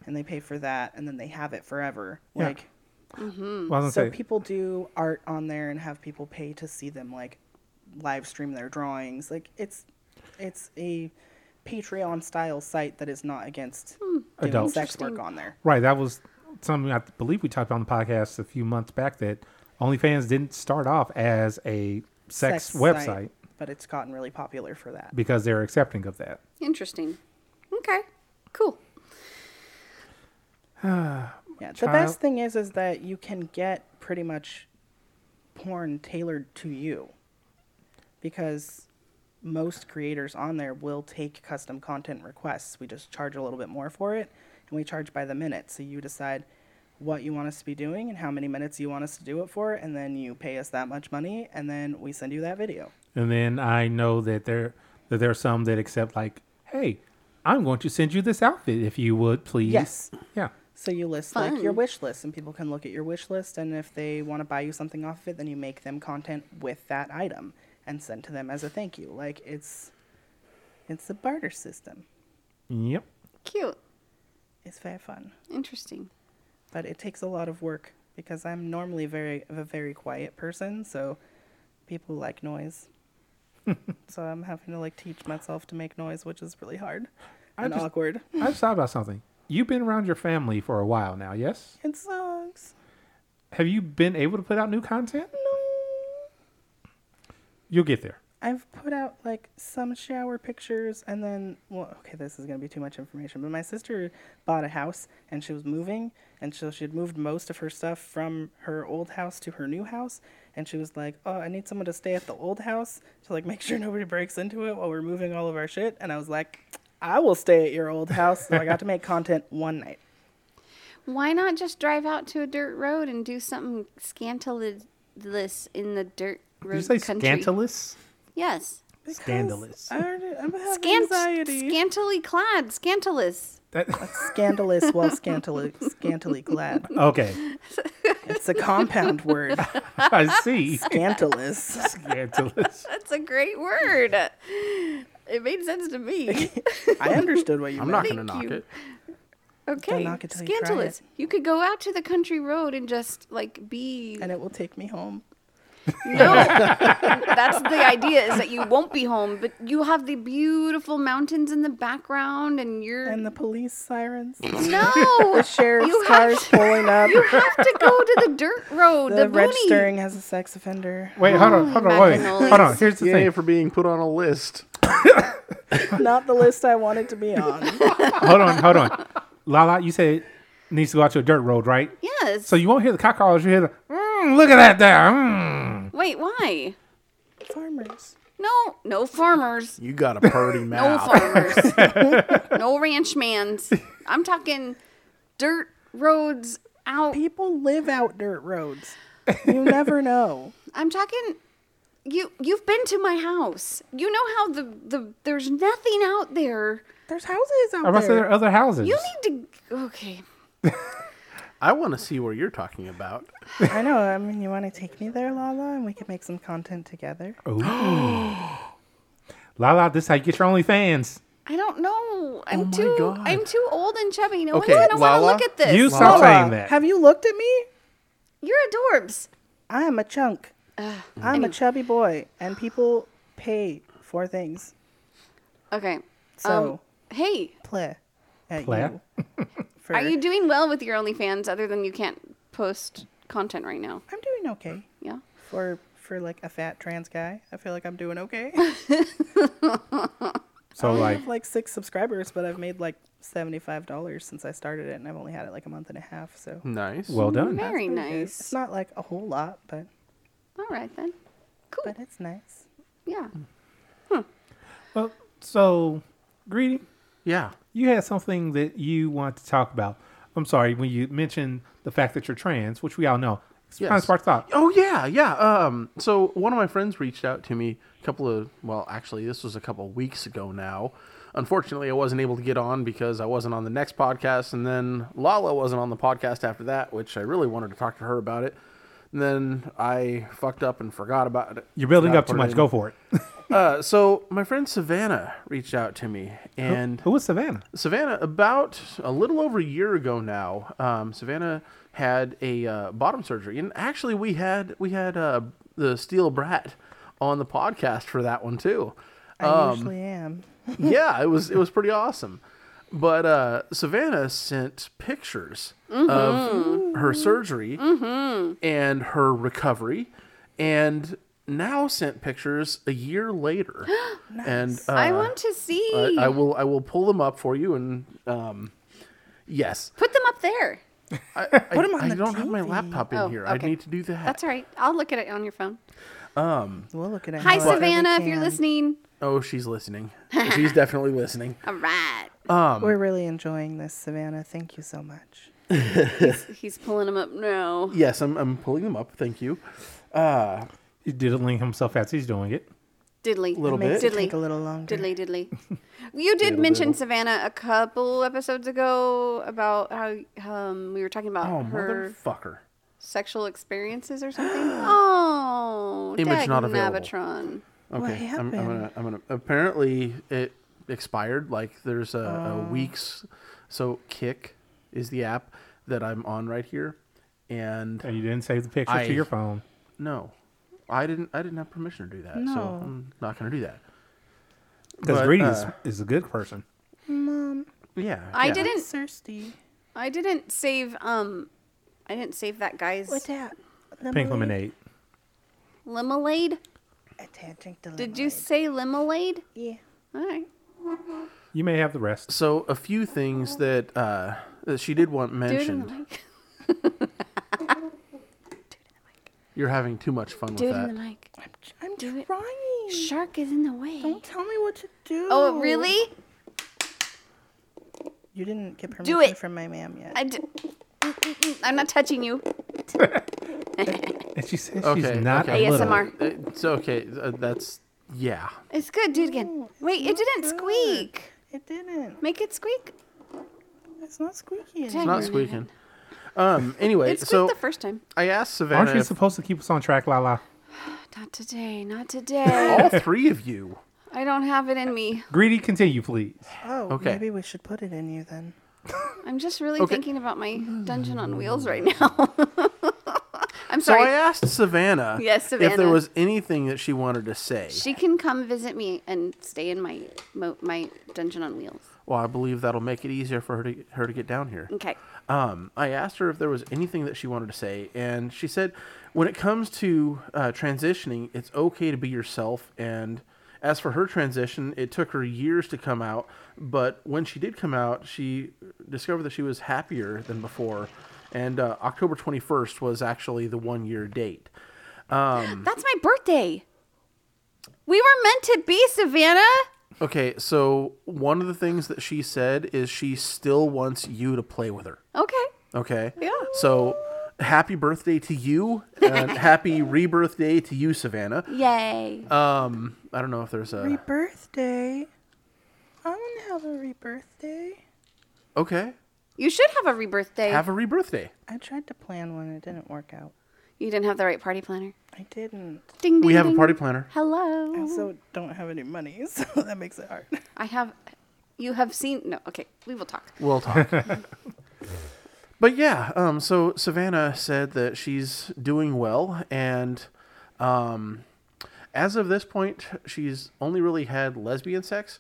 Speaker 3: and they pay for that, and then they have it forever.
Speaker 8: Yeah.
Speaker 3: Like,
Speaker 8: Well, I was gonna
Speaker 3: Mm, so
Speaker 8: say-
Speaker 3: people do art on there and have people pay to see them like live stream their drawings. Like, it's it's a Patreon style site that is not against doing
Speaker 8: Adult.
Speaker 3: sex work on there.
Speaker 8: Right. That was something I believe we talked on the podcast a few months back that OnlyFans didn't start off as a sex, website
Speaker 3: site, but it's gotten really popular for that.
Speaker 8: because they're accepting of that.
Speaker 2: Interesting. Okay. Cool.
Speaker 3: Yeah, the
Speaker 8: Child-
Speaker 3: best thing is is that you can get pretty much porn tailored to you because most creators on there will take custom content requests. We just charge a little bit more for it and we charge by the minute. So you decide what you want us to be doing and how many minutes you want us to do it for and then you pay us that much money and then we send you that video.
Speaker 8: And then I know that there that there are some that accept like, hey, I'm going to send you this outfit if you would please.
Speaker 3: Yes.
Speaker 8: Yeah.
Speaker 3: So you list like your
Speaker 2: Fun.
Speaker 3: wish list, and people can look at your wish list, and if they want to buy you something off of it, then you make them content with that item and send to them as a thank you. Like it's, it's a barter system.
Speaker 8: Yep.
Speaker 2: Cute.
Speaker 3: It's very fun,
Speaker 2: Interesting.
Speaker 3: but it takes a lot of work because I'm normally very a very quiet person, so people like noise. so I'm having to like teach myself to make noise, which is really hard
Speaker 8: I
Speaker 3: and
Speaker 8: just-
Speaker 3: awkward.
Speaker 8: I just thought about something. You've been around your family for a while now, yes?
Speaker 3: It sucks.
Speaker 8: Have you been able to put out new content?
Speaker 3: No.
Speaker 8: You'll get there.
Speaker 3: I've put out like some shower pictures and then well okay this is going to be too much information but my sister bought a house and she was moving and so she had moved most of her stuff from her old house to her new house and she was like oh I need someone to stay at the old house to like make *laughs* sure nobody breaks into it while we're moving all of our shit and I was like I will stay at your old house so I got to make content one night
Speaker 2: Why not just drive out to a dirt road and do something scandalous in the dirt road
Speaker 8: Did you say
Speaker 2: country?
Speaker 8: scandalous?
Speaker 2: Yes.
Speaker 8: Scandalous.
Speaker 3: I already- I'm having
Speaker 2: Scant,
Speaker 3: anxiety.
Speaker 2: scantily clad, scantalous.
Speaker 3: *laughs* scandalous while scantily, scantily clad.
Speaker 8: *laughs* Okay.
Speaker 3: It's a compound word.
Speaker 8: I
Speaker 3: *laughs*
Speaker 8: see.
Speaker 3: Scandalous.
Speaker 8: Scandalous.
Speaker 2: That's a great word. It made sense to
Speaker 4: *laughs*
Speaker 2: me.
Speaker 3: I understood what you
Speaker 4: I'm
Speaker 3: meant.
Speaker 4: not going to knock
Speaker 2: you.
Speaker 4: it.
Speaker 2: Okay,
Speaker 3: knock it till you try
Speaker 2: scandalous. You, could go out to the country road and just like be.
Speaker 3: And it will take me home. *laughs*
Speaker 2: No, that's the idea is that you won't be home, but you have the beautiful mountains in the background, and you're
Speaker 3: And the police sirens.
Speaker 2: no
Speaker 3: *laughs* The sheriff's
Speaker 2: You have *laughs*
Speaker 3: cars pulling up.
Speaker 2: You have to go to the dirt road, the,
Speaker 3: the
Speaker 2: boony.
Speaker 3: registering as a sex offender.
Speaker 8: Wait, hold on, hold on, wait,
Speaker 2: Mackinolis.
Speaker 8: hold on. Here's the
Speaker 4: Yay
Speaker 8: thing.
Speaker 4: for being put on a list.
Speaker 3: Not the list I wanted to be
Speaker 8: *laughs*
Speaker 3: on.
Speaker 8: hold on, hold on. Lala, you said it needs to go out to a dirt road, right?
Speaker 2: Yes.
Speaker 8: So you won't hear the cockcrows. You hear the, mm, look at that there. Mm.
Speaker 2: Wait, why?
Speaker 3: Farmers.
Speaker 2: No, no farmers. *laughs*
Speaker 4: You got a purty
Speaker 2: No
Speaker 4: mouth.
Speaker 2: farmers. no ranchmans. I'm talking dirt roads out.
Speaker 3: People live out dirt roads. You never know.
Speaker 2: I'm talking you you've been to my house. You know how the the there's nothing out there.
Speaker 3: There's houses out
Speaker 8: I must say there
Speaker 3: there.
Speaker 8: are other houses.
Speaker 2: You need to Okay.
Speaker 4: I want to see what you're talking about.
Speaker 3: I know. I mean, you want to take me there, Lala, and we can make some content together.
Speaker 8: Oh, Lala, this is how you get your OnlyFans.
Speaker 2: I don't know. I'm
Speaker 4: my
Speaker 2: too
Speaker 4: God.
Speaker 2: I'm too old and chubby. No
Speaker 4: Okay,
Speaker 2: one's gonna
Speaker 4: Lala,
Speaker 2: wanna look at this.
Speaker 8: You
Speaker 2: You...
Speaker 8: stop saying
Speaker 3: Lala,
Speaker 8: that.
Speaker 3: have you looked at me?
Speaker 2: are adorbs.
Speaker 3: I am a chunk. I'm a chubby boy, and people pay for things.
Speaker 2: Okay.
Speaker 3: So
Speaker 2: Um, hey,
Speaker 3: play at
Speaker 8: Play?
Speaker 3: you. For,
Speaker 2: are you doing well with your OnlyFans other than you can't post content right now?
Speaker 3: I'm doing okay
Speaker 2: Yeah.
Speaker 3: for for like a fat trans guy. I feel like I'm
Speaker 2: *laughs*
Speaker 3: doing okay. *laughs*
Speaker 8: so
Speaker 3: I
Speaker 8: like,
Speaker 3: have like six subscribers, but I've made like seventy five dollars since I started it, and I've only had it like a month and a half. So
Speaker 4: Nice.
Speaker 8: well done.
Speaker 3: That's
Speaker 2: Very
Speaker 3: pretty good. It's
Speaker 2: nice.
Speaker 3: not like a whole lot, but
Speaker 2: All right then. Cool.
Speaker 3: but it's nice.
Speaker 2: Yeah.
Speaker 8: Well, so, Greedy,
Speaker 4: yeah.
Speaker 8: you had something that you want to talk about. I'm sorry when you mentioned the fact that you're trans, which we all know. It's kind of sparked thought.
Speaker 4: Oh yeah, yeah. Um, so one of my friends reached out to me a couple of well, actually, this was a couple of weeks ago now. Unfortunately, I wasn't able to get on because I wasn't on the next podcast, and then Lala wasn't on the podcast after that, which I really wanted to talk to her about it. And then I fucked up and forgot about it.
Speaker 8: You're building
Speaker 4: Forgot
Speaker 8: up
Speaker 4: to
Speaker 8: too
Speaker 4: put
Speaker 8: much.
Speaker 4: in.
Speaker 8: Go for it. *laughs*
Speaker 4: Uh, so my friend Savannah reached out to me, and
Speaker 8: Who was Savannah?
Speaker 4: Savannah, about a little over a year ago now, um, Savannah had a uh, bottom surgery, and actually we had we had uh, the Steel Brat on the podcast for that one too.
Speaker 3: I
Speaker 8: Um,
Speaker 3: usually am.
Speaker 4: yeah, it was it was pretty awesome. But uh, Savannah sent pictures of her surgery and her recovery, and now sent pictures a year later. And uh,
Speaker 2: I want to see.
Speaker 4: I, I will I will pull them up for you and um yes.
Speaker 2: Put them up there.
Speaker 4: I,
Speaker 3: Put 'em
Speaker 4: I-
Speaker 3: on
Speaker 4: I
Speaker 3: the
Speaker 4: don't have my
Speaker 3: TV.
Speaker 4: laptop in
Speaker 2: Oh,
Speaker 4: here. I
Speaker 2: okay.
Speaker 4: need to do that.
Speaker 2: That's all right. I'll look at it on your phone.
Speaker 3: We'll look at it.
Speaker 2: Hi,
Speaker 3: however we
Speaker 2: Savannah, if you're
Speaker 3: can.
Speaker 2: listening.
Speaker 4: Oh,
Speaker 3: *laughs*
Speaker 4: she's listening. she's definitely listening.
Speaker 2: All right.
Speaker 3: We're really enjoying this, Savannah. Thank you so much.
Speaker 2: He's pulling them up now.
Speaker 4: Yes, I'm I'm pulling them up. Thank you.
Speaker 8: He's diddling himself as he's doing it.
Speaker 2: Diddly.
Speaker 4: Little
Speaker 3: Makes
Speaker 4: bit.
Speaker 3: it take a little longer.
Speaker 2: Diddly,
Speaker 4: *laughs*
Speaker 2: diddly. You did mention Savannah a couple episodes ago about how um, we were talking about
Speaker 4: Oh,
Speaker 2: her
Speaker 4: motherfucker.
Speaker 2: sexual experiences or
Speaker 4: *gasps*
Speaker 2: something. oh,
Speaker 4: Image not available.
Speaker 2: Navatron.
Speaker 4: Okay. I'm, I'm
Speaker 3: happened?
Speaker 4: gonna I'm gonna apparently it expired. Like there's a,
Speaker 3: Oh.
Speaker 4: a weeks so Kick is the app that I'm on right here. And
Speaker 8: And you didn't save the picture
Speaker 4: I-
Speaker 8: to your phone.
Speaker 4: no. I didn't I didn't have permission to do that. So
Speaker 3: No.
Speaker 4: I'm not gonna do that.
Speaker 8: Because
Speaker 4: But,
Speaker 8: Greedy
Speaker 4: uh,
Speaker 8: is, is a good person.
Speaker 4: Yeah.
Speaker 2: I
Speaker 4: yeah.
Speaker 2: didn't.
Speaker 3: Thirsty.
Speaker 2: I didn't save. Um, I didn't save that guy's
Speaker 3: What's that?
Speaker 8: Pink lemonade.
Speaker 2: limelade.
Speaker 3: I can't drink the
Speaker 2: Did you say limelade?
Speaker 3: Yeah.
Speaker 2: All right.
Speaker 8: You may have the rest.
Speaker 4: So a few things that uh, that she did want
Speaker 2: Do it in the
Speaker 4: mentioned.
Speaker 2: mic.
Speaker 4: You're having too much fun
Speaker 2: Do
Speaker 4: with
Speaker 2: it in
Speaker 4: that.
Speaker 2: the mic.
Speaker 3: I'm
Speaker 2: Do it.
Speaker 3: trying.
Speaker 2: Shark is in the way.
Speaker 3: Don't tell me what to do.
Speaker 2: Oh, really?
Speaker 3: You didn't get permission
Speaker 2: Do it.
Speaker 3: from my ma'am yet.
Speaker 2: I d- I'm not touching you.
Speaker 8: And she said
Speaker 4: Okay,
Speaker 8: she's not
Speaker 4: okay.
Speaker 8: a little.
Speaker 2: ASMR.
Speaker 4: It's okay. uh, That's Yeah.
Speaker 2: It's good. Do it again. Wait, it didn't squeak.
Speaker 3: It didn't.
Speaker 2: Make it squeak.
Speaker 3: It's not squeaky.
Speaker 4: It's not squeaking. Um.
Speaker 2: *laughs*
Speaker 4: Anyway,
Speaker 2: It squeaked
Speaker 4: so
Speaker 2: the first time.
Speaker 4: I asked Savannah.
Speaker 8: Aren't you
Speaker 4: if-
Speaker 8: supposed to keep us on track, Lala?
Speaker 2: Not today. Not today.
Speaker 4: all three of you.
Speaker 2: *laughs* I don't have it in me.
Speaker 8: Greedy, continue, please.
Speaker 3: Oh,
Speaker 4: Okay.
Speaker 3: maybe we should put it in you then.
Speaker 2: I'm just really
Speaker 4: Okay.
Speaker 2: thinking about my dungeon on wheels right now. *laughs* I'm
Speaker 4: So
Speaker 2: sorry.
Speaker 4: I asked Savannah,
Speaker 2: Yes,
Speaker 4: if there
Speaker 2: Savannah.
Speaker 4: was anything that she wanted to say.
Speaker 2: she can come visit me and stay in my mo- my dungeon on wheels.
Speaker 4: Well, I believe that'll make it easier for her to her to get down here.
Speaker 2: Okay.
Speaker 4: Um, I asked her if there was anything that she wanted to say, and she said, when it comes to uh, transitioning, it's okay to be yourself. And as for her transition, it took her years to come out, but when she did come out, she discovered that she was happier than before. And uh, October 21st was actually the one year date. Um,
Speaker 2: That's my birthday. We were meant to be Savannah.
Speaker 4: okay, so one of the things that she said is she still wants you to play with her.
Speaker 2: Okay.
Speaker 4: Okay.
Speaker 2: Yeah.
Speaker 4: So happy birthday to you
Speaker 2: *laughs*
Speaker 4: and happy rebirth day to you, Savannah.
Speaker 2: Yay.
Speaker 4: Um, I don't know if there's a
Speaker 3: Rebirthday. I want to have a rebirth day.
Speaker 4: okay.
Speaker 2: You should have a rebirth day.
Speaker 4: Have a rebirth day.
Speaker 3: I tried to plan one. It didn't work out.
Speaker 2: you didn't have the right party planner.
Speaker 3: I didn't.
Speaker 2: Ding, ding
Speaker 4: We have a
Speaker 2: ding.
Speaker 4: party planner.
Speaker 2: Hello.
Speaker 3: I also don't have any money, *laughs* so that makes it hard.
Speaker 2: I have. You have seen. No. Okay. We will talk. *laughs*
Speaker 4: We'll talk. but yeah, um, so Savannah said that she's doing well, and um, as of this point, she's only really had lesbian sex.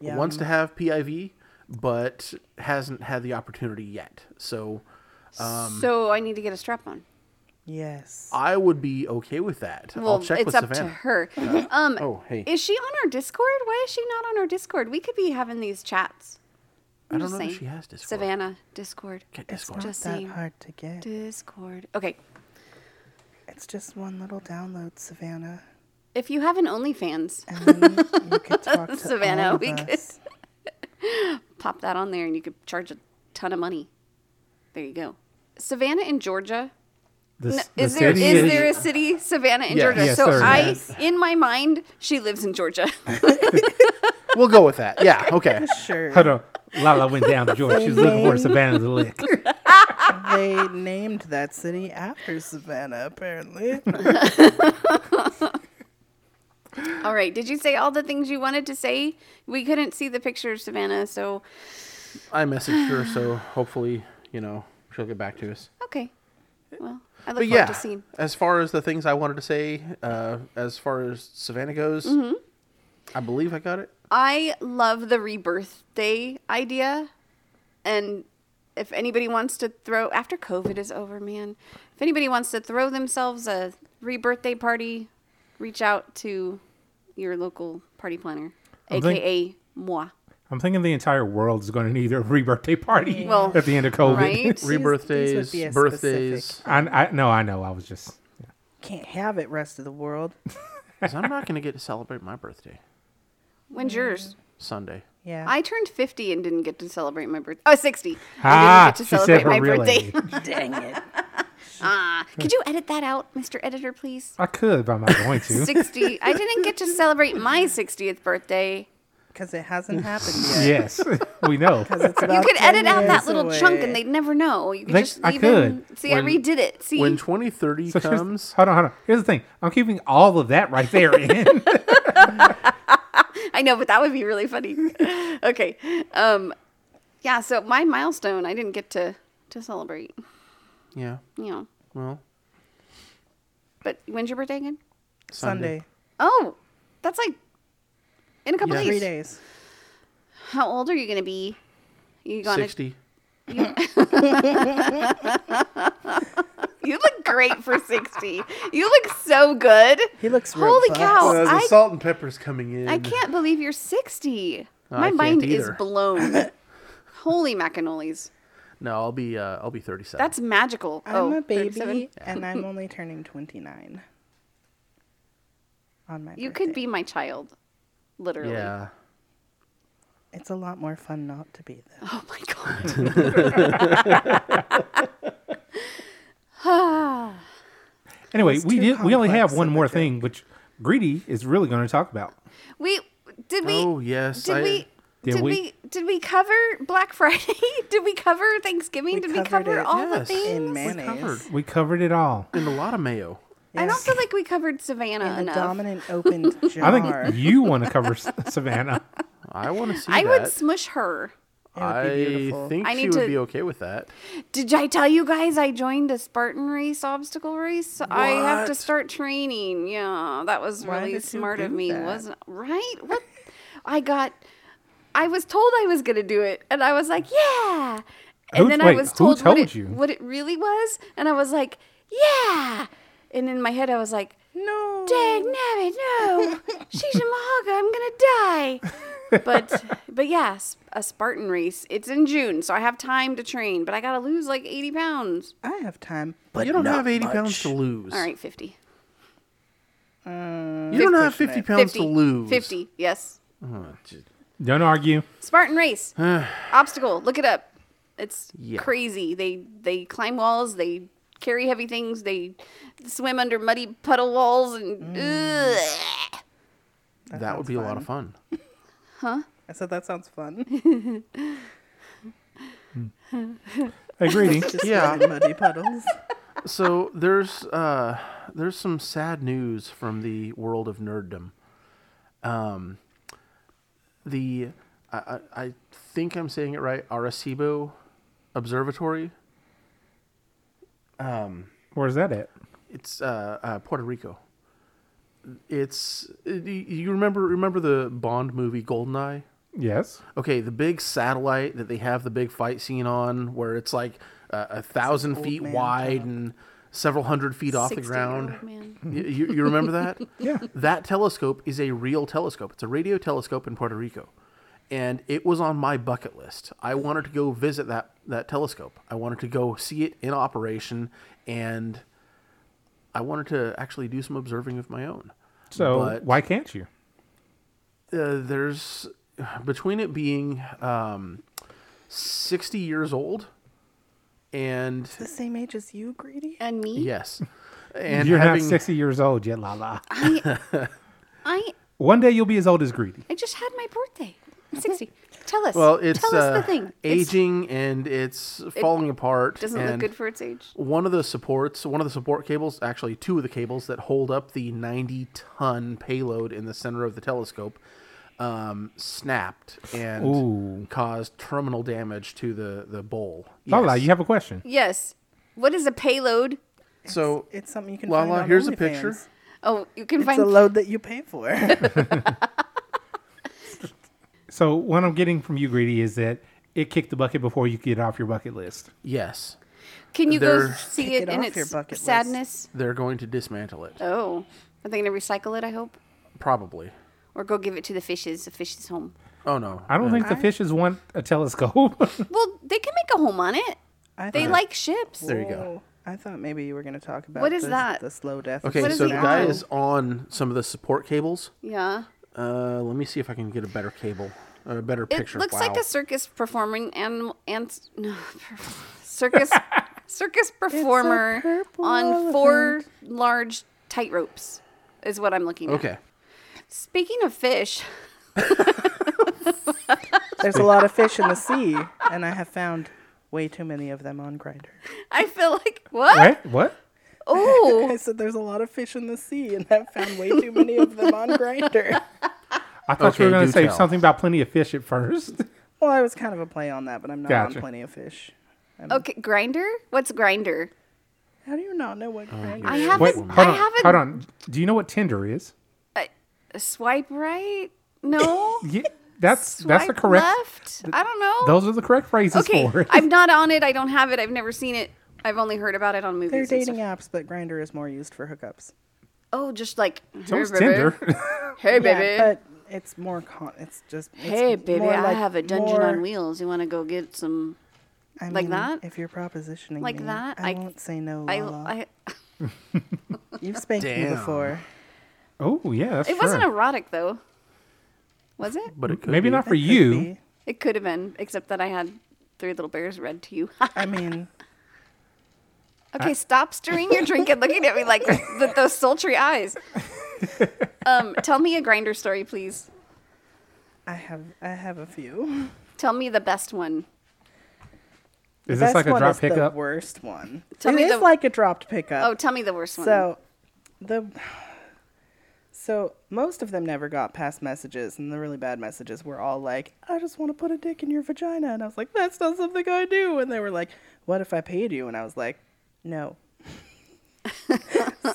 Speaker 4: Wants to
Speaker 3: Yum.
Speaker 4: have PIV, but hasn't had the opportunity yet. So um,
Speaker 2: so I need to get a strap on.
Speaker 3: Yes.
Speaker 4: I would be okay with that.
Speaker 2: Well,
Speaker 4: I'll check
Speaker 2: it's
Speaker 4: with
Speaker 2: up
Speaker 4: Savannah.
Speaker 2: to her. um,
Speaker 4: oh, hey.
Speaker 2: Is she on our Discord? Why is she not on our Discord? We could be having these chats.
Speaker 4: I
Speaker 2: I'm
Speaker 4: don't
Speaker 2: just
Speaker 4: know if
Speaker 2: saying.
Speaker 4: she has Discord.
Speaker 2: Savannah, Discord.
Speaker 4: Get
Speaker 3: It's
Speaker 4: Discord.
Speaker 3: not
Speaker 2: Just
Speaker 3: that
Speaker 2: saying.
Speaker 3: hard to get.
Speaker 2: Discord. Okay.
Speaker 3: It's just one little download, Savannah.
Speaker 2: If you have an OnlyFans,
Speaker 3: And then
Speaker 2: *laughs*
Speaker 3: you could talk to
Speaker 2: Savannah,
Speaker 3: all of
Speaker 2: we
Speaker 3: us.
Speaker 2: *laughs* pop that on there and you could charge a ton of money. There you go. Savannah in Georgia.
Speaker 8: The,
Speaker 2: No,
Speaker 8: s- the
Speaker 2: is there is
Speaker 8: city
Speaker 2: there a city Savannah in
Speaker 4: Yes.
Speaker 2: Georgia?
Speaker 8: Yes,
Speaker 2: so
Speaker 8: there
Speaker 2: I,
Speaker 8: is.
Speaker 2: in my mind, she lives in Georgia. *laughs*
Speaker 4: We'll go with that. Yeah. Okay.
Speaker 3: Sure.
Speaker 8: Hold on. Lala went down to Georgia. She was looking for Savannah to lick.
Speaker 2: *laughs*
Speaker 3: They named that city after
Speaker 2: *laughs*
Speaker 3: Savannah, apparently.
Speaker 2: all right. Did you say all the things you wanted to say? We couldn't see the picture of Savannah, so
Speaker 4: I messaged her, so hopefully, you know, she'll get back to us.
Speaker 2: okay. Well, I look
Speaker 4: But
Speaker 2: forward
Speaker 4: yeah,
Speaker 2: to seeing.
Speaker 4: as far as the things I wanted to say, uh, as far as Savannah goes,
Speaker 2: Mm-hmm.
Speaker 4: I believe I got it.
Speaker 2: I love the rebirth day idea. And if anybody wants to throw, after COVID is over, man, if anybody wants to throw themselves a rebirth day party, reach out to your local party planner,
Speaker 8: I'm think-
Speaker 2: aka moi.
Speaker 8: I'm thinking the entire world is going to need a rebirthday party
Speaker 2: Well,
Speaker 8: at the end of COVID. *laughs*
Speaker 2: Right?
Speaker 4: Rebirth
Speaker 3: these would
Speaker 4: days,
Speaker 3: be a
Speaker 4: birthdays.
Speaker 8: I, I no, I know. I was just
Speaker 3: Can't have it, rest of the world.
Speaker 4: 'cause I'm not going to get to celebrate my birthday
Speaker 2: When's yours?
Speaker 4: Sunday.
Speaker 3: Yeah.
Speaker 2: I turned 50 and didn't get to celebrate my birthday. Oh, 60.
Speaker 8: ah,
Speaker 2: I didn't
Speaker 8: she
Speaker 2: get to celebrate
Speaker 8: said
Speaker 2: my
Speaker 8: her real
Speaker 2: birthday.
Speaker 8: age.
Speaker 3: Dang *laughs* it.
Speaker 2: Ah, *laughs* could you edit that out, Mr. Editor, please?
Speaker 8: I could, but I'm not
Speaker 2: *laughs*
Speaker 8: going to.
Speaker 2: 60. I didn't get to celebrate my 60th birthday.
Speaker 3: Because it hasn't happened
Speaker 2: *laughs*
Speaker 3: yet.
Speaker 8: yes, *laughs* we know.
Speaker 3: It's
Speaker 2: You
Speaker 3: about
Speaker 2: could
Speaker 3: 10
Speaker 2: edit out that
Speaker 3: years
Speaker 2: little chunk
Speaker 3: away.
Speaker 2: and they'd never know. You could
Speaker 8: They-
Speaker 2: just
Speaker 8: I
Speaker 2: leave in.
Speaker 8: could.
Speaker 2: See, I
Speaker 4: When-
Speaker 2: redid it. See?
Speaker 4: When 2030
Speaker 8: So here's-
Speaker 4: comes,
Speaker 8: hold on, hold on. Here's the thing. I'm keeping all of that
Speaker 2: *laughs*
Speaker 8: right there *laughs* in.
Speaker 2: *laughs* I know, but that would be really funny. *laughs* okay. Um, yeah, so my milestone, I didn't get to, to celebrate,
Speaker 4: yeah,
Speaker 2: you know.
Speaker 4: well,
Speaker 2: But when's your birthday again?
Speaker 3: Sunday.
Speaker 2: Oh, that's like in a couple
Speaker 4: Yeah.
Speaker 3: Three
Speaker 2: days.
Speaker 3: days.
Speaker 2: How old are you going to be? You gonna?
Speaker 4: 60.
Speaker 2: You look great for 60. *laughs* You look so good.
Speaker 3: He looks
Speaker 2: Holy
Speaker 3: robust.
Speaker 2: cow.
Speaker 4: Uh, the
Speaker 2: Oh, I,
Speaker 4: salt and pepper's coming in.
Speaker 2: I can't believe you're 60.
Speaker 4: Oh, I
Speaker 2: My
Speaker 4: can't
Speaker 2: mind is
Speaker 4: either. *laughs*
Speaker 2: blown. Holy macanolies.
Speaker 4: No, I'll be uh, I'll be 37.
Speaker 2: That's magical.
Speaker 3: I'm
Speaker 2: oh,
Speaker 3: a baby
Speaker 2: 37. *laughs*
Speaker 3: and I'm only turning 29 on my
Speaker 2: You
Speaker 3: birthday.
Speaker 2: could be my child, literally.
Speaker 4: yeah.
Speaker 3: It's a lot more fun not to be
Speaker 2: Oh
Speaker 3: though.
Speaker 2: my god.
Speaker 8: anyway,
Speaker 3: It's
Speaker 8: we
Speaker 3: too
Speaker 8: did. We only
Speaker 3: complex
Speaker 8: have
Speaker 3: of
Speaker 8: one
Speaker 3: a
Speaker 8: more
Speaker 3: joke.
Speaker 8: thing, which Greedy is really going to talk about.
Speaker 2: We did we?
Speaker 8: Oh, yes,
Speaker 2: Did
Speaker 8: I-
Speaker 2: we?
Speaker 8: Did
Speaker 2: Did, we?
Speaker 8: we-
Speaker 2: Did we cover Black *laughs* Friday? did we cover Thanksgiving? did we cover all the things?
Speaker 8: We covered, we covered it all.
Speaker 4: And a lot of mayo.
Speaker 2: I don't feel like we covered Savannah
Speaker 3: In the
Speaker 2: enough.
Speaker 3: dominant
Speaker 2: *laughs*
Speaker 3: open
Speaker 8: I
Speaker 3: jar.
Speaker 8: think you want to cover S- *laughs* Savannah.
Speaker 4: I want to see
Speaker 2: I
Speaker 4: that.
Speaker 2: would smush her.
Speaker 4: I think
Speaker 2: I
Speaker 4: she
Speaker 2: need
Speaker 4: would
Speaker 2: to-
Speaker 4: be okay with that.
Speaker 2: Did I tell you guys I joined a Spartan race obstacle race? I have to
Speaker 4: What?
Speaker 2: start training. Yeah, that was
Speaker 10: Why did
Speaker 2: really
Speaker 10: you
Speaker 2: smart of
Speaker 10: do
Speaker 2: me,
Speaker 10: that?
Speaker 2: wasn't right? What? I got. I was told I was gonna do it, and I was like, yeah. And
Speaker 8: Who-
Speaker 2: then I
Speaker 8: wait,
Speaker 2: was
Speaker 8: who
Speaker 2: told,
Speaker 8: told
Speaker 2: what, it,
Speaker 8: you?
Speaker 2: what it really was, and I was like, yeah. And in my head, I was like,
Speaker 3: no,
Speaker 2: dang nabbit,
Speaker 4: *laughs*
Speaker 2: no, she's a Mahaga, I'm gonna die but but yes, a Spartan race. It's in June, so I have time to train, but I gotta lose like eighty pounds.
Speaker 3: *laughs* I have time,
Speaker 4: But you don't have 80 pounds to lose.
Speaker 2: All right, fifty.
Speaker 4: You don't have 50 pounds to
Speaker 2: 50,
Speaker 4: lose.
Speaker 2: Fifty, yes.
Speaker 4: Oh, j-
Speaker 8: Don't argue.
Speaker 2: Spartan
Speaker 4: *sighs*
Speaker 2: race obstacle. Look it up. It's
Speaker 8: Yeah.
Speaker 2: crazy. They they climb walls. They carry heavy things. They swim under muddy puddle walls and.
Speaker 4: Mm.
Speaker 2: Ugh.
Speaker 4: that would be a lot of fun.
Speaker 2: Huh?
Speaker 3: I said that
Speaker 2: *laughs*
Speaker 3: sounds fun.
Speaker 8: Hey, Greedy.
Speaker 3: Just
Speaker 4: Yeah.
Speaker 3: really
Speaker 2: *laughs*
Speaker 3: muddy puddles.
Speaker 4: so there's uh there's some sad news from the world of nerddom. Um, the I, I, I think I'm saying it right. Arecibo Observatory. Um,
Speaker 8: Where's that at?
Speaker 4: it's uh, uh Puerto Rico. It's y- you remember remember the Bond movie Goldeneye?
Speaker 8: Yes.
Speaker 4: Okay, the big satellite that they have the big fight scene on, where it's like uh, a thousand
Speaker 3: old
Speaker 4: feet
Speaker 3: man
Speaker 4: wide and several hundred feet off the
Speaker 3: 60-year-old
Speaker 4: ground.
Speaker 3: man.
Speaker 4: Y- You, you remember that?
Speaker 8: yeah.
Speaker 4: That telescope is a real telescope. It's a radio telescope in Puerto Rico, and it was on my bucket list. I wanted to go visit that that telescope. I wanted to go see it in operation, and I wanted to actually do some observing of my own.
Speaker 8: So
Speaker 4: But-
Speaker 8: why can't you?
Speaker 4: uh, there's between it being um, 60 years old and
Speaker 3: the same age as you, greedy,
Speaker 2: and me. *laughs*
Speaker 4: yes and
Speaker 8: You're
Speaker 4: having
Speaker 8: not 60 years old yet, Lala.
Speaker 4: *laughs*
Speaker 2: I
Speaker 8: One day you'll be as old as Greedy.
Speaker 2: I just had my birthday. Sixty. Tell us.
Speaker 4: well it's
Speaker 2: tell us
Speaker 4: uh,
Speaker 2: the thing. It's-
Speaker 4: aging and it's falling apart
Speaker 2: doesn't look
Speaker 4: and
Speaker 2: good for its age.
Speaker 4: one of the supports one of the support cables actually two of the cables that hold up the 90 ton payload in the center of the telescope um, snapped and
Speaker 8: Ooh.
Speaker 4: caused terminal damage to the the bowl
Speaker 8: Lala,
Speaker 4: Yes.
Speaker 8: you have a question.
Speaker 2: Yes. What is a payload?
Speaker 4: so
Speaker 3: it's something you can
Speaker 4: Lala,
Speaker 3: find on
Speaker 4: here's a
Speaker 3: OnlyFans.
Speaker 4: picture.
Speaker 2: Oh, you can
Speaker 3: it's
Speaker 2: find
Speaker 3: a load that you
Speaker 2: *laughs*
Speaker 3: pay for.
Speaker 8: So what I'm getting from you, Greedy, is that it kicked the bucket before you could get off your bucket list.
Speaker 4: Yes.
Speaker 2: Can you go
Speaker 4: They're-
Speaker 2: see
Speaker 3: Take
Speaker 2: it
Speaker 3: it
Speaker 2: in
Speaker 3: off
Speaker 2: its
Speaker 3: your bucket list.
Speaker 2: sadness?
Speaker 4: They're going to dismantle it.
Speaker 2: Oh, are they going to recycle it? I hope,
Speaker 4: Probably.
Speaker 2: or go give it to the fishes. The fishes' home.
Speaker 4: Oh no.
Speaker 8: I don't think the fishes want a telescope. *laughs*
Speaker 2: Well, they can make a home on it. they
Speaker 3: thought-
Speaker 2: like ships.
Speaker 4: There you go.
Speaker 3: Whoa. I thought maybe you were going to talk about
Speaker 2: What is
Speaker 3: the-
Speaker 2: that?
Speaker 3: The slow death.
Speaker 4: Okay,
Speaker 2: Oh. What is
Speaker 4: so
Speaker 2: the
Speaker 4: that
Speaker 2: owl?
Speaker 4: is on some of the support cables.
Speaker 2: Yeah.
Speaker 4: Uh, let me see if I can get a better cable, a better
Speaker 2: It
Speaker 4: picture.
Speaker 2: looks
Speaker 4: wow.
Speaker 2: like a circus performing animal and no, *laughs*
Speaker 8: *laughs*
Speaker 2: circus circus performer
Speaker 3: purple
Speaker 2: on four large tight ropes is what I'm looking at.
Speaker 4: Okay.
Speaker 2: Speaking of fish, *laughs*
Speaker 3: There's a lot of fish in the sea, and I have found way too many of them on Grinder.
Speaker 2: I feel like what?
Speaker 8: Right? What?
Speaker 2: Oh,
Speaker 3: *laughs*
Speaker 8: *laughs*
Speaker 3: I said there's a lot of fish in the sea, and I've found way too many of them on
Speaker 8: *laughs*
Speaker 3: Grinder.
Speaker 8: I thought you were
Speaker 4: Okay,
Speaker 8: going to
Speaker 4: do
Speaker 8: say
Speaker 4: tell.
Speaker 8: something about plenty of fish at first. *laughs*
Speaker 3: Well, I was kind of a play on that, but I'm not
Speaker 8: Gotcha.
Speaker 3: on plenty of fish.
Speaker 2: Okay, grinder. What's grinder?
Speaker 3: How do you not know
Speaker 8: Oh,
Speaker 3: what Grinder?
Speaker 2: I
Speaker 3: is?
Speaker 2: haven't.
Speaker 8: Wait, hold
Speaker 2: I
Speaker 8: on.
Speaker 2: haven't.
Speaker 8: Hold on. Do you know what Tinder is?
Speaker 2: uh, swipe right.
Speaker 8: *laughs*
Speaker 2: No.
Speaker 8: Yeah, that's that's the
Speaker 2: Swipe
Speaker 8: correct.
Speaker 2: Left. I don't know.
Speaker 8: Those are the correct phrases
Speaker 2: okay,
Speaker 8: for it. *laughs*
Speaker 2: I'm not on it. I don't have it. I've never seen it. I've only heard about it on movies.
Speaker 3: They're
Speaker 2: and
Speaker 3: dating
Speaker 2: stuff.
Speaker 3: apps, but Grinder is more used for hookups.
Speaker 2: Oh, just like
Speaker 8: So
Speaker 2: hey,
Speaker 8: is
Speaker 2: baby.
Speaker 8: Tinder. *laughs*
Speaker 2: Hey,
Speaker 3: Yeah,
Speaker 2: baby.
Speaker 3: but it's more con. It's just. It's
Speaker 2: hey, baby.
Speaker 3: more
Speaker 2: I
Speaker 3: like
Speaker 2: have a dungeon
Speaker 3: more-
Speaker 2: on wheels. You want to go get some?
Speaker 3: I
Speaker 2: like
Speaker 3: mean,
Speaker 2: that?
Speaker 3: If you're propositioning
Speaker 2: Like
Speaker 3: me,
Speaker 2: that?
Speaker 3: I,
Speaker 2: I-
Speaker 3: won't say no.
Speaker 2: I,
Speaker 3: Lala.
Speaker 2: I.
Speaker 3: You've spanked me
Speaker 4: Damn.
Speaker 3: before.
Speaker 8: oh yeah, that's
Speaker 2: It wasn't
Speaker 8: true.
Speaker 2: erotic though. Was it?
Speaker 4: But it could
Speaker 8: Maybe
Speaker 4: be.
Speaker 8: not for you.
Speaker 2: It could have been, except that I had three little bears read to you. *laughs*
Speaker 3: I mean,
Speaker 8: *laughs*
Speaker 2: Okay, stop stirring your drink and looking at me like with those sultry eyes. um, tell me a grinder story, please.
Speaker 3: I have I have a few.
Speaker 2: Tell me the best one.
Speaker 3: The
Speaker 8: Is this
Speaker 3: best
Speaker 8: like a
Speaker 3: one
Speaker 8: drop
Speaker 3: is
Speaker 8: pickup?
Speaker 3: The worst one.
Speaker 2: Tell
Speaker 3: It
Speaker 2: me
Speaker 3: is
Speaker 2: the-
Speaker 3: like a dropped pickup.
Speaker 2: Oh, tell me the worst one.
Speaker 3: So the so most of them never got past messages, and the really bad messages were all like, "I just want to put a dick in your vagina," and I was like, "That's not something I do." And they were like, "What if I paid you?" And I was like, "No."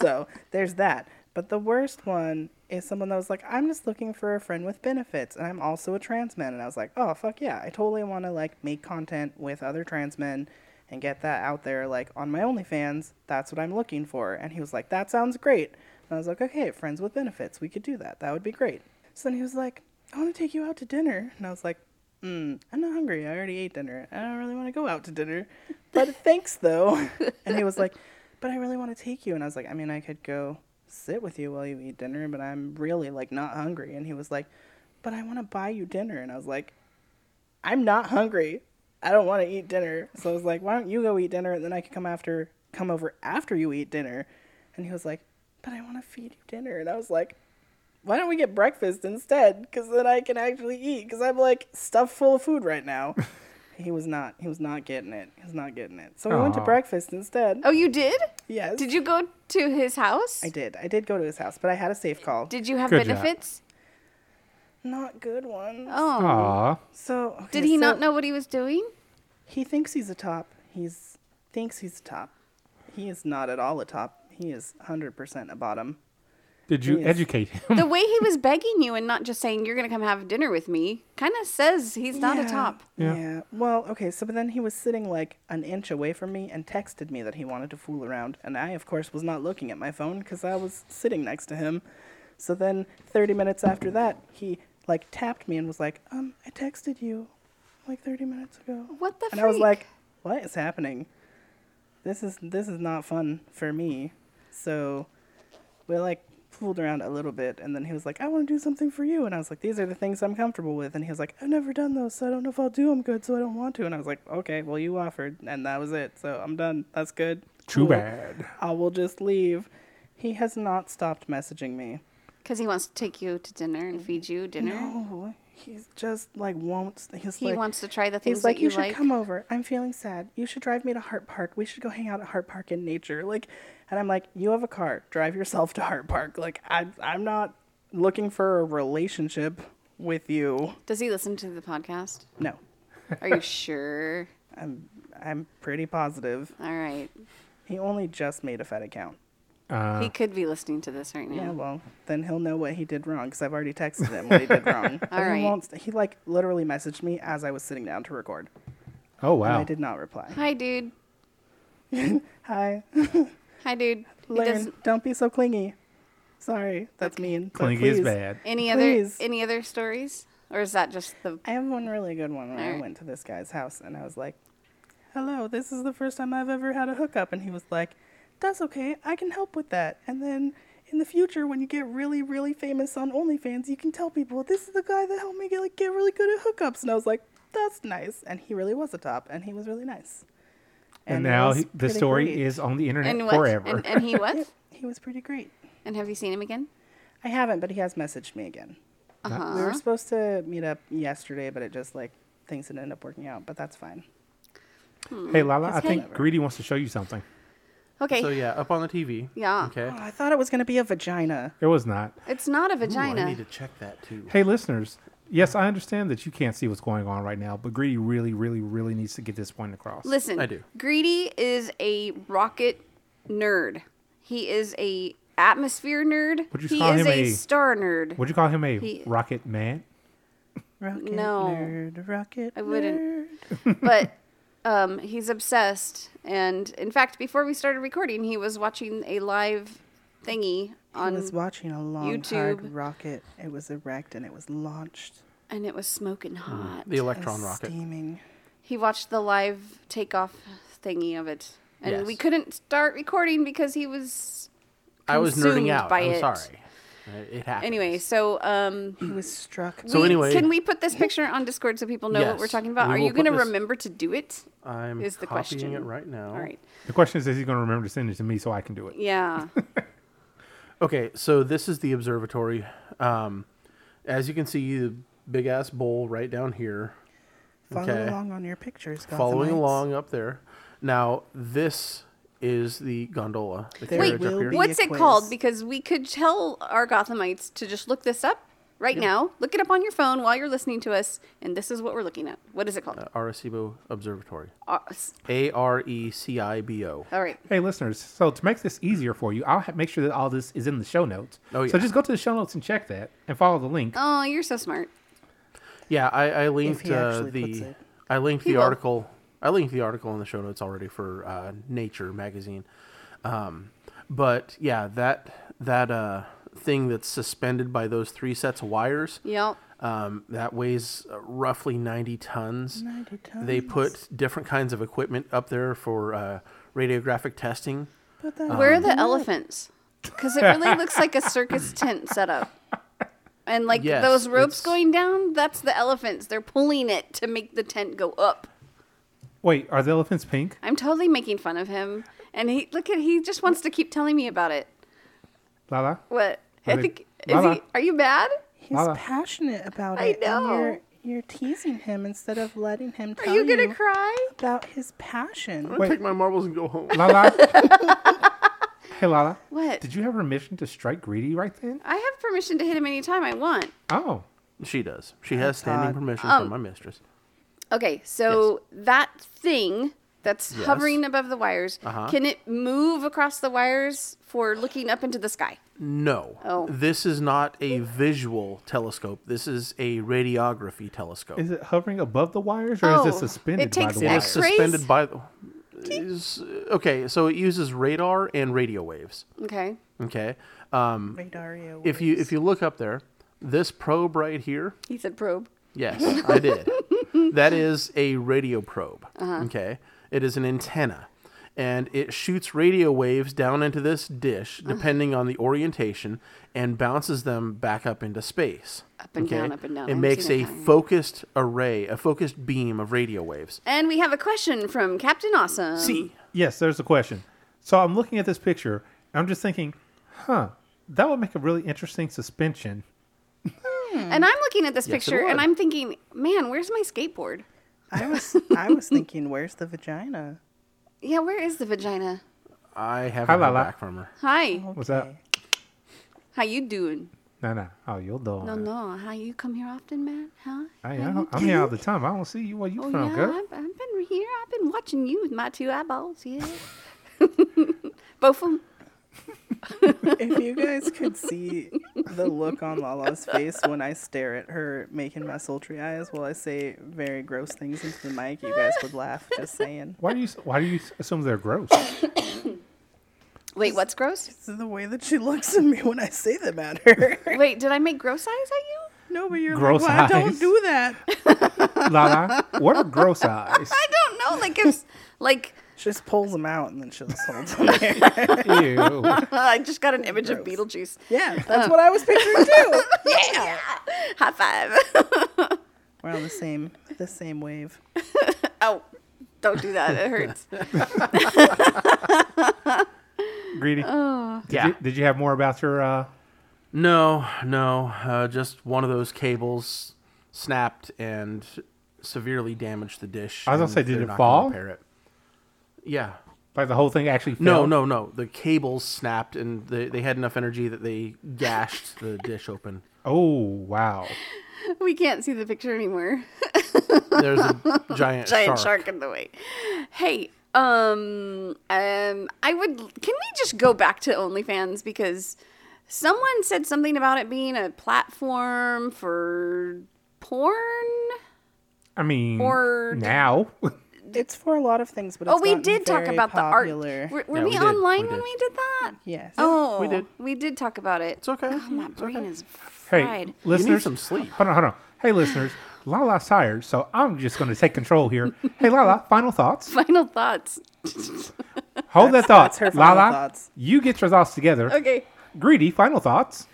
Speaker 3: so there's that. But the worst one is someone that was like, "I'm just looking for a friend with benefits, and I'm also a trans man," and I was like, "Oh fuck yeah, I totally want to like make content with other trans men." and get that out there like on my OnlyFans. That's what I'm looking for. And he was like, That sounds great. And I was like, Okay, friends with benefits, we could do that. That would be great. So then he was like, I want to take you out to dinner. And I was like, mm, I'm not hungry. I already ate dinner. I don't really want to go out to dinner. But thanks though. and he was like, But I really want to take you. And I was like, I mean, I could go sit with you while you eat dinner, but I'm really like not hungry. And he was like, But I want to buy you dinner. And I was like, I'm not hungry. I don't want to eat dinner. So I was like, why don't you go eat dinner and then I can come after come over after you eat dinner. And he was like, but I want to feed you dinner. And I was like, why don't we get breakfast instead? Cuz then I can actually eat cuz I'm like stuffed full of food right now. he was not he was not getting it. He was not getting it. So we went to
Speaker 2: Aw.
Speaker 3: breakfast instead.
Speaker 2: Oh, you did?
Speaker 3: Yes.
Speaker 2: Did you go to his house?
Speaker 3: I did. I did go to his house, but I had a safe call.
Speaker 2: Did you have
Speaker 3: Good job.
Speaker 2: benefits?
Speaker 3: Not good ones.
Speaker 2: Oh.
Speaker 8: Aw.
Speaker 3: So okay,
Speaker 2: Did he
Speaker 3: so-
Speaker 2: not know what he was doing?
Speaker 3: He thinks he's a top. He's thinks he's a top. He is not at all a top. He is 100% a bottom.
Speaker 8: Did you
Speaker 3: Yes.
Speaker 8: educate him?
Speaker 2: the way he was begging you and not just saying you're going to come have dinner with me kind of says he's not a top.
Speaker 3: Yeah. Well, okay, so but then he was sitting like an inch away from me and texted me that he wanted to fool around, and I of course was not looking at my phone cuz I was sitting next to him. So then 30 minutes after that, he like tapped me and was like, "Um, I texted you like 30 minutes ago."
Speaker 2: What the
Speaker 3: and I was
Speaker 2: freak?
Speaker 3: like, "What is happening? This is this is not fun for me." So we like fooled around a little bit, and then he was like, "I want to do something for you," and I was like, "These are the things I'm comfortable with," and he was like, "I've never done those, so I don't know if I'll do them good, so I don't want to," and I was like, "Okay, well you offered, and that was it, so I'm done. That's good.
Speaker 8: Too
Speaker 3: Cool.
Speaker 8: bad.
Speaker 3: I will just leave." He has not stopped messaging me.
Speaker 2: Because he wants to take you to dinner and feed you dinner.
Speaker 3: No, he's just like won't. He's
Speaker 2: He
Speaker 3: like-
Speaker 2: wants to try the
Speaker 3: he's
Speaker 2: things
Speaker 3: like,
Speaker 2: that you
Speaker 3: should
Speaker 2: like."
Speaker 3: come over. I'm feeling sad. You should drive me to Hart Park. We should go hang out at Hart Park in nature. Like, and I'm like, you have a car. Drive yourself to Hart Park. Like, I, I'm not looking for a relationship with you.
Speaker 2: Does he listen to the podcast?
Speaker 3: No.
Speaker 2: Are you sure?
Speaker 3: I'm I'm pretty positive.
Speaker 2: All right.
Speaker 3: He only just made a Fed account.
Speaker 4: Uh.
Speaker 2: he could be listening to this right now.
Speaker 3: Yeah, well, then he'll know what he did wrong because I've already texted him what he did wrong.
Speaker 2: *laughs*
Speaker 3: But
Speaker 2: All right.
Speaker 3: He, won't, he like literally messaged me as I was sitting down to record.
Speaker 8: Oh
Speaker 3: And I
Speaker 8: wow.
Speaker 3: did not reply.
Speaker 2: Hi, dude.
Speaker 3: Hi.
Speaker 2: Hi, dude. He
Speaker 3: Learn.
Speaker 2: doesn't-
Speaker 3: Don't be so clingy. Sorry, that's mean. but
Speaker 8: Clingy is
Speaker 3: please.
Speaker 8: bad.
Speaker 2: Any
Speaker 3: Please.
Speaker 2: other any other stories, or is that just the?
Speaker 3: I have one really good one. When
Speaker 2: All
Speaker 3: I
Speaker 2: right.
Speaker 3: went to this guy's house and I was like, "Hello, this is the first time I've ever had a hookup," and he was like, "That's okay. I can help with that." And then in the future, when you get really, really famous on OnlyFans, you can tell people this is the guy that helped me get like get really good at hookups. And I was like, "That's nice." And he really was a top, and he was really nice.
Speaker 8: And,
Speaker 3: it
Speaker 8: now
Speaker 3: was
Speaker 8: he, the
Speaker 3: pretty
Speaker 8: story
Speaker 3: great.
Speaker 8: is on the internet
Speaker 2: And what?
Speaker 8: forever.
Speaker 2: And, and he what?
Speaker 3: *laughs* he was pretty great.
Speaker 2: And have you seen him again?
Speaker 3: I haven't, but he has messaged me again.
Speaker 2: Uh-huh.
Speaker 3: We were supposed to meet up yesterday, but it just like things didn't end up working out. But that's fine.
Speaker 8: hey Lala,
Speaker 3: It's
Speaker 8: I think
Speaker 3: clever.
Speaker 8: Greedy wants to show you something.
Speaker 2: Okay.
Speaker 4: So yeah, up on the TV.
Speaker 2: Yeah.
Speaker 4: Okay.
Speaker 3: Oh, I thought it was gonna be a vagina.
Speaker 8: It was not.
Speaker 2: It's not a
Speaker 4: Ooh, I
Speaker 2: vagina.
Speaker 4: need to check that too.
Speaker 8: Hey listeners, yes, I understand that you can't see what's going on right now, but Greedy really, really, really needs to get this point across.
Speaker 2: Listen,
Speaker 4: I do.
Speaker 2: Greedy is a rocket nerd. He is a atmosphere nerd.
Speaker 8: Would you
Speaker 2: he
Speaker 8: call
Speaker 2: is
Speaker 8: him
Speaker 2: a,
Speaker 8: a-
Speaker 2: star nerd.
Speaker 8: Would you call him a
Speaker 2: He-
Speaker 8: rocket man?
Speaker 3: Rocket
Speaker 2: No.
Speaker 3: nerd, rocket.
Speaker 2: I wouldn't.
Speaker 3: nerd.
Speaker 8: *laughs*
Speaker 2: but um, he's obsessed. And in fact, before we started recording, he was watching a live thingy
Speaker 3: I
Speaker 2: on,
Speaker 3: was watching a long hard
Speaker 2: YouTube.
Speaker 3: rocket. It was erect and it was launched.
Speaker 2: and it was
Speaker 8: Mm.
Speaker 2: smoking hot.
Speaker 4: The
Speaker 3: and
Speaker 4: electron rocket.
Speaker 3: Steaming.
Speaker 2: He watched the live takeoff thingy of it, and we
Speaker 4: Yes.
Speaker 2: couldn't start recording because he was.
Speaker 4: I was
Speaker 2: consumed
Speaker 4: nerding out.
Speaker 2: by
Speaker 4: I'm
Speaker 2: it.
Speaker 4: sorry. Uh, It happened.
Speaker 2: Anyway, so um,
Speaker 3: He was struck.
Speaker 4: So
Speaker 2: we-
Speaker 4: anyway-
Speaker 2: can we put this picture on Discord so people know what we're
Speaker 4: Yes,
Speaker 2: talking about?
Speaker 4: we
Speaker 2: Are
Speaker 4: will
Speaker 2: you going to
Speaker 4: put this-
Speaker 2: remember to do it?
Speaker 4: I'm
Speaker 2: is the
Speaker 4: copying
Speaker 2: question.
Speaker 4: it right now.
Speaker 2: All right.
Speaker 8: The question is, is he going to remember to send it to me so I can do it?
Speaker 2: Yeah.
Speaker 4: Okay, so this is the observatory. Um, as you can see, the big ass bowl right down here.
Speaker 3: Follow along on your pictures. Gothamites.
Speaker 4: Following along up there. Now this is the gondola. The
Speaker 2: Wait,
Speaker 4: carriage up here.
Speaker 2: what's it called? Because we could tell our Gothamites to just look this up right
Speaker 4: Yep.
Speaker 2: now. Look it up on your phone while you're listening to us, and this is what we're looking at. What is it
Speaker 4: Uh,
Speaker 2: called?
Speaker 4: Arecibo Observatory.
Speaker 2: Ar- s-
Speaker 4: A R E C I B O.
Speaker 2: All right.
Speaker 8: Hey, listeners. So to make this easier for you, I'll ha- make sure that all this is in the show notes.
Speaker 4: Oh,
Speaker 8: So
Speaker 4: yeah.
Speaker 8: just go to the show notes and check that and follow the link.
Speaker 2: Oh, you're so smart.
Speaker 4: Yeah, I, I linked
Speaker 2: he
Speaker 4: uh,
Speaker 2: actually puts
Speaker 4: the
Speaker 2: it.
Speaker 4: I linked
Speaker 2: He
Speaker 4: the
Speaker 2: will.
Speaker 4: article. I linked the article in the show notes already for uh, Nature magazine. Um, but yeah, that that uh, thing that's suspended by those three sets of wires.
Speaker 2: Yep.
Speaker 4: Um, that weighs uh, roughly 90 tons.
Speaker 3: 90
Speaker 4: They put different kinds of equipment up there for uh, radiographic testing.
Speaker 3: But
Speaker 2: Where are
Speaker 4: Um,
Speaker 2: the elephants? Because it really looks like a
Speaker 4: *laughs*
Speaker 2: circus tent setup. And like
Speaker 4: Yes,
Speaker 2: those ropes
Speaker 4: it's-
Speaker 2: going down, that's the elephants. They're pulling it to make the tent go up.
Speaker 8: Wait, are the elephants pink?
Speaker 2: I'm totally making fun of him. And he look at he just wants to keep telling me about it.
Speaker 8: Lala?
Speaker 2: What?
Speaker 8: Are
Speaker 2: I
Speaker 8: they-
Speaker 2: think is
Speaker 8: Lala.
Speaker 2: he are you mad?
Speaker 3: He's
Speaker 8: Lala.
Speaker 3: passionate about
Speaker 2: I
Speaker 3: it. and
Speaker 2: know.
Speaker 3: you're, you're teasing him instead of letting him tell
Speaker 2: you gonna
Speaker 3: cry about his passion?
Speaker 8: gonna Wait. take
Speaker 4: my marbles and go home.
Speaker 8: Lala?
Speaker 2: *laughs*
Speaker 8: hey, Lala.
Speaker 2: What?
Speaker 8: Did you have permission to strike greedy right then?
Speaker 2: I have permission to hit him anytime I want.
Speaker 8: Oh.
Speaker 4: She does. She has standing
Speaker 8: Todd.
Speaker 4: permission
Speaker 2: Um,
Speaker 4: from my mistress.
Speaker 2: Okay, so that thing that's
Speaker 4: Yes.
Speaker 2: hovering above the wires,
Speaker 4: Uh-huh.
Speaker 2: can it move across the wires for looking up into the sky?
Speaker 4: No.
Speaker 2: Oh.
Speaker 4: This is not a visual telescope. This is a radiography telescope.
Speaker 8: Is it hovering above the wires or is
Speaker 2: Oh,
Speaker 8: it
Speaker 2: it
Speaker 8: suspended by
Speaker 2: takes
Speaker 8: the
Speaker 4: It is
Speaker 8: wires?
Speaker 4: suspended by the. is- okay, so it uses radar and radio waves.
Speaker 2: Okay.
Speaker 4: Okay. Um,
Speaker 3: Radario
Speaker 4: If you if you look up there, this probe right here.
Speaker 2: He said probe.
Speaker 4: Yes,
Speaker 2: *laughs*
Speaker 4: I did. that is a radio probe.
Speaker 2: Uh-huh.
Speaker 4: Okay. It is an antenna. And it shoots radio waves down into this dish,
Speaker 2: Uh-huh.
Speaker 4: depending on the orientation, and bounces them back up into space. Up
Speaker 2: and down, up and down.
Speaker 4: It
Speaker 2: I've
Speaker 4: makes
Speaker 2: seen
Speaker 4: a
Speaker 2: it happen.
Speaker 4: focused array, a focused beam of radio waves.
Speaker 2: And we have a question from Captain Awesome.
Speaker 4: See.
Speaker 8: Yes, there's the question. So I'm looking at this picture. And I'm just thinking, huh, that would make a really interesting suspension.
Speaker 2: And I'm looking at this
Speaker 8: Yes, it
Speaker 2: picture and
Speaker 8: would.
Speaker 2: I'm thinking, man, where's my skateboard? *laughs*
Speaker 3: I was I was thinking, where's the vagina?
Speaker 2: Yeah, where is the vagina?
Speaker 4: I haven't
Speaker 8: Hi,
Speaker 4: heard
Speaker 8: Lala.
Speaker 4: back from her.
Speaker 2: Hi.
Speaker 8: What's up?
Speaker 2: How you doing?
Speaker 8: No, no. Oh, you're doing.
Speaker 2: No, no. How you come here often, Matt? Huh? How
Speaker 8: I, I,
Speaker 2: you
Speaker 8: I'm here all
Speaker 2: doing?
Speaker 8: the time. I don't see you. Where you
Speaker 2: Oh
Speaker 8: from,
Speaker 2: yeah,
Speaker 8: girl?
Speaker 2: I've, I've been here. I've been watching you with my two eyeballs. Yeah. *laughs* Both of 'em.
Speaker 3: if you guys could see the look on Lala's face when I stare at her making my sultry eyes while I say very gross things into the mic, you guys would laugh. Just saying.
Speaker 8: Why do you Why do you assume
Speaker 2: *laughs*
Speaker 8: they're gross?
Speaker 2: Wait, what's gross?
Speaker 3: It's the way that she looks at me when I say them at her. *laughs*
Speaker 2: Wait, did I make gross eyes at
Speaker 3: you? No, but you're
Speaker 8: Gross
Speaker 3: like, well, I don't
Speaker 8: eyes.
Speaker 3: do that.
Speaker 8: Lala, what are
Speaker 2: *laughs*
Speaker 8: gross eyes?
Speaker 2: I don't know. Like it's *laughs* like
Speaker 3: She just pulls them out and then she just holds
Speaker 2: *laughs*
Speaker 3: them there.
Speaker 8: Ew.
Speaker 2: uh, I just got an image of Beetlejuice.
Speaker 3: Yeah, that's what I was picturing too.
Speaker 2: yeah. High five. *laughs*
Speaker 3: We're on the same the same wave.
Speaker 2: oh, don't do that. It hurts.
Speaker 8: Greedy.
Speaker 2: Oh.
Speaker 8: Did
Speaker 4: Yeah.
Speaker 8: You, did you have more about your? Uh,
Speaker 4: No, no. Uh, just one of those cables snapped and severely damaged the dish.
Speaker 8: I was gonna
Speaker 4: and
Speaker 8: say, did
Speaker 4: they're not
Speaker 8: it
Speaker 4: gonna
Speaker 8: fall?
Speaker 4: repair it. Yeah.
Speaker 8: like the whole thing actually? Fell?
Speaker 4: No, no, no. The cables snapped and they, they had enough energy that they gashed the dish open.
Speaker 8: Oh wow.
Speaker 2: We can't see the picture anymore.
Speaker 4: There's a giant,
Speaker 2: *laughs* giant
Speaker 4: shark.
Speaker 2: shark in the way. Hey, um, um, I would. Can we just go back to OnlyFans because someone said something about it being a platform for porn?
Speaker 8: I mean,
Speaker 2: Or-
Speaker 8: now. *laughs*
Speaker 3: It's for a lot of things, but
Speaker 2: oh,
Speaker 3: it's
Speaker 2: we
Speaker 3: gotten
Speaker 2: did talk
Speaker 3: very
Speaker 2: about
Speaker 3: popular.
Speaker 2: the art. Were, were
Speaker 4: Yeah,
Speaker 2: we,
Speaker 4: we did.
Speaker 2: online
Speaker 4: We
Speaker 2: when
Speaker 4: did.
Speaker 2: we did that?
Speaker 3: Yes.
Speaker 2: Oh,
Speaker 4: We did.
Speaker 2: We did talk about it. It's
Speaker 4: okay.
Speaker 2: Oh, my brain is
Speaker 8: Hey,
Speaker 2: fried.
Speaker 8: listeners,
Speaker 4: some sleep.
Speaker 8: Hold on, hold on. Hey, listeners, Lala's tired, so I'm just going to take control
Speaker 3: *laughs*
Speaker 8: here. Hey, Lala, final thoughts.
Speaker 2: Final thoughts.
Speaker 8: Hold that thought.
Speaker 3: that's her final
Speaker 8: Lala,
Speaker 3: *laughs* thoughts.
Speaker 8: you get your thoughts together.
Speaker 2: Okay. *laughs*
Speaker 8: Greedy, final thoughts.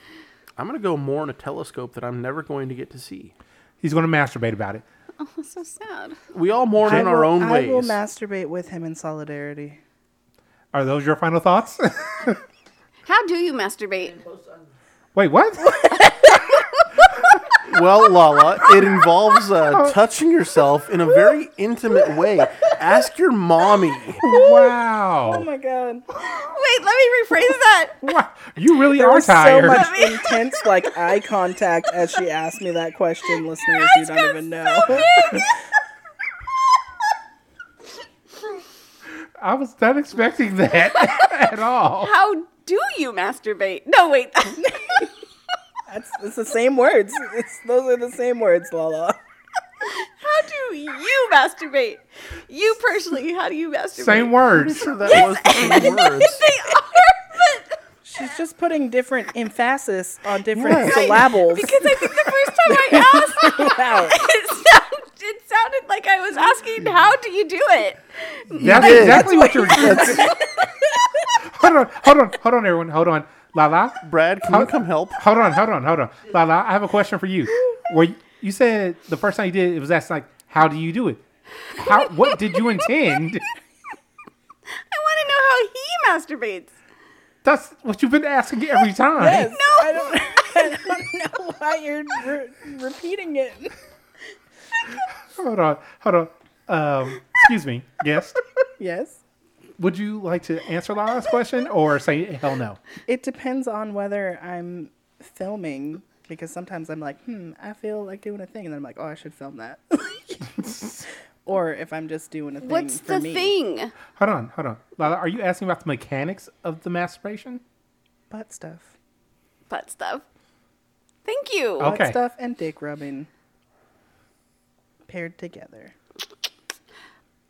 Speaker 4: I'm going to go more in a telescope that I'm never going to get to see.
Speaker 8: He's going to masturbate about it.
Speaker 2: Oh, that's so sad.
Speaker 4: We all mourn
Speaker 8: I
Speaker 4: in our
Speaker 8: will-
Speaker 4: own
Speaker 3: I will
Speaker 4: ways.
Speaker 3: masturbate with him in solidarity.
Speaker 8: Are those your final thoughts?
Speaker 2: How do you
Speaker 4: *laughs*
Speaker 2: masturbate?
Speaker 8: *laughs*
Speaker 3: *laughs*
Speaker 8: Wait, what?
Speaker 4: Well, Lala, it involves uh, touching yourself in a very intimate way. Ask your mommy.
Speaker 8: Wow.
Speaker 3: Oh my god.
Speaker 2: Wait, let me rephrase that.
Speaker 8: You really
Speaker 3: There
Speaker 8: are
Speaker 3: was so
Speaker 8: tired. *laughs*
Speaker 3: much intense like eye contact as she asked me that question. Listeners, *laughs* you don't even know. *laughs*
Speaker 4: *laughs*
Speaker 8: I was not expecting that *laughs* at
Speaker 3: *laughs*
Speaker 8: all.
Speaker 2: How do you masturbate? No, wait. *laughs*
Speaker 3: That's it's the same words. It's, those are the same words, Lala.
Speaker 2: How do you masturbate? You personally, how do you masturbate?
Speaker 8: Same words.
Speaker 4: that was the same words.
Speaker 3: She's just putting different emphasis on different
Speaker 4: Yes.
Speaker 3: syllables. *laughs*
Speaker 2: Because I think the first time I asked, *laughs*
Speaker 3: Wow.
Speaker 2: it sounded, it sounded like I was asking, how do you do it?
Speaker 8: That's
Speaker 4: did.
Speaker 8: exactly what you're *laughs* hold on, hold on, hold on, everyone. Hold on. Lala,
Speaker 4: Brad, can you come help?
Speaker 8: hold on, hold on, hold on. Lala, I have a question for you. Where you, you said the first time you did it, it was asked like, how do you do it? How what did you intend?
Speaker 2: *laughs* I want to know how he masturbates.
Speaker 8: That's what you've been asking every time.
Speaker 3: *laughs* Yes, *laughs* I don't, I don't know why you're re- repeating it.
Speaker 8: Hold on, hold on. Um, excuse me, guest.
Speaker 3: Yes.
Speaker 8: Would you like to answer Lala's question or say hell no?
Speaker 3: It depends on whether I'm filming because sometimes I'm like, hmm, I feel like doing a thing, and then I'm like, oh, I should film that. *laughs* or if I'm just doing a thing
Speaker 2: What's
Speaker 3: for
Speaker 2: the
Speaker 3: me.
Speaker 2: thing?
Speaker 8: Hold on, hold on. Lala, are you asking about the mechanics of the masturbation?
Speaker 3: Butt stuff.
Speaker 2: Butt stuff. Thank you.
Speaker 8: Oh.
Speaker 3: Butt
Speaker 8: Okay.
Speaker 3: stuff and dick rubbing paired together.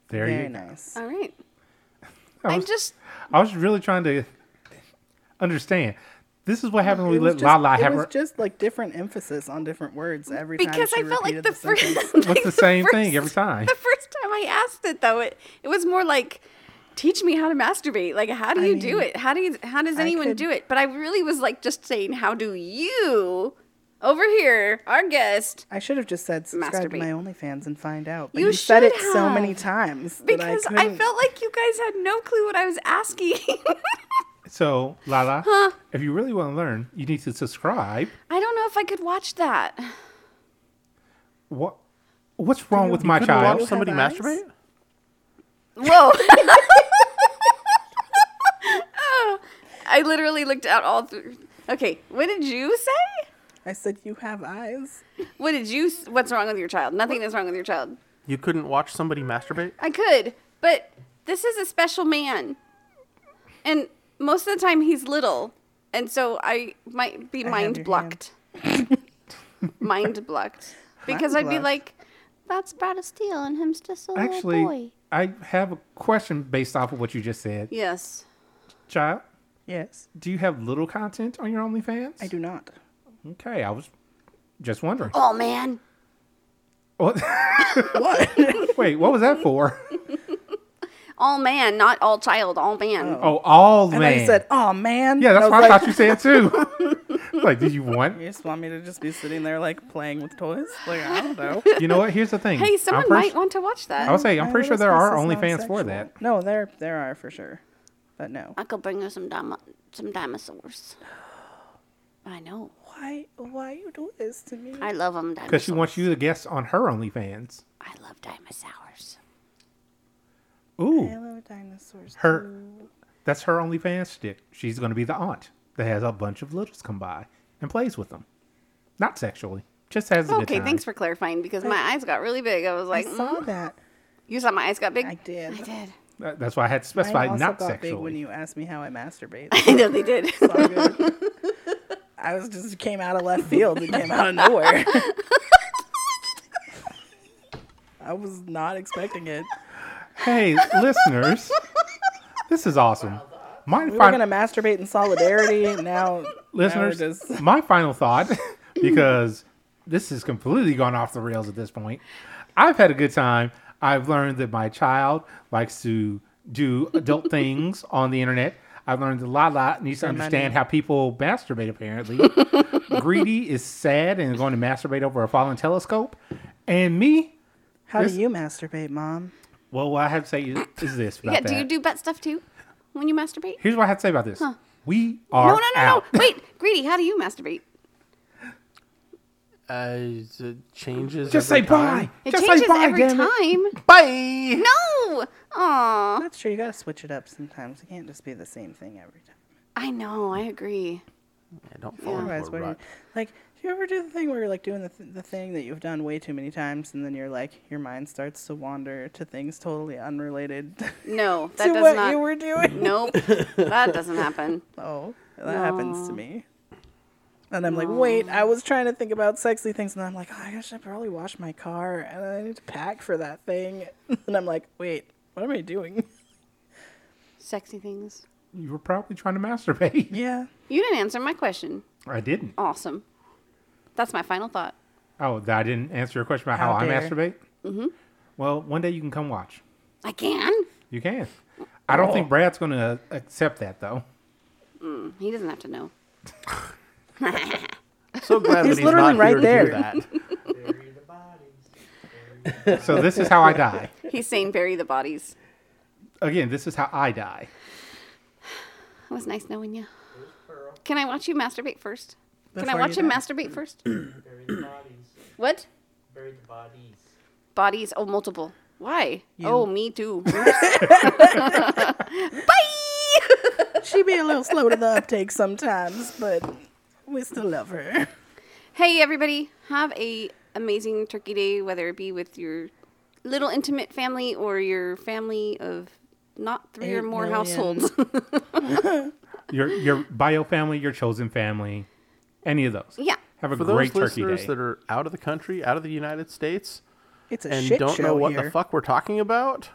Speaker 8: There
Speaker 3: Very
Speaker 8: you go.
Speaker 3: nice.
Speaker 2: All right.
Speaker 8: I
Speaker 2: I'm
Speaker 8: was,
Speaker 2: just
Speaker 8: I was really trying to understand. This is what happened when we
Speaker 3: It was
Speaker 8: let
Speaker 3: just-
Speaker 8: Lala
Speaker 3: it
Speaker 8: have
Speaker 3: was
Speaker 8: her
Speaker 3: just like different emphasis on different words every time.
Speaker 2: because
Speaker 3: she
Speaker 2: I felt like
Speaker 3: repeated
Speaker 2: the first *laughs*
Speaker 3: sentence.
Speaker 8: with the same thing every time.
Speaker 2: the first time I asked it though, it, it was more like teach me how to masturbate. Like how do you do
Speaker 3: mean,
Speaker 2: it? How do you how does
Speaker 3: I
Speaker 2: anyone
Speaker 3: could-
Speaker 2: do it? But I really was like just saying how do you over here, our guest
Speaker 3: I should have just said subscribe to my OnlyFans and find out. But
Speaker 2: You
Speaker 3: you, said it
Speaker 2: should
Speaker 3: so many
Speaker 2: have.
Speaker 3: times that
Speaker 2: because
Speaker 3: I,
Speaker 2: I,
Speaker 3: couldn't-
Speaker 2: felt like you guys had no clue what I was asking. *laughs*
Speaker 8: So, Lala, if you really want to learn, you need to subscribe.
Speaker 2: I don't know if I could watch that.
Speaker 8: What What's wrong with
Speaker 4: You
Speaker 8: my
Speaker 4: couldn't watch
Speaker 8: child?
Speaker 4: somebody
Speaker 3: eyes?
Speaker 4: masturbate?
Speaker 2: Whoa. I literally looked out all through. Okay, what did you say?
Speaker 3: I said you have eyes.
Speaker 2: What did you? s- What's wrong with your child? Nothing is wrong with your child.
Speaker 4: You couldn't watch somebody masturbate?
Speaker 2: I could, but this is a special man, and most of the time he's little, and so I might be
Speaker 3: have
Speaker 2: mind
Speaker 3: your
Speaker 2: blocked. *laughs* mind blocked, because I'd
Speaker 3: Mind
Speaker 2: be
Speaker 3: blocked.
Speaker 2: like, "That's Brad of Steel, and him's just a
Speaker 3: Oh,
Speaker 8: Actually,
Speaker 2: little boy."
Speaker 8: I have a question based off of what you just said.
Speaker 2: Yes.
Speaker 8: Child,
Speaker 3: Yes,
Speaker 8: do you have little content on your OnlyFans?
Speaker 3: I do not.
Speaker 8: Okay, I was just wondering.
Speaker 2: Oh man.
Speaker 8: What?
Speaker 3: *laughs*
Speaker 8: *laughs* Wait, what was that for?
Speaker 2: All man, not all child. All man.
Speaker 8: Oh, all
Speaker 3: And
Speaker 8: man.
Speaker 3: I said, "Oh man."
Speaker 8: yeah,
Speaker 3: And
Speaker 8: that's
Speaker 3: I
Speaker 8: what
Speaker 3: was
Speaker 8: I
Speaker 3: like,
Speaker 8: thought you said too.
Speaker 3: *laughs*
Speaker 8: like, did you want?
Speaker 3: You just want me to just be sitting there like playing with toys? Like I don't
Speaker 8: *laughs*
Speaker 3: know.
Speaker 8: You know what? Here's the thing.
Speaker 2: Hey,
Speaker 8: I'm
Speaker 2: someone
Speaker 8: pretty
Speaker 2: might
Speaker 8: su-
Speaker 2: want to watch that.
Speaker 8: I would say I'm
Speaker 3: My
Speaker 8: pretty sure
Speaker 3: little
Speaker 8: there are
Speaker 3: space is
Speaker 8: OnlyFans
Speaker 3: non-sexual.
Speaker 8: for that.
Speaker 3: No, there there are for sure, but no.
Speaker 2: I could bring her some dino- some dinosaurs. I know.
Speaker 3: Why why you do this to me?
Speaker 2: I love them.
Speaker 8: Because she wants you to guess on her OnlyFans.
Speaker 2: I love dinosaurs.
Speaker 3: I
Speaker 8: Ooh,
Speaker 3: love dinosaurs.
Speaker 8: her. That's her OnlyFans shtick. She's going to be the aunt that has a bunch of littles come by and plays with them. Not sexually, just has a good
Speaker 2: okay,
Speaker 8: time.
Speaker 2: thanks for clarifying because my eyes got really big. I was
Speaker 3: I
Speaker 2: like,
Speaker 3: saw
Speaker 2: mm.
Speaker 3: that.
Speaker 2: you saw my eyes got big.
Speaker 3: I did.
Speaker 2: I did.
Speaker 8: That- That's why I had to
Speaker 3: Mine
Speaker 8: specify
Speaker 3: also
Speaker 8: not
Speaker 3: got big when
Speaker 8: sexually.
Speaker 3: you asked me how I masturbate.
Speaker 2: *laughs* I know they did.
Speaker 3: all good. I was just came out of left field. It came out of nowhere. I was not expecting it. *laughs*
Speaker 8: Hey, listeners, this is awesome. My
Speaker 3: We were
Speaker 8: final-
Speaker 3: gonna masturbate in solidarity. and Now,
Speaker 8: listeners,
Speaker 3: now we're
Speaker 2: *laughs*
Speaker 3: just-
Speaker 8: my final thought, *laughs* because this has completely gone off the rails at this point. I've had a good time. I've learned that my child likes to do
Speaker 2: *laughs*
Speaker 8: adult things on the internet. I've learned that Lala needs to understand how people masturbate, apparently.
Speaker 2: *laughs*
Speaker 8: Greedy is sad and is going to masturbate over a fallen telescope. And me,
Speaker 3: how
Speaker 8: this-
Speaker 3: do you masturbate, mom?
Speaker 8: well, what I have to say is, is this about
Speaker 2: yeah. Do you
Speaker 8: that.
Speaker 2: do butt stuff too when you masturbate?
Speaker 8: Here's what I have to say about this. We are
Speaker 2: no, no, no,
Speaker 8: out. *laughs*
Speaker 2: no. Wait, Greedy, how do you masturbate?
Speaker 4: Uh, it changes.
Speaker 8: Just
Speaker 4: every
Speaker 8: say
Speaker 4: time.
Speaker 8: bye.
Speaker 2: It
Speaker 8: Just say
Speaker 2: changes
Speaker 8: bye,
Speaker 2: every
Speaker 8: damn
Speaker 2: time.
Speaker 4: Bye.
Speaker 2: No. Aw.
Speaker 3: That's true. You gotta switch it up sometimes. It can't just be the same thing every time.
Speaker 2: I know. I agree.
Speaker 4: Yeah, don't fall
Speaker 3: Otherwise,
Speaker 4: into
Speaker 3: what
Speaker 4: a
Speaker 3: do you-
Speaker 4: rut.
Speaker 3: like, do you ever do the thing where you're like doing the, th- the thing that you've done way too many times, and then you're like, your mind starts to wander to things totally unrelated *laughs*
Speaker 2: No, that
Speaker 3: to
Speaker 2: does
Speaker 3: what
Speaker 2: not.
Speaker 3: you were doing?
Speaker 2: *laughs* Nope. that doesn't happen.
Speaker 3: Oh, that happens to
Speaker 2: No.
Speaker 3: me. And I'm like, wait, I was trying to think about sexy things, and I'm like, oh, I gosh, I probably wash my car, and I need to pack for that thing. *laughs* And I'm like, wait, what am I doing?
Speaker 2: Sexy things.
Speaker 8: You were probably trying to masturbate. *laughs*
Speaker 3: Yeah.
Speaker 2: You didn't answer my question.
Speaker 8: I didn't.
Speaker 2: Awesome. That's my final thought.
Speaker 8: Oh, that I didn't answer your question about
Speaker 3: How
Speaker 8: how, I
Speaker 3: dare.
Speaker 8: masturbate? Mm-hmm. Well, one day you can come watch.
Speaker 2: I can.
Speaker 8: You can. I don't
Speaker 2: Oh.
Speaker 8: think Brad's going to accept that, though.
Speaker 2: He doesn't have to know.
Speaker 4: So glad
Speaker 3: He's
Speaker 4: that he's
Speaker 3: literally
Speaker 4: not
Speaker 3: right
Speaker 4: here to
Speaker 3: there.
Speaker 4: do that.
Speaker 11: Bury the bodies.
Speaker 8: So this is how I die.
Speaker 2: He's saying bury the bodies.
Speaker 8: Again, this is how I die.
Speaker 2: It was nice knowing you. Can I watch you masturbate first? Can I
Speaker 3: Before
Speaker 2: watch
Speaker 3: you
Speaker 2: him
Speaker 3: die.
Speaker 2: masturbate
Speaker 3: *clears throat*
Speaker 2: first?
Speaker 11: Bury the bodies.
Speaker 2: what?
Speaker 11: Bury the bodies.
Speaker 2: Bodies? Oh, multiple. Why?
Speaker 3: You.
Speaker 2: Oh, me
Speaker 3: *laughs*
Speaker 2: too.
Speaker 3: She be a little slow to the uptake sometimes, but we still love her.
Speaker 2: hey, everybody. Have a amazing Turkey Day, whether it be with your little intimate family or your family of not three or
Speaker 3: Eight
Speaker 2: more
Speaker 3: million. *laughs*
Speaker 2: households.
Speaker 8: Your your bio family, your chosen family, any of those.
Speaker 2: yeah.
Speaker 8: Have
Speaker 4: *laughs*
Speaker 8: a
Speaker 4: For
Speaker 8: great
Speaker 4: those
Speaker 8: turkey
Speaker 4: listeners
Speaker 8: day.
Speaker 4: that are out of the country, out of the United States,
Speaker 3: It's a
Speaker 4: and
Speaker 3: shit
Speaker 4: don't
Speaker 3: show
Speaker 4: know what
Speaker 3: here.
Speaker 4: the fuck we're talking about,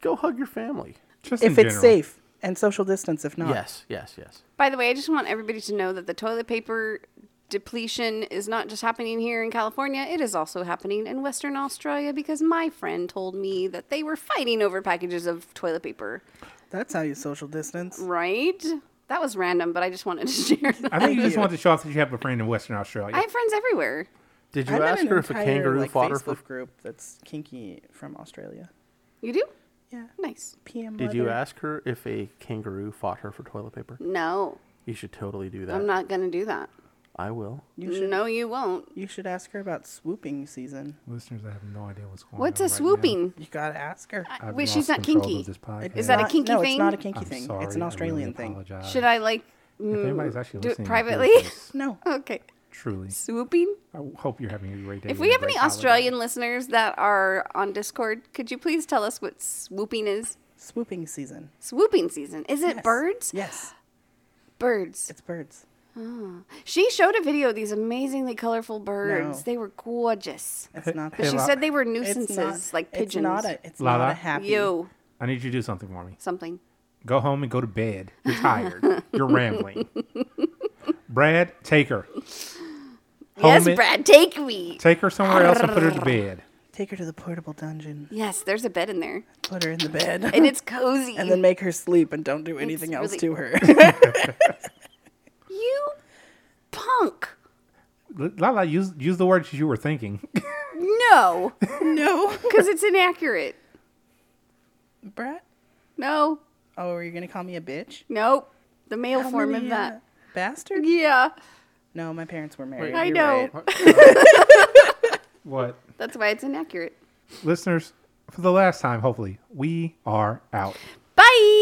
Speaker 4: go hug your family.
Speaker 8: Just
Speaker 3: If
Speaker 8: in
Speaker 3: it's
Speaker 8: general.
Speaker 3: safe and social distance, if not,
Speaker 4: Yes, yes, yes.
Speaker 2: By the way, I just want everybody to know that the toilet paper depletion is not just happening here in California, it is also happening in Western Australia because my friend told me that they were fighting over packages of toilet paper.
Speaker 3: that's how you social distance.
Speaker 2: Right? That was random, but I just wanted to *laughs* share that.
Speaker 8: I think you just want to show off that you have a friend in Western Australia.
Speaker 2: I have friends everywhere.
Speaker 4: Did you
Speaker 3: I'm in
Speaker 4: ask
Speaker 3: an
Speaker 4: her if a
Speaker 3: entire,
Speaker 4: kangaroo
Speaker 3: like,
Speaker 4: fought her
Speaker 3: Facebook
Speaker 4: for?
Speaker 3: group that's kinky from Australia.
Speaker 2: You do?
Speaker 3: Yeah.
Speaker 2: Nice.
Speaker 3: PM.
Speaker 4: Did you
Speaker 3: mother.
Speaker 4: ask her if a kangaroo fought her for toilet paper?
Speaker 2: No,
Speaker 4: You should totally do that.
Speaker 2: I'm not going to do that.
Speaker 4: I will.
Speaker 3: You should.
Speaker 2: No, you won't.
Speaker 3: You should ask her about swooping season.
Speaker 8: Listeners, I have no idea what's going
Speaker 2: What's
Speaker 8: on.
Speaker 2: a swooping?
Speaker 3: You gotta ask her.
Speaker 2: I-
Speaker 8: Right
Speaker 2: Wait, she's not kinky. Uh, Is that a
Speaker 3: Not-
Speaker 2: kinky
Speaker 3: no,
Speaker 2: thing?
Speaker 3: it's not a kinky
Speaker 8: I'm
Speaker 3: thing.
Speaker 8: Sorry,
Speaker 3: it's an Australian
Speaker 8: I really
Speaker 3: thing.
Speaker 8: Apologize.
Speaker 2: Should I like
Speaker 8: Uh, If
Speaker 2: mm,
Speaker 8: anybody's actually
Speaker 2: do it
Speaker 8: listening,
Speaker 2: privately?
Speaker 8: please,
Speaker 3: No.
Speaker 2: *laughs* okay.
Speaker 8: Truly,
Speaker 2: Swooping?
Speaker 8: I hope you're having a great day.
Speaker 2: If
Speaker 8: and
Speaker 2: we
Speaker 8: a
Speaker 2: have any
Speaker 8: great holiday.
Speaker 2: Australian listeners that are on Discord, could you please tell us what swooping is?
Speaker 3: Swooping season.
Speaker 2: Swooping season. Is it
Speaker 3: Yes.
Speaker 2: birds?
Speaker 3: Yes,
Speaker 2: Birds.
Speaker 3: it's birds.
Speaker 2: She showed a video of these amazingly colorful birds.
Speaker 3: No.
Speaker 2: They were gorgeous.
Speaker 3: It's not.
Speaker 8: Hey,
Speaker 2: She
Speaker 8: La-
Speaker 2: said they were
Speaker 3: it's
Speaker 2: nuisances,
Speaker 3: not-
Speaker 2: like pigeons.
Speaker 3: It's not a. It's not
Speaker 8: Lala?
Speaker 3: a happy.
Speaker 2: You
Speaker 8: I need you to do something for me.
Speaker 2: something.
Speaker 8: Go home and go to bed. You're
Speaker 2: *laughs*
Speaker 8: tired. You're rambling. Brad, take her.
Speaker 2: yes,
Speaker 8: Home it-
Speaker 2: Brad, take me.
Speaker 8: Take her somewhere else and put
Speaker 2: *laughs*
Speaker 8: her to bed.
Speaker 3: Take her to the portable dungeon.
Speaker 2: Yes, there's a bed in there,
Speaker 3: Put her in the
Speaker 2: *laughs*
Speaker 3: bed.
Speaker 2: and it's cozy.
Speaker 3: and then make her sleep and don't do anything else
Speaker 2: really- *laughs*
Speaker 3: to her.
Speaker 2: you punk.
Speaker 8: L- Lala, use use the words you were thinking. *laughs*
Speaker 3: *laughs*
Speaker 2: No,
Speaker 3: no,
Speaker 2: because it's inaccurate.
Speaker 3: Brad.
Speaker 2: No,
Speaker 3: Oh, are you gonna call me a bitch?
Speaker 2: nope. The male form of
Speaker 3: Yeah.
Speaker 2: that.
Speaker 3: bastard.
Speaker 2: Yeah,
Speaker 3: No, my parents were married.
Speaker 2: I
Speaker 3: You're
Speaker 2: know.
Speaker 3: right.
Speaker 8: what?
Speaker 2: That's why it's inaccurate.
Speaker 8: Listeners, for the last time, hopefully, we are out.
Speaker 2: Bye.